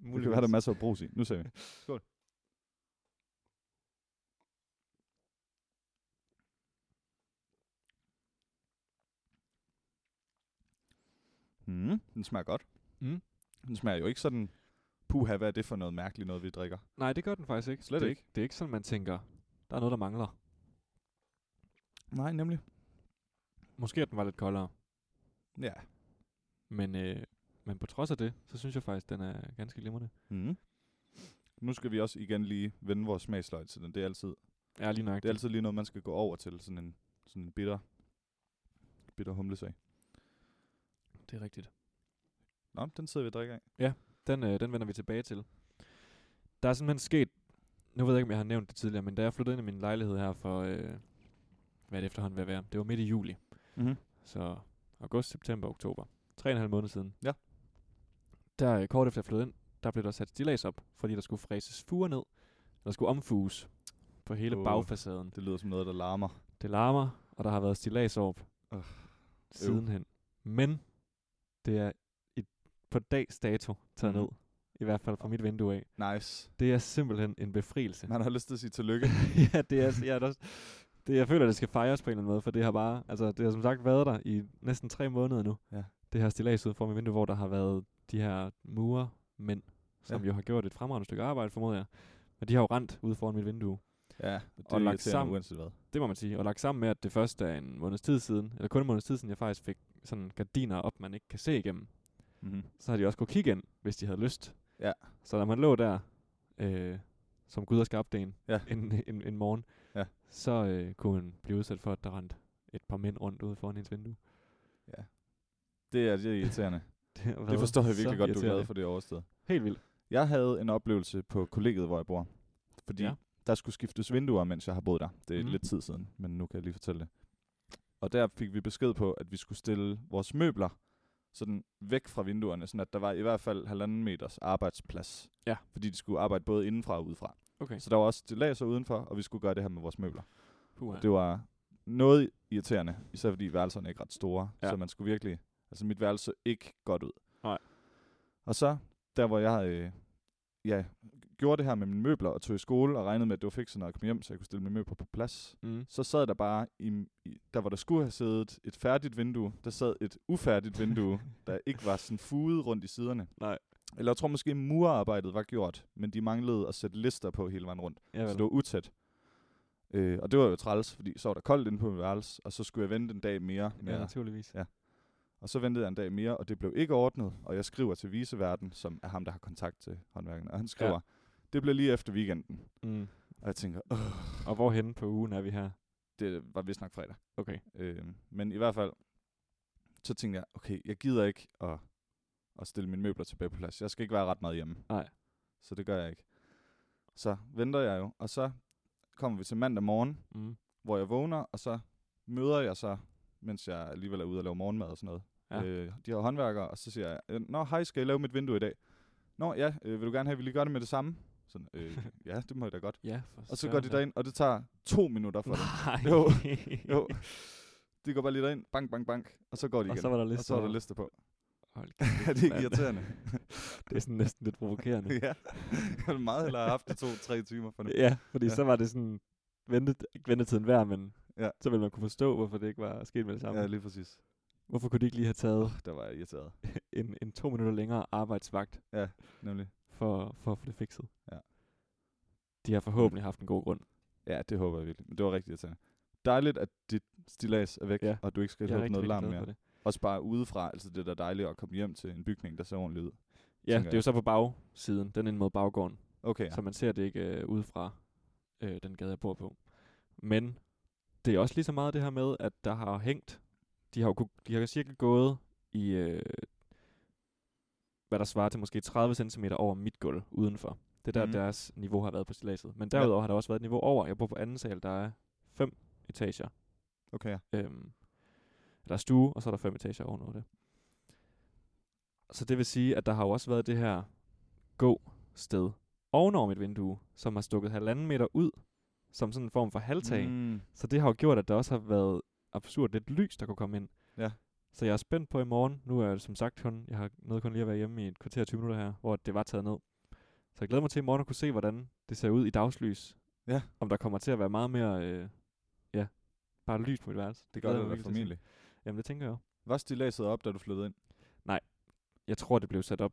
Speaker 2: Nu kan være, der er masser af brus i. Nu ser vi. Skål. Mm, den smager godt.
Speaker 1: Mm.
Speaker 2: Den smager jo ikke sådan, puha, hvad er det for noget mærkeligt noget, vi drikker?
Speaker 1: Nej, det gør den faktisk ikke.
Speaker 2: Slet
Speaker 1: det er
Speaker 2: ikke.
Speaker 1: Det er ikke sådan, man tænker, der er noget, der mangler.
Speaker 2: Nej, nemlig.
Speaker 1: Måske at den var lidt koldere,
Speaker 2: Ja.
Speaker 1: men, øh, men på trods af det, så synes jeg faktisk, den er ganske glimrende.
Speaker 2: Mm. Nu skal vi også igen lige vende vores smagsløg til den. Det er altid
Speaker 1: Ja, lige nok.
Speaker 2: Det er altid lige noget, man skal gå over til, sådan en, sådan en bitter, bitter humlesag.
Speaker 1: det er rigtigt.
Speaker 2: Nå, den sidder vi og drikker af.
Speaker 1: Den, øh, den vender vi tilbage til. Der er simpelthen sket, nu ved jeg ikke, om jeg har nævnt det tidligere, men da jeg flyttede ind i min lejlighed her for, øh, hvad det efterhånden vil være, det var midt i juli, Mhm.
Speaker 2: Mm-hmm.
Speaker 1: så august, september, oktober, tre og en halv måned siden.
Speaker 2: Ja.
Speaker 1: Der øh, kort efter jeg flyttede ind, der blev der sat stillads op, fordi der skulle fræses fuger ned. Der skulle omfuges på hele
Speaker 2: Åh.
Speaker 1: bagfacaden.
Speaker 2: Det lyder som noget, der larmer.
Speaker 1: Det larmer, og der har været stillads op
Speaker 2: Øh.
Speaker 1: sidenhen. Men det er i, på dags dato taget
Speaker 2: Mm.
Speaker 1: mm. ned. I hvert fald fra mit vindue af.
Speaker 2: Nice.
Speaker 1: Det er simpelthen en befrielse.
Speaker 2: Man har lyst til at sige tillykke.
Speaker 1: ja, det er, jeg, er da også, det, jeg føler, det skal fejres på en eller anden måde, for det har bare, altså det har som sagt været der i næsten tre måneder nu.
Speaker 2: Ja.
Speaker 1: Det her stillads ude for mit vindue, hvor der har været de her murer mænd, som
Speaker 2: Ja.
Speaker 1: ja. jo har gjort et fremragende stykke arbejde, formoder jeg. Men de har jo rent ude foran mit vindue.
Speaker 2: ja, det
Speaker 1: Og lagt
Speaker 2: irriterende
Speaker 1: sammen.
Speaker 2: uanset hvad.
Speaker 1: Det må man sige. Og lagt sammen med, at det først er en måneds tid siden, eller kun en måneds tid siden, jeg faktisk fik sådan gardiner op, man ikke kan se igennem.
Speaker 2: Mm-hmm.
Speaker 1: Så har de også kunne kigge ind, hvis de havde lyst.
Speaker 2: Ja.
Speaker 1: Så når man lå der, øh, som Gud har skabt en,
Speaker 2: Ja.
Speaker 1: en, en, en morgen,
Speaker 2: Ja.
Speaker 1: så øh, kunne man blive udsat for, at der rendte et par mænd rundt ude foran hendes vindue.
Speaker 2: Det er, det er irriterende.
Speaker 1: Det, har
Speaker 2: det
Speaker 1: været
Speaker 2: forstår jeg
Speaker 1: så
Speaker 2: virkelig godt, du er glad
Speaker 1: irriterende.
Speaker 2: for det oversted.
Speaker 1: Helt vildt.
Speaker 2: Jeg havde en oplevelse på kollegiet, hvor jeg bor. Fordi ja.
Speaker 1: Ja.
Speaker 2: der skulle skiftes vinduer, mens jeg har boet der. Det er mm.
Speaker 1: Mhm.
Speaker 2: lidt tid siden, men nu kan jeg lige fortælle det. Og der fik vi besked på, at vi skulle stille vores møbler sådan væk fra vinduerne, sådan at der var i hvert fald halvanden meters arbejdsplads.
Speaker 1: Ja.
Speaker 2: Fordi de skulle arbejde både indenfra og udefra.
Speaker 1: Okay.
Speaker 2: Så der var også stillaser udenfor, og vi skulle gøre det her med vores møbler.
Speaker 1: Puh,
Speaker 2: Det var noget irriterende, især fordi værelserne ikke er ret store, ja.
Speaker 1: Ja.
Speaker 2: så man skulle virkelig... Altså, mit værelse så ikke godt ud.
Speaker 1: Nej.
Speaker 2: Og så, der hvor jeg øh, ja, gjorde det her med mine møbler og tog i skole og regnede med, at det var fikset, når jeg kom hjem, så jeg kunne stille mine møbler på plads,
Speaker 1: mm.
Speaker 2: så sad der bare, i, i, der hvor der skulle have siddet et færdigt vindue, der sad et ufærdigt vindue, der ikke var sådan fuget rundt i siderne.
Speaker 1: Nej.
Speaker 2: Eller jeg tror måske, murarbejdet var gjort, men de manglede at sætte lister på hele vejen rundt.
Speaker 1: Ja,
Speaker 2: Så
Speaker 1: vel.
Speaker 2: det var utæt. Øh, og det var jo træls, fordi så var der koldt inde på mit værelse, og så skulle jeg vente en dag mere. Med
Speaker 1: ja,
Speaker 2: ja.
Speaker 1: naturligvis.
Speaker 2: Og så ventede jeg en dag mere, og det blev ikke ordnet. Og jeg skriver til Viseverden, som er ham, der har kontakt til håndværkerne. Og han skriver, ja. det blev lige efter weekenden.
Speaker 1: Mm.
Speaker 2: Og jeg tænker, Åh,
Speaker 1: Og hvorhen på ugen er vi her?
Speaker 2: det var vist nok fredag.
Speaker 1: Okay.
Speaker 2: Øh, men i hvert fald, så tænkte jeg, okay, jeg gider ikke at, at stille mine møbler tilbage på plads. Jeg skal ikke være ret meget hjemme.
Speaker 1: Nej.
Speaker 2: Så det gør jeg ikke. Så venter jeg jo, og så kommer vi til mandag morgen,
Speaker 1: Mm.
Speaker 2: hvor jeg vågner, og så møder jeg så, mens jeg alligevel er ude og lave morgenmad og sådan noget. Ja.
Speaker 1: Ja.
Speaker 2: Øh, de har håndværkere, og så siger jeg, øh, Nå, hej, skal jeg lave mit vindue i dag? Nå, ja, øh, vil du gerne have, at vi lige gør det med det samme? Sådan, øh, ja, det må jeg da godt.
Speaker 1: Ja, for
Speaker 2: Og så går de derind, og det tager to minutter for dem.
Speaker 1: Nej.
Speaker 2: Jo, Jo, de går bare lige derind, bank, bank, bank, og så går de
Speaker 1: Og
Speaker 2: igen.
Speaker 1: så var der
Speaker 2: og
Speaker 1: lister
Speaker 2: så er der
Speaker 1: på.
Speaker 2: lister på.
Speaker 1: Hold
Speaker 2: Er
Speaker 1: kæft,
Speaker 2: det ikke
Speaker 1: mand.
Speaker 2: irriterende?
Speaker 1: det er sådan næsten lidt provokerende.
Speaker 2: ja, jeg ville meget hellere have haft de to-tre timer for det.
Speaker 1: Ja, fordi
Speaker 2: Ja.
Speaker 1: ja. så var det sådan, ventet, ikke ventetiden værd, men
Speaker 2: Ja.
Speaker 1: ja. så ville man kunne forstå, hvorfor det ikke var sket med det samme.
Speaker 2: Ja,
Speaker 1: Ja.
Speaker 2: lige præcis.
Speaker 1: Hvorfor kunne de ikke lige have taget
Speaker 2: Der var jeg irriteret,
Speaker 1: en, en to minutter længere arbejdsvagt
Speaker 2: nemlig.
Speaker 1: for, for at få det fikset?
Speaker 2: Ja.
Speaker 1: De har forhåbentlig haft en god grund.
Speaker 2: Ja, det håber jeg virkelig. Men det var rigtig irriterende. Dejligt, at dit stilas er væk, ja.
Speaker 1: Ja.
Speaker 2: og du ikke skal
Speaker 1: Jeg er
Speaker 2: høre
Speaker 1: rigtig,
Speaker 2: noget
Speaker 1: rigtig
Speaker 2: larm
Speaker 1: glad for
Speaker 2: mere.
Speaker 1: det.
Speaker 2: Også bare udefra, altså det der dejligt at komme hjem til en bygning, der ser ordentligt ud.
Speaker 1: Ja,
Speaker 2: tænker
Speaker 1: det er jo så på bagsiden, den ind mod baggården,
Speaker 2: Okay,
Speaker 1: ja.
Speaker 2: ja.
Speaker 1: så man ser det ikke øh, ud fra øh, den gade, jeg bor på. Men det er også lige så meget det her med, at der har hængt, de har jo kunne, de har cirka gået i, øh, hvad der svarer til måske 30 cm over mit gulv udenfor. Det er der,
Speaker 2: Mhm.
Speaker 1: mm. deres niveau har været på stilladset. Men
Speaker 2: Ja.
Speaker 1: derudover har der også været et niveau over. Jeg bor på anden sal, der er fem etager.
Speaker 2: okay, ja.
Speaker 1: Øhm, der er stue, og så er der fem etager ovenover det. Så det vil sige, at der har jo også været det her gå-sted ovenover mit vindue, som har stukket halvanden meter ud, som sådan en form for halvtag. Mm.
Speaker 2: Mm,
Speaker 1: Så det har jo gjort, at der også har været absurd lidt lys, der kunne komme ind.
Speaker 2: Ja.
Speaker 1: Så jeg er spændt på i morgen. Nu er det som sagt kun, jeg har noget kun lige at være hjemme i et kvarter og 20 minutter her, hvor det var taget ned. Så jeg glæder mig til i morgen at kunne se, hvordan det ser ud i dagslys.
Speaker 2: Ja.
Speaker 1: Om der kommer til at være meget mere, øh, ja, bare lys på mit værelse.
Speaker 2: det
Speaker 1: glæder
Speaker 2: gør
Speaker 1: jeg
Speaker 2: det
Speaker 1: mig
Speaker 2: da
Speaker 1: virkelig til at se.
Speaker 2: formentlig.
Speaker 1: Jamen det tænker jeg jo.
Speaker 2: Var stilaset op, da du flyttede ind?
Speaker 1: Jeg tror, det blev sat op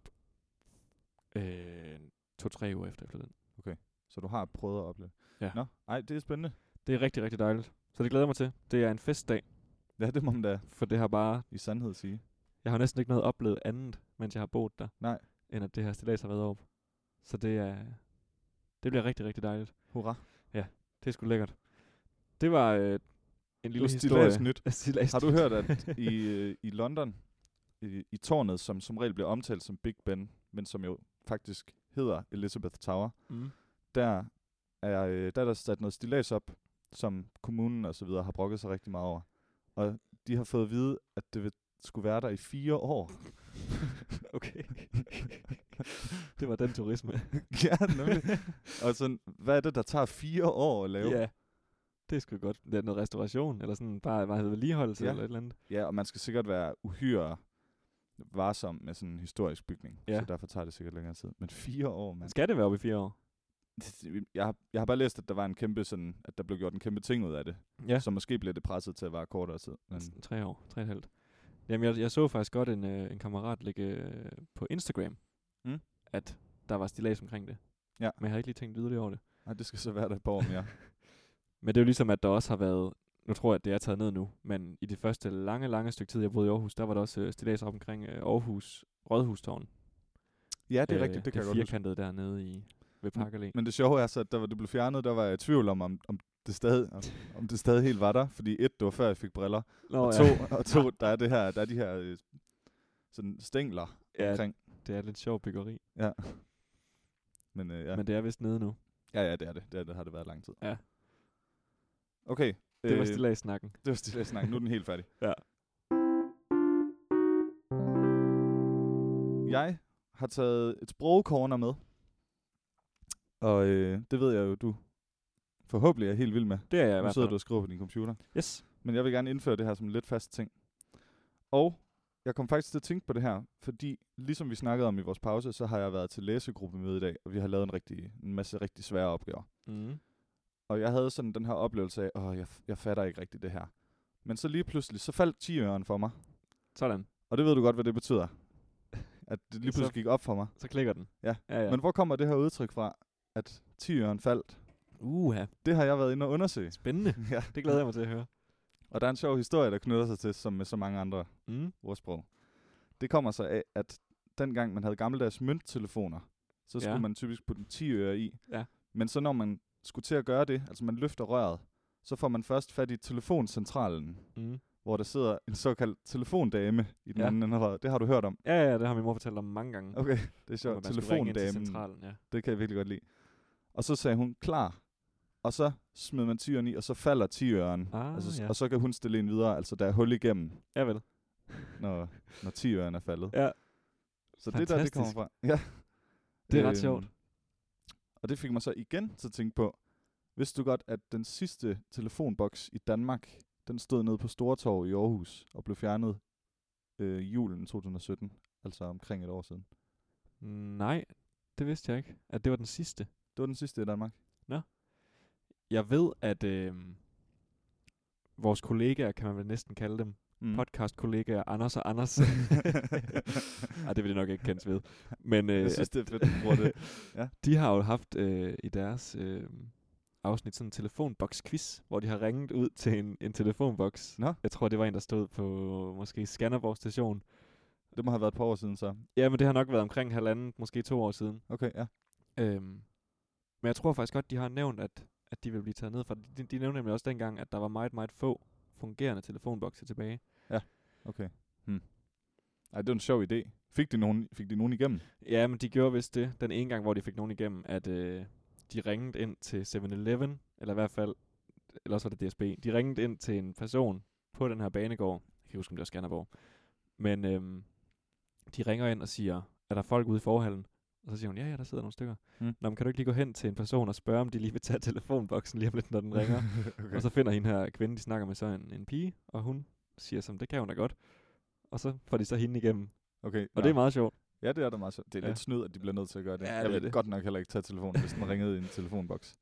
Speaker 1: øh, to-tre uger efter jeg flyttede ind.
Speaker 2: Så du har prøvet at opleve det.
Speaker 1: Ja.
Speaker 2: Nå, ej, det er spændende.
Speaker 1: Det er rigtig, rigtig dejligt. Så det glæder jeg mig til. Det er en festdag,
Speaker 2: Ja, det må man da
Speaker 1: for det har bare...
Speaker 2: i sandhed sige.
Speaker 1: Jeg har næsten ikke noget oplevet andet, mens jeg har boet der.
Speaker 2: Nej.
Speaker 1: End at det her stillads har været op. Så det er... Det bliver rigtig, rigtig dejligt.
Speaker 2: Hurra.
Speaker 1: Det er sgu lækkert. Det var øh, en lille
Speaker 2: Det var
Speaker 1: historie.
Speaker 2: stillads nyt.
Speaker 1: Stillads
Speaker 2: Har du hørt, at i, øh, i London, i, i tårnet, som som regel bliver omtalt som Big Ben, men som jo faktisk hedder Elizabeth Tower,
Speaker 1: mm.
Speaker 2: der er, øh, der er der sat noget stillads op, som kommunen og så videre har brokket sig rigtig meget over. Og de har fået at vide, at det vil, skulle være der i fire år.
Speaker 1: Okay. det var den turisme.
Speaker 2: ja, nemlig. Og sådan, hvad er det, der tager fire år at lave?
Speaker 1: ja. Det er sgu godt. Det er noget restauration, eller sådan bare, hvad hedder det, vedligeholdelse
Speaker 2: Ja.
Speaker 1: eller et eller andet.
Speaker 2: Ja, og man skal sikkert være uhyre varsom med sådan en historisk bygning,
Speaker 1: Ja.
Speaker 2: så derfor tager det sikkert længere tid. Men fire år, mand.
Speaker 1: Skal det være oppe i fire år?
Speaker 2: Jeg har, jeg har bare læst, at der var en kæmpe sådan, at der blev gjort en kæmpe ting ud af det.
Speaker 1: Ja.
Speaker 2: Så måske bliver det presset til at være kortere tid. Men
Speaker 1: Altså, tre år, tre og et halvt. Jamen, jeg, jeg så faktisk godt en, øh, en kammerat lægge øh, på Instagram,
Speaker 2: Mm.
Speaker 1: at der var stilas omkring det.
Speaker 2: Ja.
Speaker 1: Men jeg havde ikke lige tænkt yderligere over det.
Speaker 2: nej, det skal så være der et par år mere.
Speaker 1: Men det er jo ligesom, at der også har været, nu tror jeg, at det er taget ned nu, men i det første lange, lange stykke tid, jeg boede i Aarhus, der var der også øh, stilas op omkring øh, Aarhus Rådhustårn.
Speaker 2: ja, det er øh, rigtigt, det kan jeg
Speaker 1: det
Speaker 2: godt huske. Mm.
Speaker 1: firkantede dernede i, ved Parkallé.
Speaker 2: Men det sjove er så, at da det blev fjernet, der var jeg i tvivl om, om, om det stadig, om, om det stadig helt var der. Fordi et, det var før jeg fik briller.
Speaker 1: Nå,
Speaker 2: Oh, og,
Speaker 1: ja.
Speaker 2: to, og to, der er, det her, der er de her øh, sådan stængler ja.
Speaker 1: ja,
Speaker 2: omkring.
Speaker 1: det er lidt sjov byggeri.
Speaker 2: Ja. Men øh, ja.
Speaker 1: Ja.
Speaker 2: Men,
Speaker 1: Men det er vist nede nu.
Speaker 2: ja, ja, det er det. Det, er, det har det været lang tid.
Speaker 1: Ja.
Speaker 2: Okay. øh,
Speaker 1: Det var stilas snakken.
Speaker 2: Det var stille snak. Nu er den helt færdig.
Speaker 1: Ja.
Speaker 2: Jeg har taget et sprogcorner med. Og øh, det ved jeg jo, du forhåbentlig er helt vild med.
Speaker 1: Det er jeg i
Speaker 2: nu
Speaker 1: hvert
Speaker 2: sidder
Speaker 1: fald.
Speaker 2: du og skriver på din computer.
Speaker 1: Yes.
Speaker 2: Men jeg vil gerne indføre det her som en lidt fast ting. Og jeg kom faktisk til at tænke på det her, fordi ligesom vi snakkede om i vores pause, så har jeg været til læsegruppemøde i dag, og vi har lavet en, rigtig, en masse rigtig svære opgaver.
Speaker 1: Mm.
Speaker 2: Og jeg havde sådan den her oplevelse af, åh, jeg, jeg fatter ikke rigtigt det her. Men så lige pludselig, så faldt 10 øren for mig.
Speaker 1: Sådan.
Speaker 2: Og det ved du godt, hvad det betyder. At det lige
Speaker 1: Så-
Speaker 2: pludselig gik op for mig.
Speaker 1: Så klikker den.
Speaker 2: Ja.
Speaker 1: ja,
Speaker 2: Ja.
Speaker 1: ja.
Speaker 2: Men hvor kommer det her udtryk fra, at 10 øren faldt?
Speaker 1: Uha,
Speaker 2: Det har jeg været inde og undersøge.
Speaker 1: spændende.
Speaker 2: ja.
Speaker 1: Det glæder jeg mig til at høre.
Speaker 2: Og der er en sjov historie, der knytter sig til, som med så mange andre
Speaker 1: Mm.
Speaker 2: ordsprog. Det kommer så af, at dengang man havde gammeldags mønttelefoner, så
Speaker 1: Ja.
Speaker 2: skulle man typisk putte en 10 øre i.
Speaker 1: Ja.
Speaker 2: Men så når man skulle til at gøre det, altså man løfter røret, så får man først fat i telefoncentralen,
Speaker 1: Mm.
Speaker 2: hvor der sidder en såkaldt telefondame i den ja.
Speaker 1: Ja. Mm.
Speaker 2: anden ende af røret. Det har du hørt om.
Speaker 1: Ja, ja, det har min mor fortalt om mange gange.
Speaker 2: Okay, det er
Speaker 1: om,
Speaker 2: sjovt.
Speaker 1: at man skulle ringe ind til
Speaker 2: Telefondamen.
Speaker 1: centralen, ja.
Speaker 2: Det kan jeg virkelig godt lide. Og så sagde hun, klar. Og så smed man tiøren i, og så falder tiøren.
Speaker 1: Ah,
Speaker 2: altså,
Speaker 1: ja.
Speaker 2: Og så kan hun stille en videre, altså der er hul igennem,
Speaker 1: Ja, vel.
Speaker 2: når, når tiøren er faldet.
Speaker 1: Ja.
Speaker 2: Så det er der, det
Speaker 1: Fantastisk.
Speaker 2: kommer fra. Ja. Øhm,
Speaker 1: Det er ret sjovt.
Speaker 2: Og det fik mig så igen til at tænke på, vidste du godt, at den sidste telefonboks i Danmark, den stod nede på Stortorv i Aarhus og blev fjernet øh, julen 2017, altså omkring et år siden.
Speaker 1: Nej, det vidste jeg ikke, at det var den sidste.
Speaker 2: Det var den sidste i Danmark.
Speaker 1: Jeg ved, at øh, vores kollegaer, kan man vel næsten kalde dem, mm. podcast-kollegaer, Anders og Anders. Ej, det vil de nok ikke kendes ved. Men øh,
Speaker 2: Jeg synes, det er fedt, du bruger det.
Speaker 1: de har jo haft øh, i deres øh, afsnit sådan en telefonboks-quiz, hvor de har ringet ud til en, en telefonboks.
Speaker 2: Nå.
Speaker 1: Jeg tror, det var en, der stod på måske Skanderborg station.
Speaker 2: Det må have været et par år siden så.
Speaker 1: Ja, men det har nok været omkring halvanden, måske to år siden.
Speaker 2: Okay, ja.
Speaker 1: Øhm, men jeg tror faktisk godt, de har nævnt, at, at de vil blive taget ned fra. De, de nævnte nemlig også dengang, at der var meget, meget få fungerende telefonbokse tilbage.
Speaker 2: Okay. Hmm. Ej, det var en sjov idé. Fik de nogen, fik de nogen igennem?
Speaker 1: Ja, men de gjorde vist det, den ene gang, hvor de fik nogen igennem, at øh, de ringede ind til 7-Eleven, eller i hvert fald, eller også var det DSB, de ringede ind til en person på den her banegård, jeg kan ikke huske, om det var Skanderborg, men øhm, de ringer ind og siger, er der folk ude i forhallen? Og så siger hun, ja, ja, der sidder nogle stykker.
Speaker 2: Mm.
Speaker 1: Mm. Nå, men kan du ikke lige gå hen til en person og spørge, om de lige vil tage telefonboksen lige om lidt, når den ringer? Okay. Og så finder hende her kvinde, de snakker med så en, en pige, og hun siger som, det kan hun da godt. Og så får de så hende igennem.
Speaker 2: okay,
Speaker 1: Og ja. det er meget sjovt.
Speaker 2: Ja, det er da meget sjovt. Det er ja.
Speaker 1: Ja.
Speaker 2: lidt snyd, at de bliver nødt til at gøre det.
Speaker 1: Ja,
Speaker 2: jeg
Speaker 1: det er
Speaker 2: vil
Speaker 1: det.
Speaker 2: godt nok heller ikke tage telefonen, hvis den ringede i en telefonboks.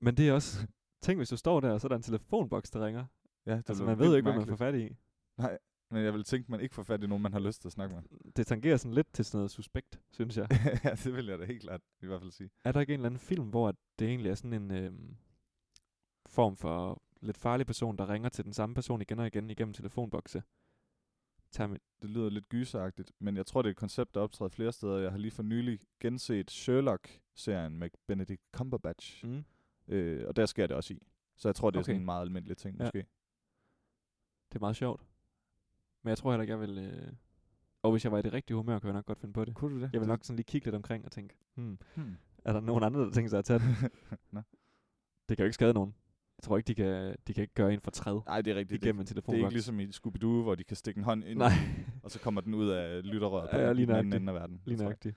Speaker 1: Men det er også, tænk hvis du står der, og så er der en telefonboks, der ringer.
Speaker 2: Ja, det
Speaker 1: Altså
Speaker 2: ville
Speaker 1: man
Speaker 2: være
Speaker 1: ved jo
Speaker 2: vildt
Speaker 1: ikke, hvad man får
Speaker 2: mærkeligt.
Speaker 1: fat i.
Speaker 2: Men jeg vil tænke, at man ikke får fat i nogen, man har lyst til at snakke med.
Speaker 1: Det tangerer sådan lidt til sådan noget suspekt, synes jeg.
Speaker 2: ja, det vil jeg da helt klart i hvert fald sige.
Speaker 1: er der ikke en eller anden film, hvor at det egentlig er sådan en øhm, form for lidt farlig person, der ringer til den samme person igen og igen igennem telefonbokse? Termi-
Speaker 2: Det lyder lidt gyseragtigt, men jeg tror, det er et koncept, der optræder flere steder. Jeg har lige for nylig genset Sherlock-serien med Benedict Cumberbatch,
Speaker 1: mm.
Speaker 2: mm. øh, og der sker det også i. Så jeg tror, det er okay. sådan
Speaker 1: Okay.
Speaker 2: en meget almindelig ting,
Speaker 1: Ja.
Speaker 2: måske.
Speaker 1: Det er meget sjovt. Men jeg tror heller ikke, jeg vil... Øh... Og hvis jeg var i det rigtige humør, kunne jeg nok godt finde på det.
Speaker 2: Kunne du det?
Speaker 1: Jeg vil nok sådan lige kigge lidt omkring og tænke, hmm,
Speaker 2: Hmm.
Speaker 1: er der nogen andre, der tænker sig at tage den?
Speaker 2: Nå.
Speaker 1: Det kan jo ikke skade nogen. Jeg tror ikke, de kan, de kan ikke gøre en for træd
Speaker 2: Nej, det er rigtigt. Det,
Speaker 1: igennem en
Speaker 2: det er ikke
Speaker 1: telefonboks.
Speaker 2: ligesom i Scooby-Doo, hvor de kan stikke en hånd ind,
Speaker 1: Nej,
Speaker 2: og så kommer den ud af lytterøret på
Speaker 1: Ja,
Speaker 2: den,
Speaker 1: lige
Speaker 2: den anden
Speaker 1: nøjagtigt.
Speaker 2: ende af verden.
Speaker 1: lige
Speaker 2: tror jeg.
Speaker 1: nøjagtigt.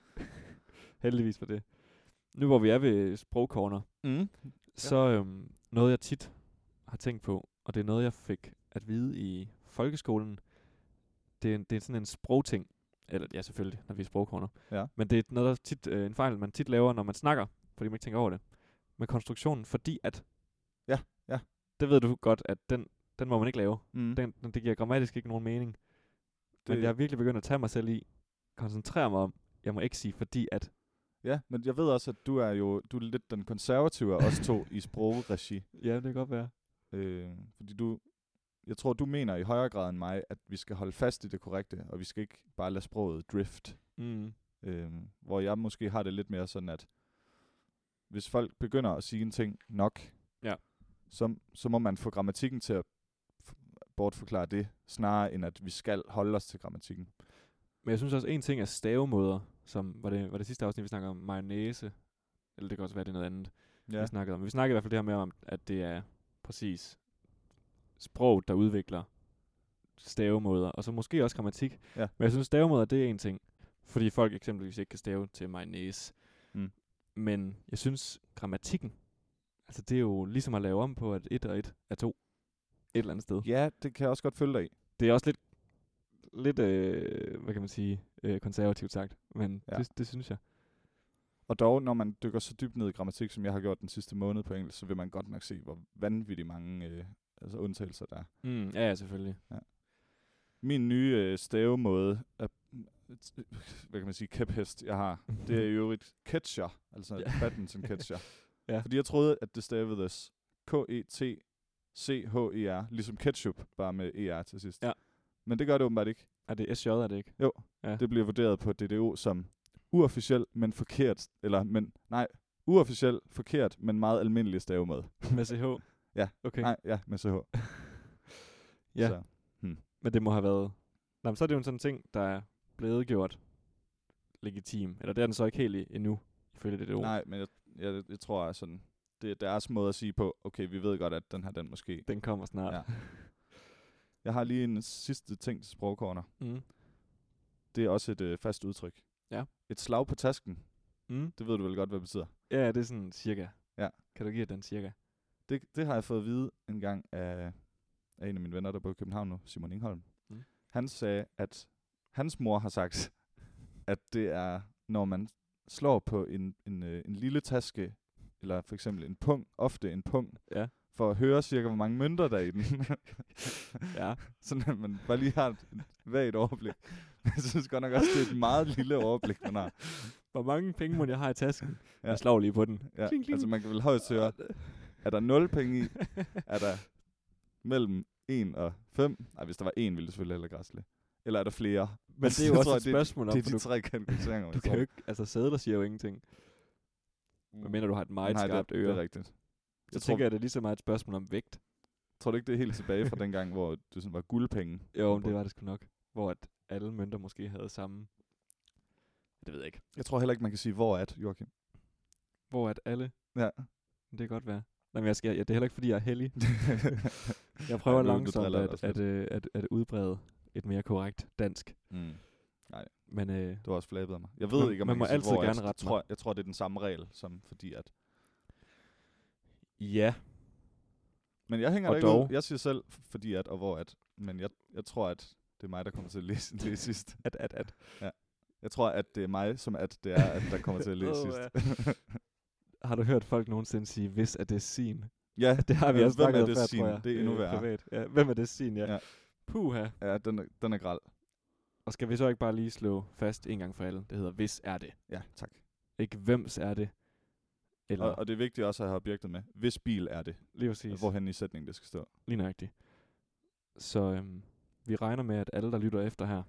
Speaker 1: Heldigvis for det. Nu hvor vi er ved sprogcorner,
Speaker 2: Mm.
Speaker 1: så øhm, noget jeg tit har tænkt på, og det er noget jeg fik at vide i folkeskolen, det er, en, det er sådan en sprogting, eller ja selvfølgelig, når vi er sprogkorner,
Speaker 2: Ja.
Speaker 1: men det er noget, der tit, øh, en fejl, man tit laver, når man snakker, fordi man ikke tænker over det, med konstruktionen, fordi at,
Speaker 2: Ja, ja.
Speaker 1: det ved du godt, at den, den må man ikke lave.
Speaker 2: Mm.
Speaker 1: Den, den, det giver grammatisk ikke nogen mening, det men
Speaker 2: Det-
Speaker 1: jeg har virkelig begyndt at tage mig selv i, koncentrere mig om, jeg må ikke sige fordi at,
Speaker 2: Ja, men jeg ved også, at du er jo du er lidt den konservative af os to i sprogregi.
Speaker 1: ja det kan godt være.
Speaker 2: Øh, fordi du, jeg tror, du mener i højere grad end mig, at vi skal holde fast i det korrekte, og vi skal ikke bare lade sproget drift.
Speaker 1: Mm.
Speaker 2: Øh, hvor jeg måske har det lidt mere sådan, at hvis folk begynder at sige en ting nok,
Speaker 1: Ja.
Speaker 2: så, så må man få grammatikken til at f- bortforklare det, snarere end at vi skal holde os til grammatikken.
Speaker 1: Men jeg synes også, en ting er stavemåder, som var det, var det sidste afsnit, vi snakkede om mayonnaise. Eller det kan også være, det er noget andet, ja. vi snakkede om. Men vi snakkede i hvert fald det her med, om, at det er præcis sprog, der udvikler stavemåder, og så måske også grammatik.
Speaker 2: Ja.
Speaker 1: Men jeg synes, stavemåder, det er en ting. Fordi folk eksempelvis ikke kan stave til mayonnaise.
Speaker 2: Mm.
Speaker 1: Men jeg synes, grammatikken, altså det er jo ligesom at lave om på, at et og et er to. Et eller andet sted.
Speaker 2: ja, det kan jeg også godt følge dig i.
Speaker 1: det er også lidt, lidt øh, hvad kan man sige, øh, konservativt sagt, men
Speaker 2: Ja.
Speaker 1: ja. det, det synes jeg.
Speaker 2: Og dog, når man dykker så dybt ned i grammatik, som jeg har gjort den sidste måned på engelsk, så vil man godt nok se, hvor vanvittigt mange øh, altså undtagelser der er.
Speaker 1: Mm, ja, ja, selvfølgelig.
Speaker 2: Min nye øh, stavemåde er, hvad kan man sige, kæphest, jeg har, det er jo et catcher, altså
Speaker 1: Ja.
Speaker 2: ja. badminton catcher.
Speaker 1: Ja.
Speaker 2: ja. Fordi jeg troede, at det stavedes E K-E-T-C-H-E-R, ligesom ketchup, bare med ER til sidst.
Speaker 1: Ja.
Speaker 2: Men det gør det åbenbart ikke.
Speaker 1: Er det SJ, er det ikke? Ja.
Speaker 2: Det bliver vurderet på DDO som uofficiel, men forkert, eller men, nej, uofficiel, forkert, men meget almindelig stavemåde.
Speaker 1: Med CH?
Speaker 2: Ja.
Speaker 1: Okay.
Speaker 2: Okay. Nej, ja, med CH.
Speaker 1: Ja.
Speaker 2: Så.
Speaker 1: Men det må have været... Nå, men så er det jo en sådan ting, der er blevet gjort legitim. Eller det er den så ikke helt i- endnu, ifølge det ord.
Speaker 2: Nej, men jeg, jeg, jeg tror at sådan, det er deres måde at sige på, okay, vi ved godt, at den her, den måske.
Speaker 1: Den kommer snart.
Speaker 2: Ja. Jeg har lige en sidste ting til sprogkorner.
Speaker 1: Mm.
Speaker 2: Det er også et øh, fast udtryk.
Speaker 1: Ja.
Speaker 2: Et slag på tasken,
Speaker 1: Mm.
Speaker 2: det ved du vel godt, hvad det betyder.
Speaker 1: Ja, det er sådan cirka.
Speaker 2: Ja.
Speaker 1: Kan du give den cirka?
Speaker 2: Det, det har jeg fået at vide en gang af, af en af mine venner, der bor i København nu, Simon Ingholm.
Speaker 1: Mm.
Speaker 2: Mm. Han sagde, at hans mor har sagt, at det er, når man slår på en, en, øh, en lille taske, eller for eksempel en pung, ofte en pung,
Speaker 1: Ja.
Speaker 2: for at høre cirka, hvor mange mønter der er i den.
Speaker 1: Ja.
Speaker 2: Sådan at man bare lige har et et vagt overblik. Men Jeg synes godt nok også, det er et meget lille overblik, man har.
Speaker 1: Hvor mange penge må jeg har i tasken? ja.
Speaker 2: Ja.
Speaker 1: Jeg slår lige på den.
Speaker 2: Ja,
Speaker 1: Kling, kling.
Speaker 2: altså man kan vel højst høre, er der 0 penge i? Er der mellem 1 og 5? Nej, hvis der var 1, ville det selvfølgelig heller græsle. Eller er der flere?
Speaker 1: Men det er jo
Speaker 2: Jeg
Speaker 1: også
Speaker 2: tror,
Speaker 1: et
Speaker 2: det er-
Speaker 1: spørgsmål om,
Speaker 2: det er
Speaker 1: for
Speaker 2: de
Speaker 1: du,
Speaker 2: tre kategoriseringer,
Speaker 1: du
Speaker 2: man
Speaker 1: kan jo ikke... Altså sædler siger jo ingenting. Men mener du har et meget
Speaker 2: Nej, det, er-
Speaker 1: skarpt øre,
Speaker 2: det er rigtigt.
Speaker 1: så
Speaker 2: Jeg
Speaker 1: tænker
Speaker 2: tror,
Speaker 1: jeg, det er lige så meget et spørgsmål om vægt.
Speaker 2: tror du ikke, det er helt tilbage fra dengang, hvor det sådan var guldpenge?
Speaker 1: Jo, men det var det sgu nok. Hvor at alle mønter måske havde samme... Det ved jeg ikke.
Speaker 2: Jeg tror heller ikke, man kan sige, hvor at, Joachim.
Speaker 1: Hvor at alle...
Speaker 2: Ja.
Speaker 1: Det kan godt være. Nej, men jeg skal, ja, det er heller ikke, fordi jeg er heldig. Jeg prøver
Speaker 2: Ej, nu- nu
Speaker 1: langsomt
Speaker 2: driller jeg dig
Speaker 1: at,
Speaker 2: også
Speaker 1: at, øh, at, at udbrede et mere korrekt dansk.
Speaker 2: mm.
Speaker 1: Men øh,
Speaker 2: Det var også flabet af mig. Jeg ved
Speaker 1: Man-
Speaker 2: ikke, om
Speaker 1: man
Speaker 2: man,
Speaker 1: må
Speaker 2: kan sige,
Speaker 1: altid
Speaker 2: hvor
Speaker 1: gerne
Speaker 2: at.
Speaker 1: rette mig.
Speaker 2: tror, Jeg tror, det er den samme regel, som fordi at...
Speaker 1: ja,
Speaker 2: Men jeg hænger
Speaker 1: Og
Speaker 2: og ikke ud.
Speaker 1: dog.
Speaker 2: Jeg siger selv, f- fordi at og hvor at. Men jeg, jeg tror, at det er mig, der kommer til at læse det sidst.
Speaker 1: at, at, at.
Speaker 2: Jeg tror, at det er mig, som at det er, at der kommer til at læse
Speaker 1: Åh,
Speaker 2: sidst.
Speaker 1: ja. Har du hørt folk nogensinde sige, hvis at det er sin?
Speaker 2: Ja,
Speaker 1: Det har vi
Speaker 2: øh,
Speaker 1: også
Speaker 2: hvem
Speaker 1: snakket
Speaker 2: er
Speaker 1: om
Speaker 2: det
Speaker 1: før,
Speaker 2: sin?
Speaker 1: tror jeg.
Speaker 2: Det er endnu
Speaker 1: øh,
Speaker 2: værre.
Speaker 1: Privat. Ja, hvem er det sin, ja. ja.
Speaker 2: Ja.
Speaker 1: Puha.
Speaker 2: ja den, er, den er gral.
Speaker 1: Og skal vi så ikke bare lige slå fast en gang for alle? Det hedder, hvis er det.
Speaker 2: Ja, tak.
Speaker 1: Ikke hvems er det. Eller
Speaker 2: Og, og det er vigtigt også at have objektet med. Hvis bil er det,
Speaker 1: lige præcis.
Speaker 2: hvorhen i sætningen det skal stå.
Speaker 1: Lige nøjagtigt. Så øhm, vi regner med, at alle, der lytter efter her,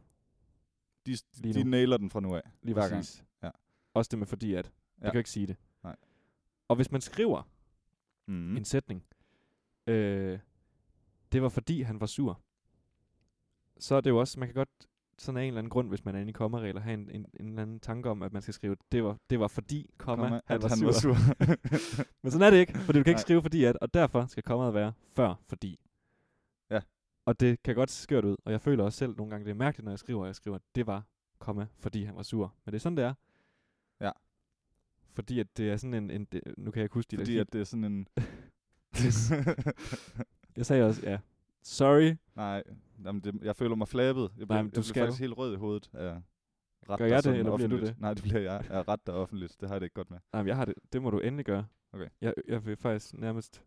Speaker 2: De,
Speaker 1: Lige
Speaker 2: de, de
Speaker 1: nu.
Speaker 2: nailer den fra nu af.
Speaker 1: lige
Speaker 2: Hver gang.
Speaker 1: præcis.
Speaker 2: Ja.
Speaker 1: Også det med fordi at. Ja. Vi
Speaker 2: Ja.
Speaker 1: kan jo ikke sige det.
Speaker 2: Nej.
Speaker 1: Og hvis man skriver mm.
Speaker 2: Mm.
Speaker 1: en sætning, øh, det var fordi, han var sur, så er det jo også, man kan godt sådan af en eller anden grund, hvis man er inde i kommaregler, have en, en, en eller anden tanke om, at man skal skrive, det var, det var fordi, komma, komma han,
Speaker 2: at
Speaker 1: var,
Speaker 2: han
Speaker 1: sur.
Speaker 2: var sur.
Speaker 1: Men sådan er det ikke, fordi du kan ikke
Speaker 2: Nej.
Speaker 1: skrive fordi at, og derfor skal kommaet være før fordi.
Speaker 2: Ja.
Speaker 1: Og det kan godt se skørt ud, og jeg føler også selv nogle gange, det er mærkeligt, når jeg skriver, at jeg skriver, det var, komma, fordi han var sur. Men det er sådan, det er.
Speaker 2: Ja.
Speaker 1: Fordi at det er sådan en... en det, nu kan jeg ikke huske de
Speaker 2: Fordi
Speaker 1: der...
Speaker 2: at det er sådan en...
Speaker 1: Jeg sagde også, ja. Sorry,
Speaker 2: Nej, jamen det, jeg føler mig flabet. Jeg bliver,
Speaker 1: men du
Speaker 2: jeg
Speaker 1: skal
Speaker 2: bliver faktisk
Speaker 1: jo.
Speaker 2: helt rød i hovedet. Ja.
Speaker 1: Gør
Speaker 2: Ret dig
Speaker 1: jeg det,
Speaker 2: sådan
Speaker 1: eller bliver du
Speaker 2: offentligt.
Speaker 1: det?
Speaker 2: Nej, det bliver jeg. Jeg er ret der offentligt. Det har jeg det ikke godt med.
Speaker 1: Nej, men jeg har det. Det må du endelig gøre.
Speaker 2: Okay.
Speaker 1: Jeg, jeg vil faktisk nærmest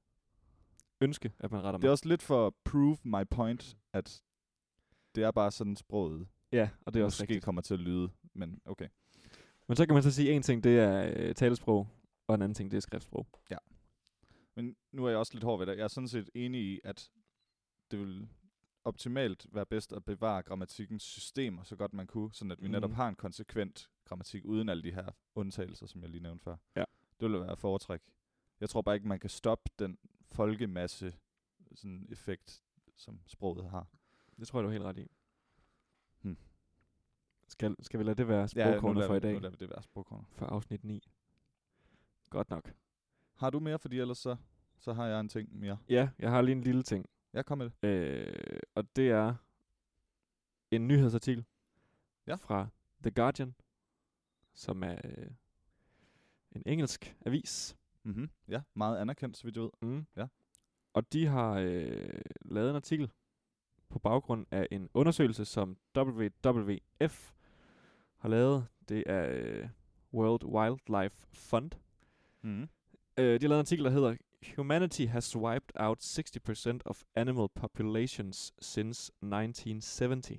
Speaker 1: ønske, at man retter
Speaker 2: Det er
Speaker 1: mig.
Speaker 2: også lidt for at prove my point, at det er bare sådan sproget.
Speaker 1: Ja, og det er også
Speaker 2: måske
Speaker 1: rigtigt.
Speaker 2: kommer til at lyde, men okay.
Speaker 1: Men så kan man så sige, at en ting, det er øh, talesprog, og en anden ting, det er skriftsprog.
Speaker 2: Men nu er jeg også lidt hård ved dig. Jeg er sådan set enig i, at det vil optimalt være bedst at bevare grammatikkens systemer så godt man kunne, sådan at vi mm. netop
Speaker 1: Mhm.
Speaker 2: har en konsekvent grammatik uden alle de her undtagelser, som jeg lige nævnte før.
Speaker 1: Ja.
Speaker 2: Det vil være at foretrække. Jeg tror bare ikke, man kan stoppe den folkemasse sådan effekt, som sproget har.
Speaker 1: Det tror jeg, du er helt ret i.
Speaker 2: Hmm.
Speaker 1: Skal, skal vi lade det være
Speaker 2: nu
Speaker 1: sprogkornet
Speaker 2: lader
Speaker 1: for i
Speaker 2: vi- Nu
Speaker 1: dag?
Speaker 2: lader vi det være sprogkorner.
Speaker 1: For afsnit 9. Godt nok.
Speaker 2: Har du mere, fordi ellers så, så har jeg en ting mere.
Speaker 1: Ja, jeg har lige en lille ting.
Speaker 2: Jeg kom med det.
Speaker 1: Øh, og det er en nyhedsartikel
Speaker 2: Ja.
Speaker 1: fra The Guardian, som er øh, en engelsk avis.
Speaker 2: Mm-hmm. Ja, meget anerkendt, så vidt jeg ved.
Speaker 1: Mm.
Speaker 2: Ja.
Speaker 1: Og de har øh, lavet en artikel på baggrund af en undersøgelse, som WWF har lavet. Det er øh, World Wildlife Fund.
Speaker 2: Mm-hmm.
Speaker 1: Øh, de har lavet en artikel, der hedder Humanity has wiped out 60% of animal populations since 1970.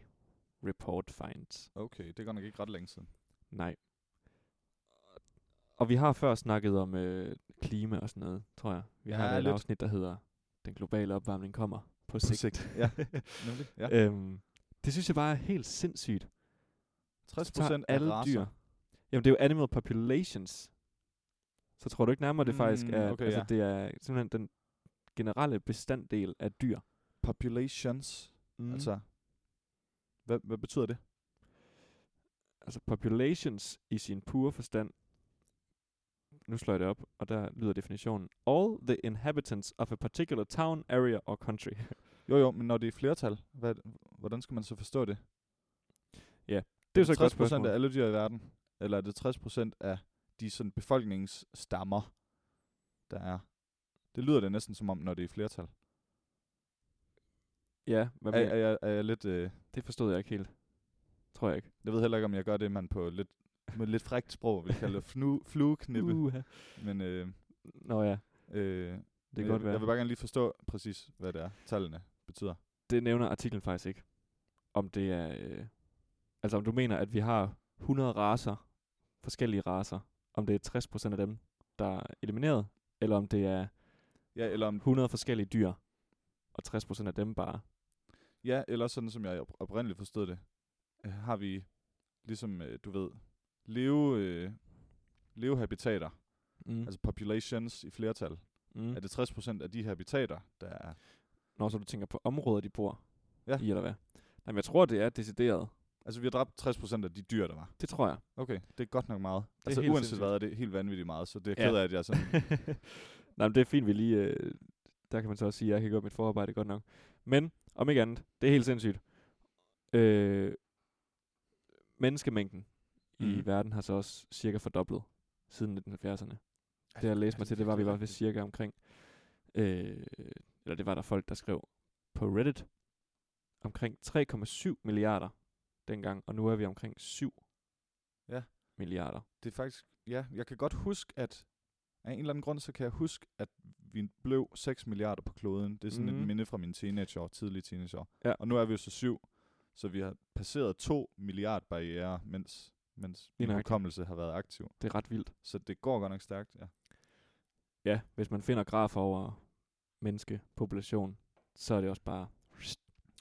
Speaker 1: Report finds.
Speaker 2: Okay, det er godt nok ikke ret længe siden.
Speaker 1: Nej. Og vi har før snakket om øh, klima og sådan noget, tror jeg. Vi har
Speaker 2: Ja,
Speaker 1: lavet et
Speaker 2: lidt.
Speaker 1: afsnit, der hedder Den globale opvarmning kommer på, på sigt. sigt.
Speaker 2: Ja, nemlig. Ja.
Speaker 1: Øhm, det synes jeg bare er helt sindssygt.
Speaker 2: 60
Speaker 1: Så tager
Speaker 2: procent af
Speaker 1: alle
Speaker 2: racer.
Speaker 1: dyr. Jamen, det er jo animal populations. Så tror du ikke nærmere, det faktisk
Speaker 2: Mm,
Speaker 1: er,
Speaker 2: okay,
Speaker 1: altså,
Speaker 2: ja.
Speaker 1: det er simpelthen den generelle bestanddel af dyr.
Speaker 2: Populations. Mm. Altså, hvad, hvad betyder det?
Speaker 1: altså populations i sin pure forstand. Nu slår jeg det op, og der lyder definitionen. All the inhabitants of a particular town, area or country.
Speaker 2: Jo jo, men når det er flertal, hvad, hvordan skal man så forstå det?
Speaker 1: det er så et godt
Speaker 2: 60 procent
Speaker 1: spørgsmål.
Speaker 2: af alle dyr i verden, eller er det 60 procent af de sådan befolkningsstammer, der er? Det lyder det næsten som om, når det er flertal.
Speaker 1: Ja, hvad
Speaker 2: Er,
Speaker 1: mener,
Speaker 2: er, jeg, er jeg lidt... Øh,
Speaker 1: det forstod jeg ikke helt. Tror jeg ikke.
Speaker 2: jeg ved heller ikke, om jeg gør det, man på lidt, med lidt frækt sprog vil kalde fnu, flueknippe. Uh.
Speaker 1: Uha.
Speaker 2: Men øh,
Speaker 1: Nå ja,
Speaker 2: øh,
Speaker 1: det kan
Speaker 2: jeg,
Speaker 1: godt være.
Speaker 2: jeg vil bare gerne lige forstå præcis, hvad det er, tallene betyder.
Speaker 1: det nævner artiklen faktisk ikke. Om det er... Øh, altså om du mener, at vi har 100 raser, forskellige raser. Om det er 60% af dem, der er elimineret, eller om det er
Speaker 2: Ja, eller om
Speaker 1: 100 forskellige dyr, og 60% af dem bare.
Speaker 2: Ja, eller sådan som jeg op- oprindeligt forstod det, øh, har vi ligesom, øh, du ved, leve, øh, levehabitater, mm.
Speaker 1: Mm.
Speaker 2: altså populations i flertal. Mm.
Speaker 1: mm.
Speaker 2: Er det 60% af de habitater, der er...
Speaker 1: Når så du tænker på områder, de bor
Speaker 2: Ja.
Speaker 1: i, eller hvad? Nej, men jeg tror, det er decideret.
Speaker 2: Altså, vi har dræbt 60% af de dyr, der var.
Speaker 1: Det tror jeg.
Speaker 2: Okay, det er godt nok meget.
Speaker 1: er
Speaker 2: altså,
Speaker 1: helt
Speaker 2: uanset
Speaker 1: sindssygt.
Speaker 2: hvad, er det helt vanvittigt meget, så det er
Speaker 1: Ja.
Speaker 2: ked af, at jeg er sådan...
Speaker 1: Nej, men det er fint, vi lige... Øh, der kan man så også sige, at jeg kan gøre mit forarbejde godt nok. Men, om ikke andet, det er helt sindssygt. Øh, menneskemængden i
Speaker 2: Mhm.
Speaker 1: verden har så også cirka fordoblet siden 1970'erne.
Speaker 2: Ej,
Speaker 1: Det jeg læste
Speaker 2: er
Speaker 1: mig til,
Speaker 2: det
Speaker 1: det var, at vi
Speaker 2: virkelig
Speaker 1: var ved
Speaker 2: rigtigt?
Speaker 1: cirka omkring... Øh, eller det var der folk, der skrev på Reddit. Omkring 3,7 milliarder dengang, og nu er vi omkring 7
Speaker 2: Ja.
Speaker 1: milliarder.
Speaker 2: Det er faktisk... Ja, jeg kan godt huske, at... Af en eller anden grund, så kan jeg huske, at vi blev 6 milliarder på kloden. Det er sådan mm.
Speaker 1: Mhm.
Speaker 2: et minde fra mine teenageår, tidlige teenageår.
Speaker 1: Ja.
Speaker 2: Og nu er vi jo så syv, så vi har passeret 2 milliard barriere, mens, mens min
Speaker 1: nøjagtigt.
Speaker 2: hukommelse har været aktiv.
Speaker 1: Det er ret vildt.
Speaker 2: Så det går godt nok stærkt, ja.
Speaker 1: Ja, hvis man finder grafer over menneskepopulation, så er det også bare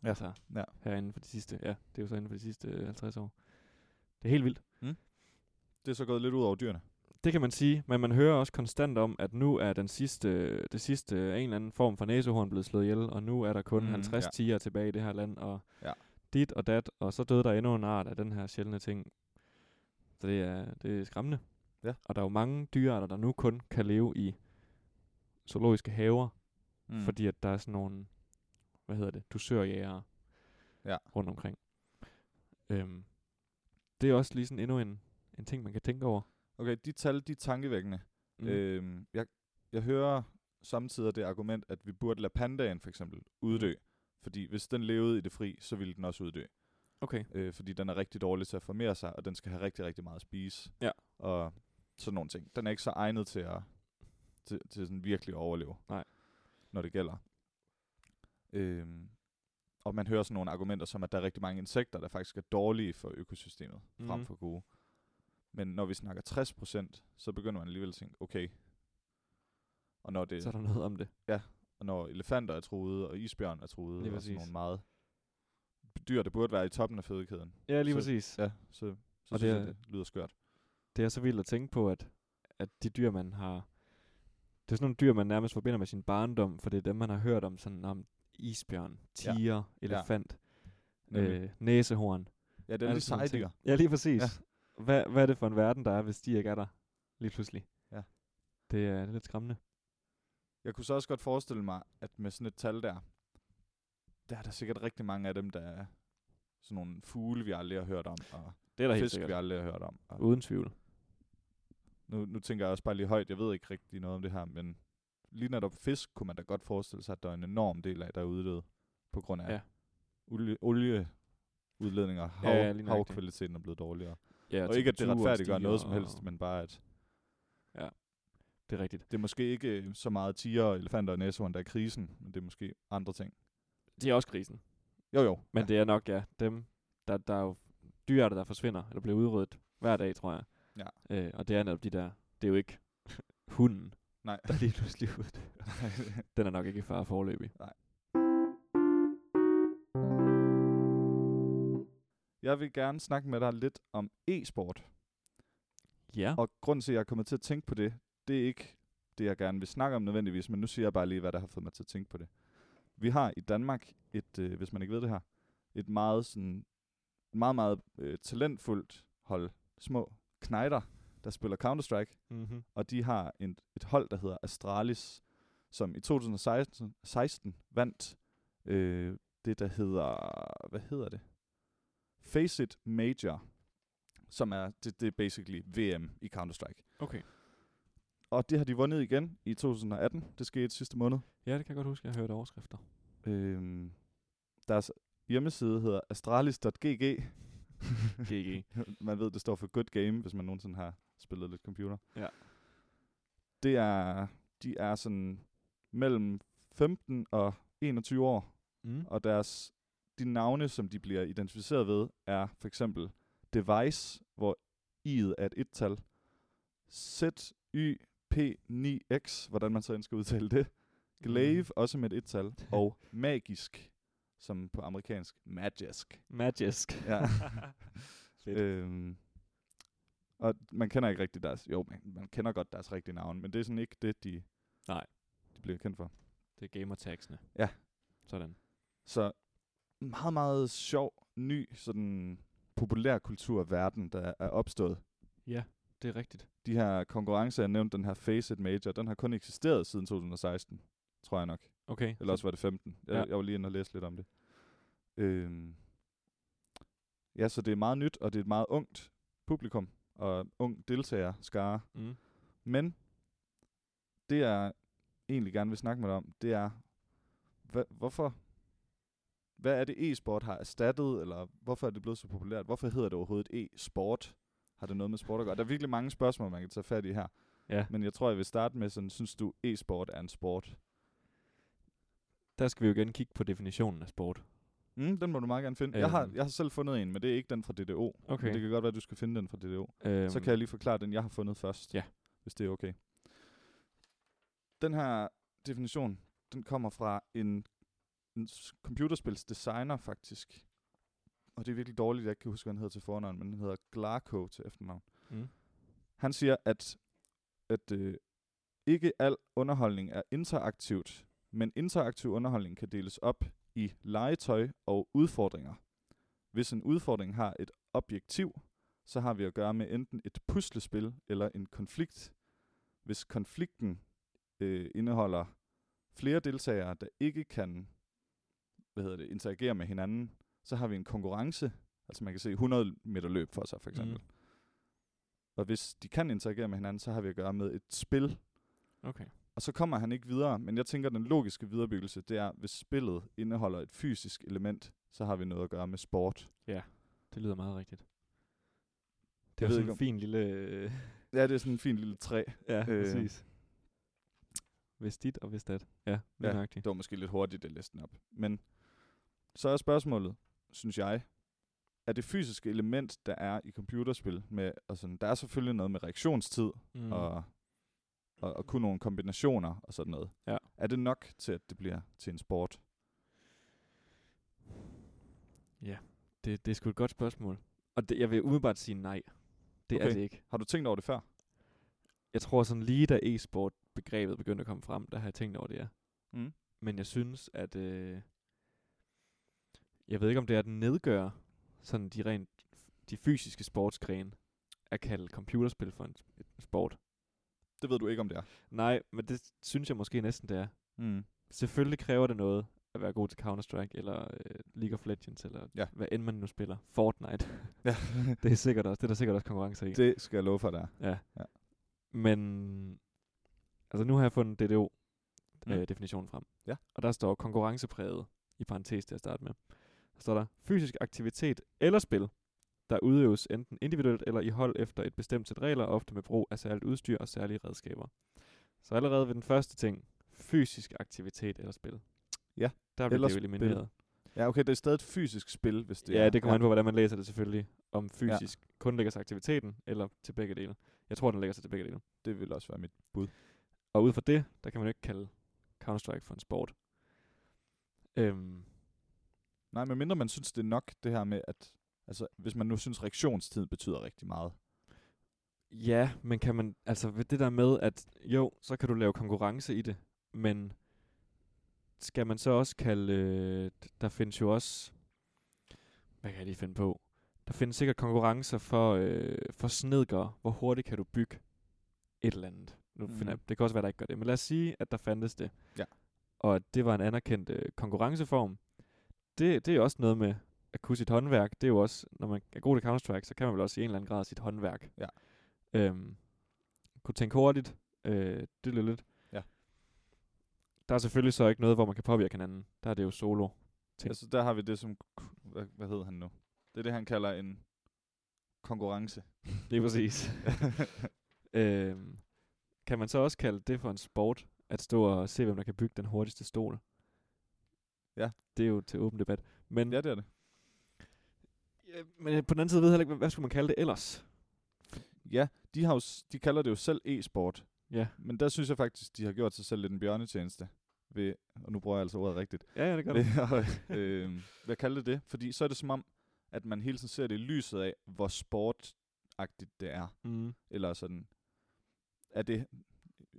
Speaker 2: Ja.
Speaker 1: altså,
Speaker 2: Ja.
Speaker 1: herinde for de sidste, ja, det er jo så inden for de sidste øh, 50 år. Det er helt vildt.
Speaker 2: Det er så gået lidt ud over dyrene.
Speaker 1: Det kan man sige, men man hører også konstant om, at nu er den sidste, det sidste af en eller anden form for næsehorn blevet slået ihjel, og nu er der kun mm,
Speaker 2: Mhm,
Speaker 1: 50
Speaker 2: ja.
Speaker 1: tiger tilbage i det her land, og
Speaker 2: Ja.
Speaker 1: dit og dat, og så døde der endnu en art af den her sjældne ting. Så det er, det er skræmmende.
Speaker 2: Ja.
Speaker 1: Og der er jo mange dyrearter, der nu kun kan leve i zoologiske haver, mm. fordi at der er sådan nogle, hvad hedder det, dusørjægere
Speaker 2: Ja.
Speaker 1: rundt omkring. Øhm, det er også lige sådan endnu en, en ting, man kan tænke over.
Speaker 2: Okay, de tal, de er tankevækkende.
Speaker 1: Mhm.
Speaker 2: Mm. Øhm, jeg, jeg hører samtidig det argument, at vi burde lade pandaen for eksempel uddø.
Speaker 1: Mhm.
Speaker 2: Mm. Fordi hvis den levede i det fri, så ville den også uddø.
Speaker 1: Okay.
Speaker 2: Øh, fordi den er rigtig dårlig til at formere sig, og den skal have rigtig, rigtig meget at spise.
Speaker 1: Ja.
Speaker 2: Og sådan nogle ting. Den er ikke så egnet til at til, til sådan virkelig at overleve.
Speaker 1: Nej.
Speaker 2: Når det gælder. Øhm, og man hører sådan nogle argumenter som, at der er rigtig mange insekter, der faktisk er dårlige for økosystemet, mm. frem
Speaker 1: Mhm.
Speaker 2: for gode. Men når vi snakker 60%, så begynder man alligevel at tænke, okay. Og når, det,
Speaker 1: Så er der noget om det.
Speaker 2: og når elefanter er truede, og isbjørn er truede,
Speaker 1: Lige
Speaker 2: og sådan
Speaker 1: præcis.
Speaker 2: nogle meget dyr, der burde være i toppen af fødekæden.
Speaker 1: Ja,
Speaker 2: lige
Speaker 1: lige så, præcis.
Speaker 2: Ja, så, så
Speaker 1: Og
Speaker 2: synes
Speaker 1: det
Speaker 2: jeg,
Speaker 1: er-
Speaker 2: det lyder skørt.
Speaker 1: det er så vildt at tænke på, at, at de dyr, man har... Det er sådan nogle dyr, man nærmest forbinder med sin barndom, for det er dem, man har hørt om, sådan om isbjørn,
Speaker 2: Ja.
Speaker 1: tiger, elefant,
Speaker 2: Nemlig.
Speaker 1: øh, næsehorn.
Speaker 2: Ja, det er
Speaker 1: alle
Speaker 2: lidt
Speaker 1: sådan
Speaker 2: seje
Speaker 1: nogle ting.
Speaker 2: dyr.
Speaker 1: Ja, lige præcis. Ja. Hvad, hvad er det for en verden, der er, hvis de ikke er der lige pludselig?
Speaker 2: Ja.
Speaker 1: Det er, det er lidt skræmmende.
Speaker 2: Jeg kunne så også godt forestille mig, at med sådan et tal der, der er der sikkert rigtig mange af dem, der er sådan nogle fugle, vi aldrig har hørt om, og
Speaker 1: Det er der helt
Speaker 2: fisk, vi
Speaker 1: sikkert.
Speaker 2: aldrig har hørt om. Og
Speaker 1: Uden tvivl.
Speaker 2: nu, nu tænker jeg også bare lige højt, jeg ved ikke rigtig noget om det her, men lige netop fisk kunne man da godt forestille sig, at der er en enorm del af, der er uddød på grund af
Speaker 1: Ja.
Speaker 2: ja. olie, olieudledninger, hav,
Speaker 1: Ja, ja,
Speaker 2: ja,
Speaker 1: lige nøjagtigt.
Speaker 2: havkvaliteten er blevet dårligere.
Speaker 1: Ja,
Speaker 2: og ikke, at det
Speaker 1: temperaturen
Speaker 2: retfærdiggør noget
Speaker 1: stiger,
Speaker 2: som helst,
Speaker 1: og-
Speaker 2: men bare, at
Speaker 1: Det er rigtigt.
Speaker 2: det er måske ikke øh, så meget tiger, og elefanter og næsehorn, der er krisen, men det er måske andre ting.
Speaker 1: De er også krisen.
Speaker 2: Jo, jo.
Speaker 1: Men ja. det er nok, ja, dem, der, der er jo dyrearter, der forsvinder, eller bliver udryddet hver dag, tror jeg.
Speaker 2: Ja.
Speaker 1: Øh, og det er netop de der, det er jo ikke hunden,
Speaker 2: Nej.
Speaker 1: der lige pludselig er uddød. Den er nok ikke i fare forløbig.
Speaker 2: Jeg vil gerne snakke med dig lidt om e-sport.
Speaker 1: Ja.
Speaker 2: Og grunden til, at jeg er kommet til at tænke på det, det er ikke det, jeg gerne vil snakke om nødvendigvis, men nu siger jeg bare lige, hvad der har fået mig til at tænke på det. Vi har i Danmark et, øh, hvis man ikke ved det her, et meget, sådan, meget, meget øh, talentfuldt hold små knejder, der spiller Counter-Strike,
Speaker 1: Mm-hmm.
Speaker 2: og de har en, et hold, der hedder Astralis, som i 2016 16 vandt øh, det, der hedder, hvad hedder det? Faceit Major, som er, det, det er basically VM i Counter-Strike.
Speaker 1: Okay.
Speaker 2: Og det har de vundet igen i 2018, det skete sidste måned.
Speaker 1: Ja, det kan jeg godt huske, jeg hørte overskrifter.
Speaker 2: Øhm, deres hjemmeside hedder astralis.gg.
Speaker 1: GG.
Speaker 2: man ved, det står for Good Game, hvis man nogensinde har spillet lidt computer.
Speaker 1: Ja.
Speaker 2: Det er, de er sådan mellem 15 og 21 år,
Speaker 1: Mm.
Speaker 2: og deres, de navne, som de bliver identificeret ved, er for eksempel Device, hvor i'et er et et-tal, Z, Y, P, 9, X, hvordan man så end skal udtale det, Glaive, mm. også med et et-tal, og Magisk, som på amerikansk, Magisk.
Speaker 1: Magisk.
Speaker 2: Ja.
Speaker 1: Fedt.
Speaker 2: Øhm, og man kender ikke rigtig deres... Jo, man, man kender godt deres rigtige navn, men det er sådan ikke det, de,
Speaker 1: Nej.
Speaker 2: de bliver kendt for.
Speaker 1: Det er gamertagsene.
Speaker 2: Ja.
Speaker 1: Sådan.
Speaker 2: Så meget, meget sjov, ny, sådan populær kulturverden, der er opstået.
Speaker 1: Ja, det er rigtigt.
Speaker 2: De her konkurrencer, jeg nævnte, den her Faceit Major, den har kun eksisteret siden 2016, tror jeg nok.
Speaker 1: Okay.
Speaker 2: Eller også
Speaker 1: så,
Speaker 2: var det 15. Jeg,
Speaker 1: Ja.
Speaker 2: ja. jeg var lige inde og læse lidt om det. Øhm. Ja, så det er meget nyt, og det er et meget ungt publikum, og ung deltager, skare.
Speaker 1: mm.
Speaker 2: Men det jeg egentlig gerne vil snakke med dig om, det er, hva, hvorfor, hvad er det e-sport har erstattet, eller hvorfor er det blevet så populært? Hvorfor hedder det overhovedet e-sport? Har det noget med sport at gøre? Der er virkelig mange spørgsmål, man kan tage fat i her.
Speaker 1: Ja.
Speaker 2: Men jeg tror, jeg vil starte med sådan, synes du e-sport er en sport?
Speaker 1: Der skal vi jo igen kigge på definitionen af sport.
Speaker 2: Mm, den må du meget gerne finde. Jeg, har,
Speaker 1: Øhm.
Speaker 2: jeg har selv fundet en, men det er ikke den fra DDO. Men det kan godt være, at du skal finde den fra DDO.
Speaker 1: Øhm,
Speaker 2: Så kan jeg lige forklare den, jeg har fundet først.
Speaker 1: Ja.
Speaker 2: Hvis det er okay. Den her definition, den kommer fra en, en s- computerspilsdesigner faktisk. Og det er virkelig dårligt, at jeg ikke kan huske, hvad han hedder til fornavn, men han hedder Glarko til efternavn.
Speaker 1: Mm.
Speaker 2: Han siger, at, at øh, ikke al underholdning er interaktivt, men interaktiv underholdning kan deles op i legetøj og udfordringer. Hvis en udfordring har et objektiv, så har vi at gøre med enten et puslespil eller en konflikt. Hvis konflikten øh, indeholder flere deltagere, der ikke kan hvad hedder det, interagere med hinanden, så har vi en konkurrence. Altså man kan se 100 meter løb for sig, for
Speaker 1: Mm.
Speaker 2: eksempel. Og hvis de kan interagere med hinanden, så har vi at gøre med et spil.
Speaker 1: Mm. Okay.
Speaker 2: Og så kommer han ikke videre, men jeg tænker, den logiske viderebyggelse, det er, hvis spillet indeholder et fysisk element, så har vi noget at gøre med sport.
Speaker 1: Det lyder meget rigtigt. Det
Speaker 2: Jeg
Speaker 1: er
Speaker 2: ved
Speaker 1: sådan
Speaker 2: ikke
Speaker 1: en
Speaker 2: om-
Speaker 1: fin lille... øh,
Speaker 2: Ja, det er sådan en fin lille træ.
Speaker 1: ja,
Speaker 2: Øh.
Speaker 1: præcis. Hvis dit og hvis dat. Ja, lige
Speaker 2: Ja,
Speaker 1: ja, nøjagtigt.
Speaker 2: Det var måske lidt hurtigt at læse den op. Men så er spørgsmålet, synes jeg, er det fysiske element, der er i computerspil, med, og sådan, der er selvfølgelig noget med reaktionstid,
Speaker 1: Mm.
Speaker 2: mm. og, og, og kunne nogle kombinationer og sådan noget.
Speaker 1: Ja.
Speaker 2: Er det nok til, at det bliver til en sport?
Speaker 1: Ja, det, det er sgu et godt spørgsmål. Og det, jeg vil umiddelbart sige nej. Det okay.
Speaker 2: Okay.
Speaker 1: er det ikke.
Speaker 2: Har du tænkt over det før?
Speaker 1: Jeg tror sådan lige da e-sport begrebet begyndte at komme frem, der har jeg tænkt over det, ja.
Speaker 2: Mm.
Speaker 1: Men jeg synes, at... Øh, jeg ved ikke, om det er at nedgøre sådan de rent de fysiske sportsgrene at kalde computerspil for en s- et sport.
Speaker 2: Det ved du ikke, om det er.
Speaker 1: Nej, men det synes jeg måske næsten, det er.
Speaker 2: Mm.
Speaker 1: Selvfølgelig kræver det noget at være god til Counter-Strike, eller øh, League of Legends, eller ja.
Speaker 2: Ja.
Speaker 1: hvad end man nu spiller. Fortnite.
Speaker 2: Ja.
Speaker 1: det er sikkert også, det er der sikkert også konkurrence i. Det.
Speaker 2: Det skal jeg love for, der.
Speaker 1: Men, altså nu har jeg fundet
Speaker 2: Mm.
Speaker 1: DDO-definitionen øh, frem.
Speaker 2: Ja.
Speaker 1: Og der står konkurrencepræget, i parentes til at starte med. Der står der, fysisk aktivitet eller spil, der udøves enten individuelt eller i hold efter et bestemt sæt regler, ofte med brug af særligt udstyr og særlige redskaber. Så allerede ved den første ting, fysisk aktivitet eller spil.
Speaker 2: Ja,
Speaker 1: Der bliver
Speaker 2: eller
Speaker 1: det jo
Speaker 2: spil.
Speaker 1: elimineret.
Speaker 2: Ja, okay, det er stadig et fysisk spil, hvis det
Speaker 1: Det ja,
Speaker 2: er.
Speaker 1: det kommer ja. an på, hvordan man læser det selvfølgelig. Om fysisk ja. kun lægger sig aktiviteten, eller til begge dele. Jeg tror, den lægger sig til begge dele.
Speaker 2: Det vil også være mit.
Speaker 1: Og ud fra det, der kan man jo ikke kalde Counter-Strike for en sport. Øhm,
Speaker 2: Nej, men mindre man synes, det er nok det her med, at altså, hvis man nu synes, reaktionstid betyder rigtig meget.
Speaker 1: ja, men kan man... Altså, ved det der med, at jo, så kan du lave konkurrence i det, men skal man så også kalde... Øh, d- der findes jo også... Hvad kan jeg lige finde på? Der findes sikkert konkurrencer for, øh, for snedgere. Hvor hurtigt kan du bygge et eller andet? Nu mm.
Speaker 2: Mhm.
Speaker 1: finder jeg, det kan også være, der ikke gør det. Men lad os sige, at der fandtes det.
Speaker 2: Ja.
Speaker 1: Og at det var en anerkendt øh, konkurrenceform. Det, det er jo også noget med at kunne sit håndværk. Det er jo også, når man er god til Counter-Strike, så kan man vel også i en eller anden grad sit håndværk.
Speaker 2: Ja.
Speaker 1: Øhm, kunne tænke hurtigt. Øh, det lidt. Der er selvfølgelig så ikke noget, hvor man kan påvirke hinanden. Der er det jo solo. Ting.
Speaker 2: Altså, der har vi det som, hvad, hvad hedder han nu? Det er det, han kalder en konkurrence.
Speaker 1: Det er præcis. øhm, kan man så også kalde det for en sport, at stå og se, hvem der kan bygge den hurtigste stol?
Speaker 2: Ja.
Speaker 1: Det er jo til åben debat. Men,
Speaker 2: ja, det er det.
Speaker 1: ja. men øh, på den anden side ved jeg heller ikke, hvad- hvad skulle man kalde det ellers?
Speaker 2: Ja, de, har jo, s- de kalder det jo selv e-sport.
Speaker 1: Ja,
Speaker 2: Men der synes jeg faktisk, de har gjort sig selv lidt en bjørnetjeneste. Ved, og nu bruger jeg altså ordet rigtigt.
Speaker 1: ja, ja det gør
Speaker 2: Ved
Speaker 1: det.
Speaker 2: at, øh, hvad kalder det det? Fordi så er det som om, at man hele tiden ser det i lyset af, hvor sportagtigt det er.
Speaker 1: Mm.
Speaker 2: Eller sådan, er det,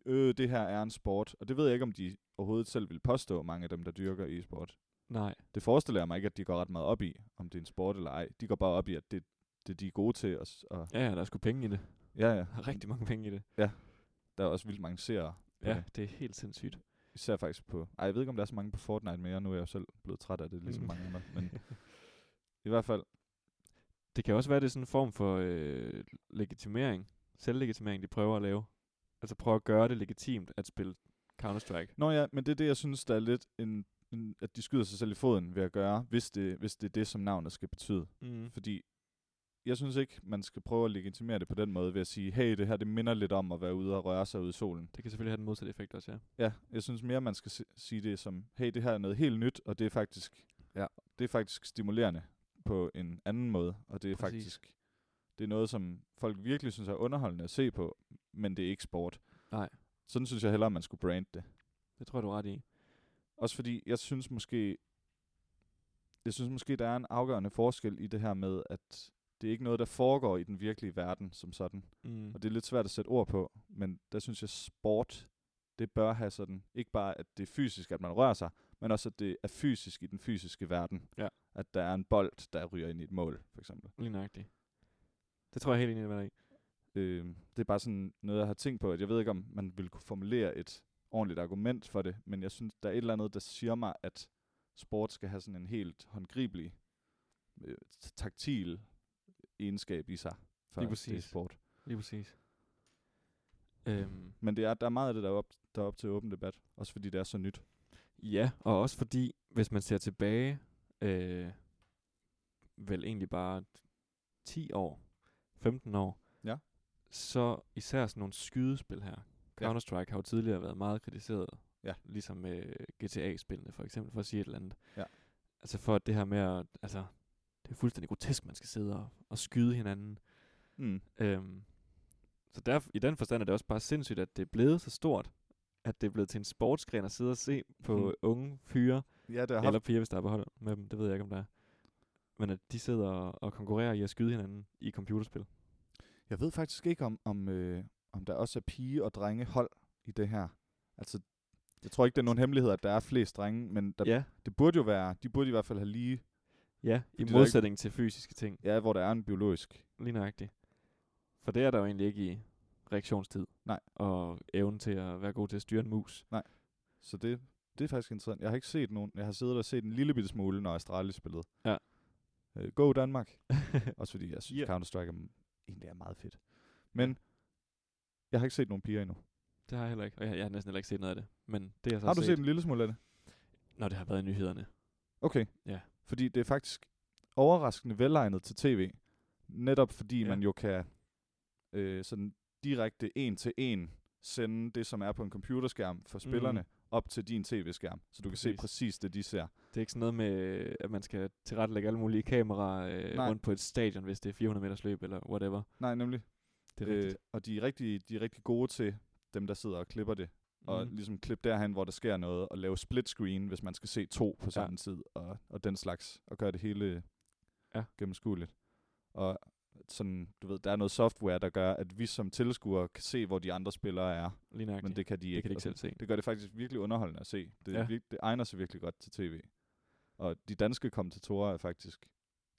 Speaker 2: øh, det her er en sport. Og det ved jeg ikke, om de overhovedet selv vil påstå, mange af dem, der dyrker e-sport.
Speaker 1: Nej,
Speaker 2: Det forestiller jeg mig ikke, at de går ret meget op i, om det er en sport eller ej. De går bare op i, at det, det de er gode til. Og, s- og
Speaker 1: ja, ja, der er sgu penge i det.
Speaker 2: ja, ja,
Speaker 1: Der er rigtig mange penge i det.
Speaker 2: der er også vildt mange seere. på
Speaker 1: Ja,
Speaker 2: det.
Speaker 1: det er helt sindssygt.
Speaker 2: Især faktisk på... Ej, jeg ved ikke, om der er så mange på Fortnite mere. Nu er jeg jo selv blevet træt af det, ligesom
Speaker 1: Mm.
Speaker 2: mm. mange andre. Men i hvert fald...
Speaker 1: Det kan også være, det er sådan en form for øh, legitimering. Selvlegitimering, de prøver at lave. Altså prøve at gøre det legitimt at spille Counter-Strike.
Speaker 2: Nå ja, men det er det, jeg synes, der er lidt en, en at de skyder sig selv i foden ved at gøre, hvis det, hvis det er det, som navnet skal betyde.
Speaker 1: Mm.
Speaker 2: Fordi jeg synes ikke, man skal prøve at legitimere det på den måde ved at sige, hey, det her det minder lidt om at være ude og røre sig ude i solen.
Speaker 1: Det kan selvfølgelig have den modsatte effekt også, ja.
Speaker 2: Ja, jeg synes mere, man skal si- sige det som, hey, det her er noget helt nyt, og det er faktisk,
Speaker 1: Ja.
Speaker 2: det er faktisk stimulerende på en anden måde, og det er
Speaker 1: Præcis.
Speaker 2: Præcis. faktisk det er noget, som folk virkelig synes er underholdende at se på, men det er ikke sport.
Speaker 1: Nej.
Speaker 2: Sådan synes jeg hellere, man skulle brande det.
Speaker 1: Det tror jeg, du er ret i.
Speaker 2: Også fordi, jeg synes måske, jeg synes måske, der er en afgørende forskel i det her med, at det er ikke noget, der foregår i den virkelige verden som sådan.
Speaker 1: Mm.
Speaker 2: Og det er lidt svært at sætte ord på, men der synes jeg, sport, det bør have sådan, ikke bare at det er fysisk, at man rører sig, men også at det er fysisk i den fysiske verden.
Speaker 1: Ja.
Speaker 2: At der er en bold, der ryger ind i et mål, for eksempel.
Speaker 1: Lige nøjagtigt. Det tror jeg helt enig med dig i.
Speaker 2: Øh, det er bare sådan noget, jeg har tænkt på, at jeg ved ikke, om man ville kunne formulere et ordentligt argument for det, men jeg synes, der er et eller andet, der siger mig, at sport skal have sådan en helt håndgribelig, øh, taktil egenskab i sig, for at det er
Speaker 1: præcis.
Speaker 2: sport.
Speaker 1: lige præcis. Øhm,
Speaker 2: Men det er, der er meget af det, der er, op, der er op til åben debat. Også fordi det er så nyt.
Speaker 1: ja, og også fordi, hvis man ser tilbage, øh, vel egentlig bare 10 år, 15 år,
Speaker 2: Ja.
Speaker 1: så især sådan nogle skydespil her.
Speaker 2: Ja.
Speaker 1: Counter-Strike har jo tidligere været meget kritiseret,
Speaker 2: Ja.
Speaker 1: ligesom med GTA-spillene for eksempel, for at sige et eller andet.
Speaker 2: Ja.
Speaker 1: Altså for at det her med at, altså, det er fuldstændig grotesk, man skal sidde og, og skyde hinanden.
Speaker 2: Mm.
Speaker 1: Øhm, så der, i den forstand er det også bare sindssygt, at det er blevet så stort, at det er blevet til en sportsgren at sidde og se på
Speaker 2: Mhm.
Speaker 1: unge fyre,
Speaker 2: Ja, det har
Speaker 1: eller piger, hvis der er på hold med dem, det ved jeg ikke, om der er. Men at de sidder og, og konkurrerer i at skyde hinanden i computerspil.
Speaker 2: Jeg ved faktisk ikke, om, om, øh, om der også er pige- og drengehold i det her. Altså, jeg tror ikke, det er nogen hemmelighed, at der er flest drenge, men der, ja.
Speaker 1: Ja,
Speaker 2: det burde jo være, de burde i hvert fald have lige,
Speaker 1: ja i
Speaker 2: der ikke-
Speaker 1: modsætning til fysiske ting,
Speaker 2: ja, hvor der er en biologisk.
Speaker 1: lige nøjagtigt. For det er der jo egentlig ikke i reaktionstid.
Speaker 2: Nej.
Speaker 1: Og evnen til at være god til at styre en mus.
Speaker 2: Så det, det er faktisk interessant. Jeg har ikke set nogen, jeg har siddet og set en lille bitte smule, når Astralis spillede.
Speaker 1: Ja.
Speaker 2: Øh, Go Danmark. også fordi jeg synes,
Speaker 1: Ja.
Speaker 2: yeah. Counter-Strike er, m- egentlig er meget fedt. Men jeg har ikke set nogen piger endnu.
Speaker 1: Det har jeg heller ikke, og jeg, jeg har næsten heller ikke set noget af det. Men det har jeg så
Speaker 2: Har du set en lille smule af det?
Speaker 1: Når det har været i nyhederne.
Speaker 2: Okay.
Speaker 1: Ja.
Speaker 2: Fordi det er faktisk overraskende velegnet til tv. Netop fordi
Speaker 1: Ja.
Speaker 2: ja. man jo kan øh, sådan direkte en til en sende det, som er på en computerskærm for spillerne, op til din tv-skærm. Så du kan se
Speaker 1: Mm. Præcis.
Speaker 2: præcis det, de ser.
Speaker 1: Det er ikke sådan noget med, at man skal tilrettelægge alle mulige kameraer øh,
Speaker 2: Nej.
Speaker 1: rundt på et stadion, hvis det er 400 meters løb eller whatever.
Speaker 2: Nej, nemlig.
Speaker 1: Det er rigtigt.
Speaker 2: Øh, og de er, rigtig, de er rigtig gode til dem, der sidder og klipper det. Og
Speaker 1: Mhm.
Speaker 2: ligesom klippe derhen, hvor der sker noget, og lave split screen, hvis man skal se to på samme tid, og, og den slags. Og gøre det hele
Speaker 1: Ja.
Speaker 2: ja. gennemskueligt. Og sådan, du ved, der er noget software, der gør, at vi som tilskuere kan se, hvor de andre spillere er.
Speaker 1: Lige nøjagtigt.
Speaker 2: Men det kan
Speaker 1: det
Speaker 2: de ikke.
Speaker 1: kan de ikke
Speaker 2: Og
Speaker 1: selv se.
Speaker 2: Det gør det faktisk virkelig underholdende at se. Det,
Speaker 1: Ja.
Speaker 2: ja. virke, det egner sig virkelig godt til tv. Og de danske kommentatorer er faktisk,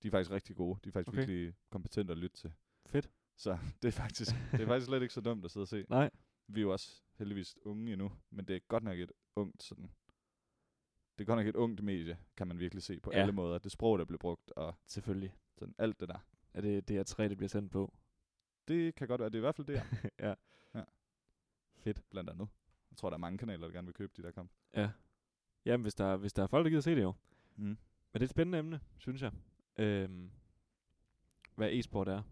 Speaker 2: de er faktisk rigtig gode. De er faktisk
Speaker 1: Okay.
Speaker 2: okay. virkelig kompetente at lytte til.
Speaker 1: Fedt.
Speaker 2: Så det er faktisk, det er faktisk slet ikke så dumt at sidde og se.
Speaker 1: Nej.
Speaker 2: Vi er jo også heldigvis unge endnu, men det er godt nok et ungt sådan... Det er godt nok et ungt medie, kan man virkelig se på
Speaker 1: Ja.
Speaker 2: ja. alle måder. Det sprog, der bliver brugt, og
Speaker 1: Selvfølgelig.
Speaker 2: sådan alt det der.
Speaker 1: Er det det her træ, det bliver sendt på?
Speaker 2: Det kan godt være, det er i hvert fald det her,
Speaker 1: ja.
Speaker 2: Ja.
Speaker 1: Fedt.
Speaker 2: blandt andet. Jeg tror, der er mange kanaler, der gerne vil købe de der kampe.
Speaker 1: Ja. Jamen, hvis der, hvis der er folk, der gider se det jo.
Speaker 2: Mm.
Speaker 1: Men det er et spændende emne, synes jeg. Øhm, hvad e-sport er,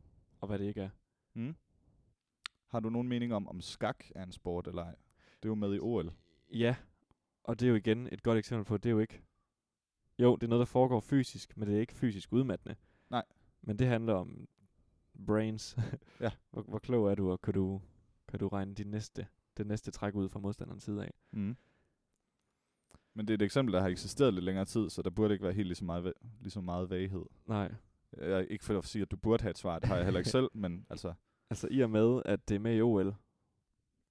Speaker 1: og hvad det ikke er.
Speaker 2: Mm. Har du nogen mening om, om skak er en sport eller ej? Det er jo med i OL.
Speaker 1: Ja, og det er jo igen et godt eksempel på, at det er jo ikke... Jo, det er noget, der foregår fysisk, men det er ikke fysisk udmattende.
Speaker 2: Nej.
Speaker 1: Men det handler om brains.
Speaker 2: Ja.
Speaker 1: Hvor, hvor klog er du, og kan du, kan du regne din næste, det næste træk ud fra modstanderens side af?
Speaker 2: Mm. Men det er et eksempel, der har eksisteret lidt længere tid, så der burde ikke være helt lige så meget, va- lige så meget vaghed.
Speaker 1: Nej.
Speaker 2: Jeg er ikke for at sige, at du burde have et svar, det har jeg heller ikke selv, men altså,
Speaker 1: Altså i og med, at det er med i OL.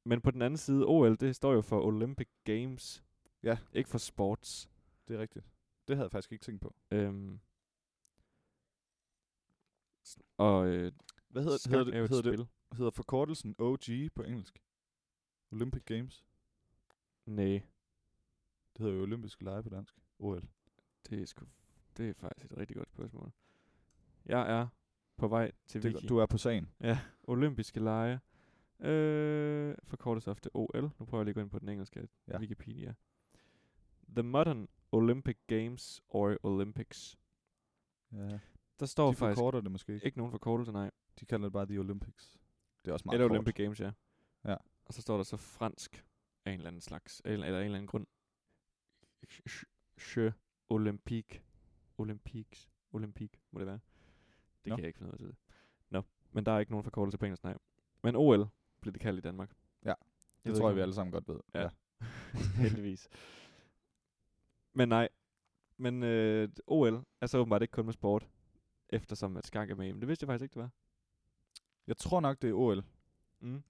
Speaker 1: Men på den anden side, OL, det står jo for Olympic Games.
Speaker 2: Ja.
Speaker 1: Ikke for sports.
Speaker 2: det er rigtigt. Det havde jeg faktisk ikke tænkt på.
Speaker 1: Øhm. Og øh,
Speaker 2: Hvad hedder,
Speaker 1: skak
Speaker 2: hedder,
Speaker 1: er jo
Speaker 2: det,
Speaker 1: et
Speaker 2: hedder,
Speaker 1: spil.
Speaker 2: det, hedder forkortelsen OG på engelsk? Olympic Games?
Speaker 1: Nej,
Speaker 2: Det hedder jo olympiske lege på dansk. OL.
Speaker 1: det er sgu, det er faktisk et rigtig godt spørgsmål. Jeg er på vej til
Speaker 2: Det, er
Speaker 1: Wiki.
Speaker 2: godt, du er på sagen.
Speaker 1: Olympiske lege. Øh, forkortes ofte OL. Nu prøver jeg lige at gå ind på den engelske ja.
Speaker 2: Ja.
Speaker 1: Wikipedia. The modern Olympic Games or Olympics.
Speaker 2: Ja.
Speaker 1: Der står
Speaker 2: De
Speaker 1: faktisk
Speaker 2: forkorter det måske ikke.
Speaker 1: ikke nogen forkortelse, nej.
Speaker 2: De kalder det bare The Olympics. Det er også meget
Speaker 1: Eller
Speaker 2: kort.
Speaker 1: Olympic Games, ja.
Speaker 2: Ja.
Speaker 1: Og så står der så fransk af en eller anden slags, eller, eller af en eller anden grund. Je Olympique. Olympiques. Olympique, må det være. Det
Speaker 2: Nå.
Speaker 1: kan jeg ikke finde ud af til det. Nå, men der er ikke nogen forkortelse på engelsk, nej. Men OL blev det kaldt i Danmark.
Speaker 2: Ja, Det
Speaker 1: ved ikke,
Speaker 2: tror jeg, vi
Speaker 1: om-
Speaker 2: alle sammen godt ved.
Speaker 1: Ja. Heldigvis. Men nej. Men øh, OL er så åbenbart ikke kun med sport, eftersom at skak er med. i, Men det vidste jeg faktisk ikke, det var.
Speaker 2: Jeg tror nok, det er OL.
Speaker 1: Mm.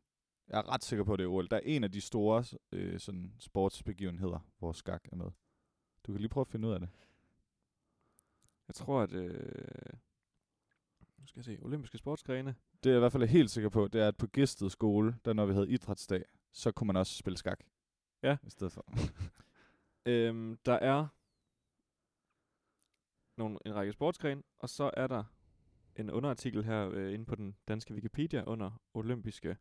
Speaker 2: Jeg er ret sikker på, at det er OL. Der er en af de store øh, sådan sportsbegivenheder, hvor skak er med. Du kan lige prøve at finde ud af det.
Speaker 1: Jeg tror, at... Øh, nu skal jeg se. Olympiske sportsgrene.
Speaker 2: Det jeg i hvert fald er helt sikker på, det er, at på Gisted skole, der når vi havde idrætsdag, så kunne man også spille skak.
Speaker 1: Ja.
Speaker 2: I stedet for.
Speaker 1: Øhm, der er nogle, en række sportsgrene, og så er der en underartikel her øh, inde på den danske Wikipedia under olympiske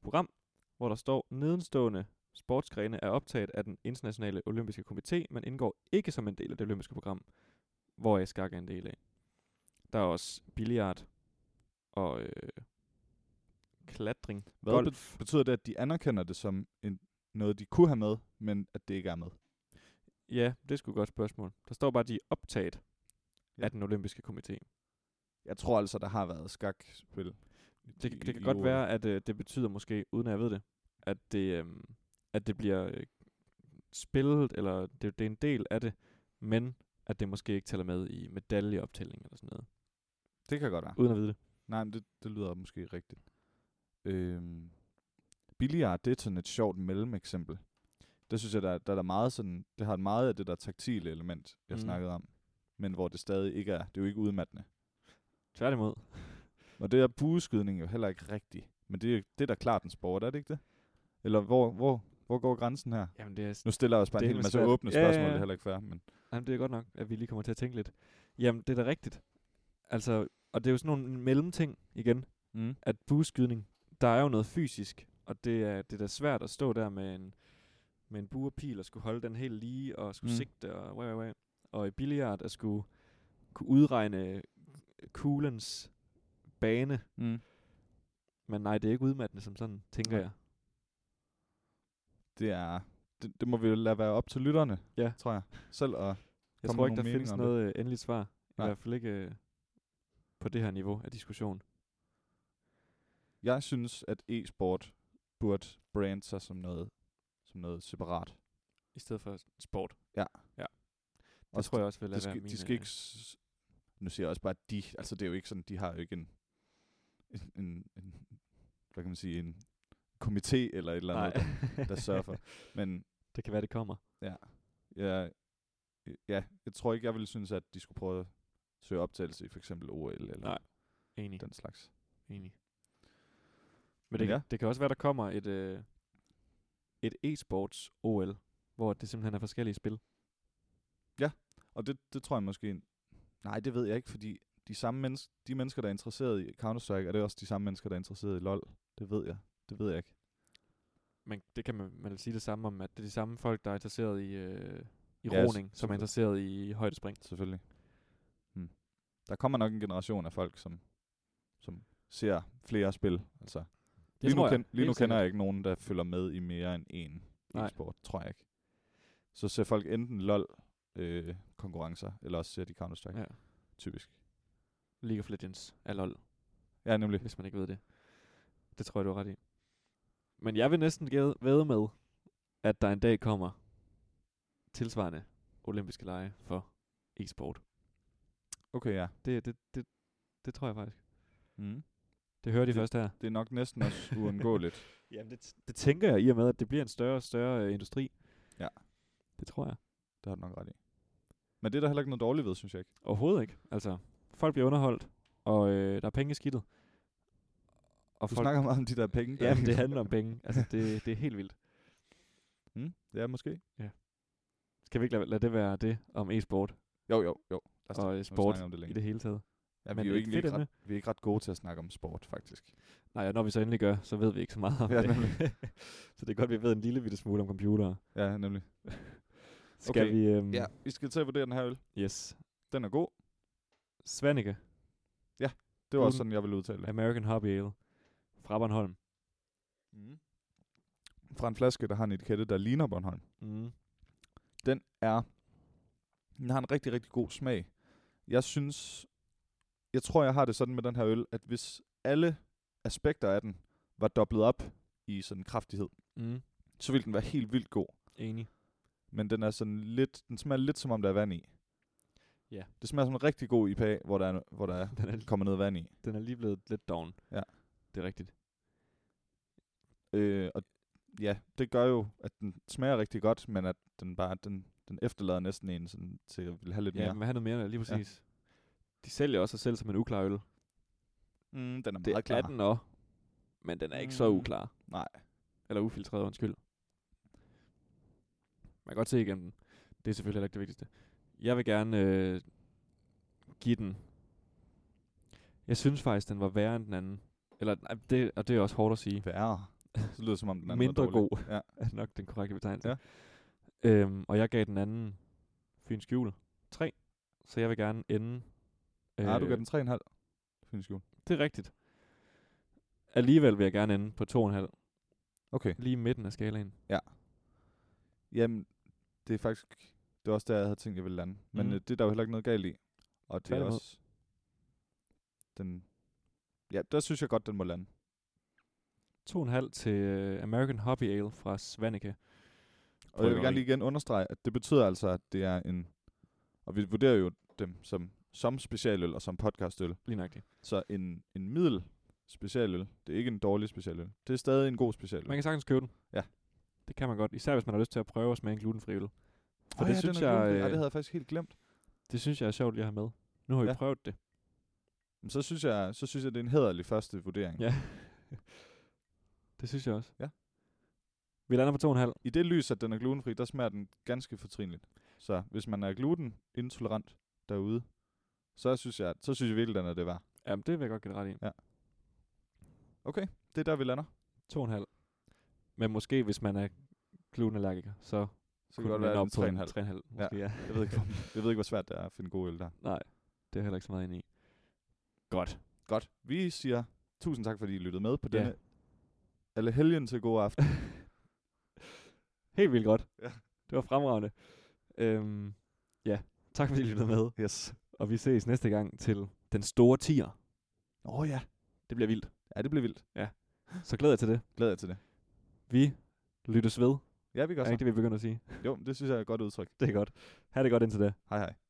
Speaker 1: program, hvor der står, nedenstående sportsgrene er optaget af den internationale olympiske komité, men indgår ikke som en del af det olympiske program, hvor jeg skak er en del af. Der er også billiard og øh, klatring.
Speaker 2: Hvad
Speaker 1: golf.
Speaker 2: Betyder det, at de anerkender det som en, noget, de kunne have med, men at det ikke er med?
Speaker 1: Ja, det er sgu et godt spørgsmål. Der står bare, at de er optaget ja.
Speaker 2: Ja.
Speaker 1: af den olympiske komité.
Speaker 2: Jeg tror altså, der har været skakspil.
Speaker 1: Det,
Speaker 2: i-
Speaker 1: det kan
Speaker 2: i
Speaker 1: godt
Speaker 2: OL.
Speaker 1: være, at øh, det betyder måske, uden at jeg ved det, at det, øh, at det bliver øh, spillet, eller det, det er en del af det, men at det måske ikke tæller med i medaljeoptælling eller sådan noget,
Speaker 2: Det kan godt være.
Speaker 1: uden at vide det.
Speaker 2: Nej, men det, det lyder måske rigtigt. Øhm, billiard, det er sådan et sjovt mellemeksempel. Det synes jeg, der, der er der meget sådan, det har meget af det der taktile element, jeg
Speaker 1: Mm.
Speaker 2: mm. snakkede om. Men hvor det stadig ikke er, det er jo ikke udmattende.
Speaker 1: Tværtimod.
Speaker 2: Og det er bueskydning jo heller ikke rigtigt. Men det er, det er da klart en sport, er det ikke det? Eller hvor, hvor, hvor går grænsen her?
Speaker 1: Jamen, det er,
Speaker 2: Nu stiller jeg også bare
Speaker 1: Det er
Speaker 2: en hel
Speaker 1: helt
Speaker 2: masse
Speaker 1: svært.
Speaker 2: åbne
Speaker 1: Ja, ja,
Speaker 2: spørgsmål,
Speaker 1: ja.
Speaker 2: det er heller ikke fair. Men
Speaker 1: Jamen, det er godt nok, at vi lige kommer til at tænke lidt. Jamen, det er da rigtigt. Altså, og det er jo sådan nogle mellemting igen,
Speaker 2: mm.
Speaker 1: at bueskydning, der er jo noget fysisk, og det er, det er da svært at stå der med en, med en buerpil og skulle holde den helt lige, og skulle mm.
Speaker 2: Mm.
Speaker 1: sigte, og way, way, way. Og i billiard at skulle kunne udregne kuglens bane,
Speaker 2: Mm.
Speaker 1: men nej, det er ikke udmattende som sådan, tænker
Speaker 2: Nej.
Speaker 1: jeg.
Speaker 2: det er... Det, det må vi jo lade være op til lytterne,
Speaker 1: Ja.
Speaker 2: tror jeg. Selv at
Speaker 1: Jeg
Speaker 2: Kom
Speaker 1: tror
Speaker 2: med
Speaker 1: ikke, der
Speaker 2: nogle
Speaker 1: findes
Speaker 2: meninger om
Speaker 1: noget øh, endeligt svar. I
Speaker 2: Nej.
Speaker 1: hvert fald ikke øh, på det her niveau af diskussion.
Speaker 2: Jeg synes, at e-sport burde brande sig som noget, som noget separat. Det
Speaker 1: I stedet for sport.
Speaker 2: Ja.
Speaker 1: ja. Det tror jeg også vil
Speaker 2: det
Speaker 1: lade være øh,
Speaker 2: skal,
Speaker 1: mine...
Speaker 2: de skal ikke... s- Nu siger jeg også bare de. Altså, det er jo ikke sådan, de har jo ikke en... en, en, en hvad kan man sige? En komité eller et eller
Speaker 1: Nej.
Speaker 2: andet, der, der sørger for. Men
Speaker 1: det kan være, det kommer.
Speaker 2: ja, ja, jeg tror ikke, jeg ville synes, at de skulle prøve at søge optagelse i for eksempel OL eller
Speaker 1: Nej. Enig.
Speaker 2: den slags.
Speaker 1: Enig. Men
Speaker 2: Men
Speaker 1: det, ja.
Speaker 2: ja.
Speaker 1: det kan også være, der kommer et, øh, et e-sports OL, hvor det simpelthen er forskellige spil.
Speaker 2: Og det, det tror jeg måske... Nej, det ved jeg ikke, fordi de samme mennesker, de mennesker, der er interesseret i Counter-Strike, er det også de samme mennesker, der er interesseret i LoL. Det ved jeg. Det ved jeg ikke.
Speaker 1: Men det kan man, man vil sige det samme om, at det er de samme folk, der er interesseret i, øh, i
Speaker 2: Ja,
Speaker 1: ja,
Speaker 2: s-
Speaker 1: roning, som er
Speaker 2: selvfølgelig.
Speaker 1: interesseret i højdespring.
Speaker 2: Selvfølgelig. Hmm. Der kommer nok en generation af folk, som, som ser flere spil. Altså, lige nu, ken, lige nu kender jeg ikke nogen, der følger med i mere end én
Speaker 1: Nej.
Speaker 2: e-sport, tror jeg ikke. Så ser folk enten LoL-konkurrencer, eller også ser de Counter-Strike, ja.
Speaker 1: Ja.
Speaker 2: typisk.
Speaker 1: League of Legends er LOL,
Speaker 2: Ja, nemlig.
Speaker 1: hvis man ikke ved det. Det tror jeg, du har ret i. Men jeg vil næsten gæde- vædde med, at der en dag kommer tilsvarende olympiske lege for e-sport.
Speaker 2: Okay, ja.
Speaker 1: Det, det, det, det tror jeg faktisk.
Speaker 2: Mm.
Speaker 1: Det hører de først her.
Speaker 2: Det er nok næsten også uundgåeligt.
Speaker 1: Jamen, det, det tænker jeg i og med, at det bliver en større og større øh, industri.
Speaker 2: Ja.
Speaker 1: Det tror jeg.
Speaker 2: Det har du nok ret i. Men det er der heller ikke noget dårligt ved, synes jeg ikke.
Speaker 1: Overhovedet ikke. Altså, folk bliver underholdt, og øh, der er penge i skidtet. Og
Speaker 2: Du Folk... snakker meget om de der penge.
Speaker 1: Jamen, det handler om penge. Altså, det, det er helt vildt.
Speaker 2: Mm, det er måske.
Speaker 1: Skal vi ikke lade, lade det være det om e-sport
Speaker 2: Jo, jo, jo. Lad os
Speaker 1: og øh,
Speaker 2: nu
Speaker 1: sport
Speaker 2: snakke om det
Speaker 1: i
Speaker 2: længe.
Speaker 1: det hele taget?
Speaker 2: Ja,
Speaker 1: men
Speaker 2: vi, er jo
Speaker 1: et
Speaker 2: ikke,
Speaker 1: fedt
Speaker 2: ikke
Speaker 1: emne.
Speaker 2: ret, vi er ikke ret gode til at snakke om sport, faktisk.
Speaker 1: Nej, og når vi så endelig gør, så ved vi ikke så meget om
Speaker 2: Ja,
Speaker 1: det. så det er godt, vi ved en lille bitte smule om computere.
Speaker 2: Ja, nemlig.
Speaker 1: Skal
Speaker 2: Okay.
Speaker 1: vi... Øhm,
Speaker 2: Mm. Ja, vi skal til at vurdere den her øl.
Speaker 1: Yes.
Speaker 2: Den er god.
Speaker 1: Svanike,
Speaker 2: Det var også
Speaker 1: Mm.
Speaker 2: sådan, jeg ville udtale det.
Speaker 1: American Hobby Ale, fra Bornholm.
Speaker 2: Mm. Fra en flaske, der har en etikette, der ligner Bornholm.
Speaker 1: Mm.
Speaker 2: Den er... Den har en rigtig, rigtig god smag. Jeg synes... Jeg tror, jeg har det sådan med den her øl, at hvis alle aspekter af den var dobblet op i sådan kraftighed,
Speaker 1: Mm.
Speaker 2: så ville den være helt vildt god.
Speaker 1: Enig.
Speaker 2: Men den er sådan lidt, den smager lidt som om der er vand i.
Speaker 1: Ja.
Speaker 2: Det smager som en rigtig god IPA, hvor der er, hvor der er
Speaker 1: Den er
Speaker 2: kommer noget vand i.
Speaker 1: Den er lige blevet lidt down.
Speaker 2: Ja.
Speaker 1: Det er rigtigt.
Speaker 2: Øh, og ja, det gør jo, at den smager rigtig godt, men at den bare, den, den efterlader næsten en sådan, til at ville have lidt
Speaker 1: Ja,
Speaker 2: mere.
Speaker 1: men hvad har noget mere? Lige
Speaker 2: Ja.
Speaker 1: præcis. Ja. De sælger også sig selv som en uklar øl.
Speaker 2: Mm, den er
Speaker 1: Det
Speaker 2: meget klar.
Speaker 1: er den også. Men den er ikke så
Speaker 2: Mm.
Speaker 1: uklar.
Speaker 2: Nej.
Speaker 1: Eller ufiltreret, undskyld. Man kan godt se igennem den. Det er selvfølgelig heller ikke det vigtigste. Jeg vil gerne øh, give den... Jeg synes faktisk, den var værre end den anden. Eller, nej, det, og det er også hårdt at sige.
Speaker 2: Værre. Så lyder det som om den anden var
Speaker 1: Mindre
Speaker 2: dårlig.
Speaker 1: god
Speaker 2: Ja.
Speaker 1: er nok den korrekte betegnelse. Ja. Øhm, og jeg gav den anden Fyns Jul 3, så jeg vil gerne ende...
Speaker 2: Øh. Ah, du gav den 3,5. Fyns jul.
Speaker 1: Det er rigtigt. Alligevel vil jeg gerne ende på 2,5.
Speaker 2: Okay.
Speaker 1: Lige i midten af skalaen.
Speaker 2: Jamen, det er faktisk... Det var også der, jeg havde tænkt, jeg ville lande.
Speaker 1: Mhm.
Speaker 2: Men mm. øh, det er der jo heller ikke noget galt i. Og det er
Speaker 1: Tværtimod.
Speaker 2: også... Den... Ja, der synes jeg godt, den må lande.
Speaker 1: 2,5 til uh, American Hobby Ale fra Svanike.
Speaker 2: Og jeg vil gerne lige igen understrege, at det betyder altså, at det er en... Og vi vurderer jo dem som, som specialøl og som podcastøl.
Speaker 1: Lige nøjagtigt.
Speaker 2: Så en, en middel specialøl, det er ikke en dårlig specialøl. Det er stadig en god specialøl.
Speaker 1: Man kan sagtens købe den.
Speaker 2: Ja.
Speaker 1: Det kan man godt, især hvis man har lyst til at prøve at smage en glutenfri øl. For
Speaker 2: Åh
Speaker 1: det,
Speaker 2: ja,
Speaker 1: synes
Speaker 2: den er
Speaker 1: jeg,
Speaker 2: glutenfri.
Speaker 1: øh,
Speaker 2: Ej, det havde jeg faktisk helt glemt.
Speaker 1: det synes jeg er sjovt lige at have med. Nu har vi
Speaker 2: Ja.
Speaker 1: prøvet det.
Speaker 2: Men så synes jeg, så synes jeg det er en hederlig første vurdering.
Speaker 1: Ja. det synes jeg også.
Speaker 2: Ja.
Speaker 1: Vi lander på 2,5.
Speaker 2: I det lys, at den er glutenfri, der smager den ganske fortrinligt. Så hvis man er glutenintolerant derude, så synes jeg, så synes jeg virkelig, den er det værd.
Speaker 1: Jamen, det vil jeg godt give dig ret i.
Speaker 2: Okay, det er der, vi lander.
Speaker 1: To og en halv. Men måske, hvis man er glutenallergiker, så,
Speaker 2: Så kan det godt være,
Speaker 1: op på
Speaker 2: at
Speaker 1: en
Speaker 2: den er 3,5.
Speaker 1: 3,5. Måske, ja.
Speaker 2: Jeg ved, ikke, hvor, jeg ved ikke, hvor svært det er at finde gode øl der.
Speaker 1: Nej, det er jeg heller ikke så meget ind i. Godt.
Speaker 2: Godt. Vi siger tusind tak, fordi I lyttede med på
Speaker 1: Ja.
Speaker 2: denne alle helgen til god aften.
Speaker 1: Helt vildt godt.
Speaker 2: Ja.
Speaker 1: Det var fremragende. Øhm, ja, tak fordi I lyttede med.
Speaker 2: Yes.
Speaker 1: Og vi ses næste gang til den store tier.
Speaker 2: Åh oh, ja.
Speaker 1: Det bliver vildt.
Speaker 2: Ja, det blev vildt.
Speaker 1: Så glæder jeg til det.
Speaker 2: Glæder jeg til det.
Speaker 1: Vi lyttes ved.
Speaker 2: Ja, vi gør
Speaker 1: Er ikke
Speaker 2: så.
Speaker 1: det, vi begynder at sige?
Speaker 2: Jo, det synes jeg er et godt udtryk.
Speaker 1: Det er godt. Ha' det godt indtil da.
Speaker 2: Hej hej.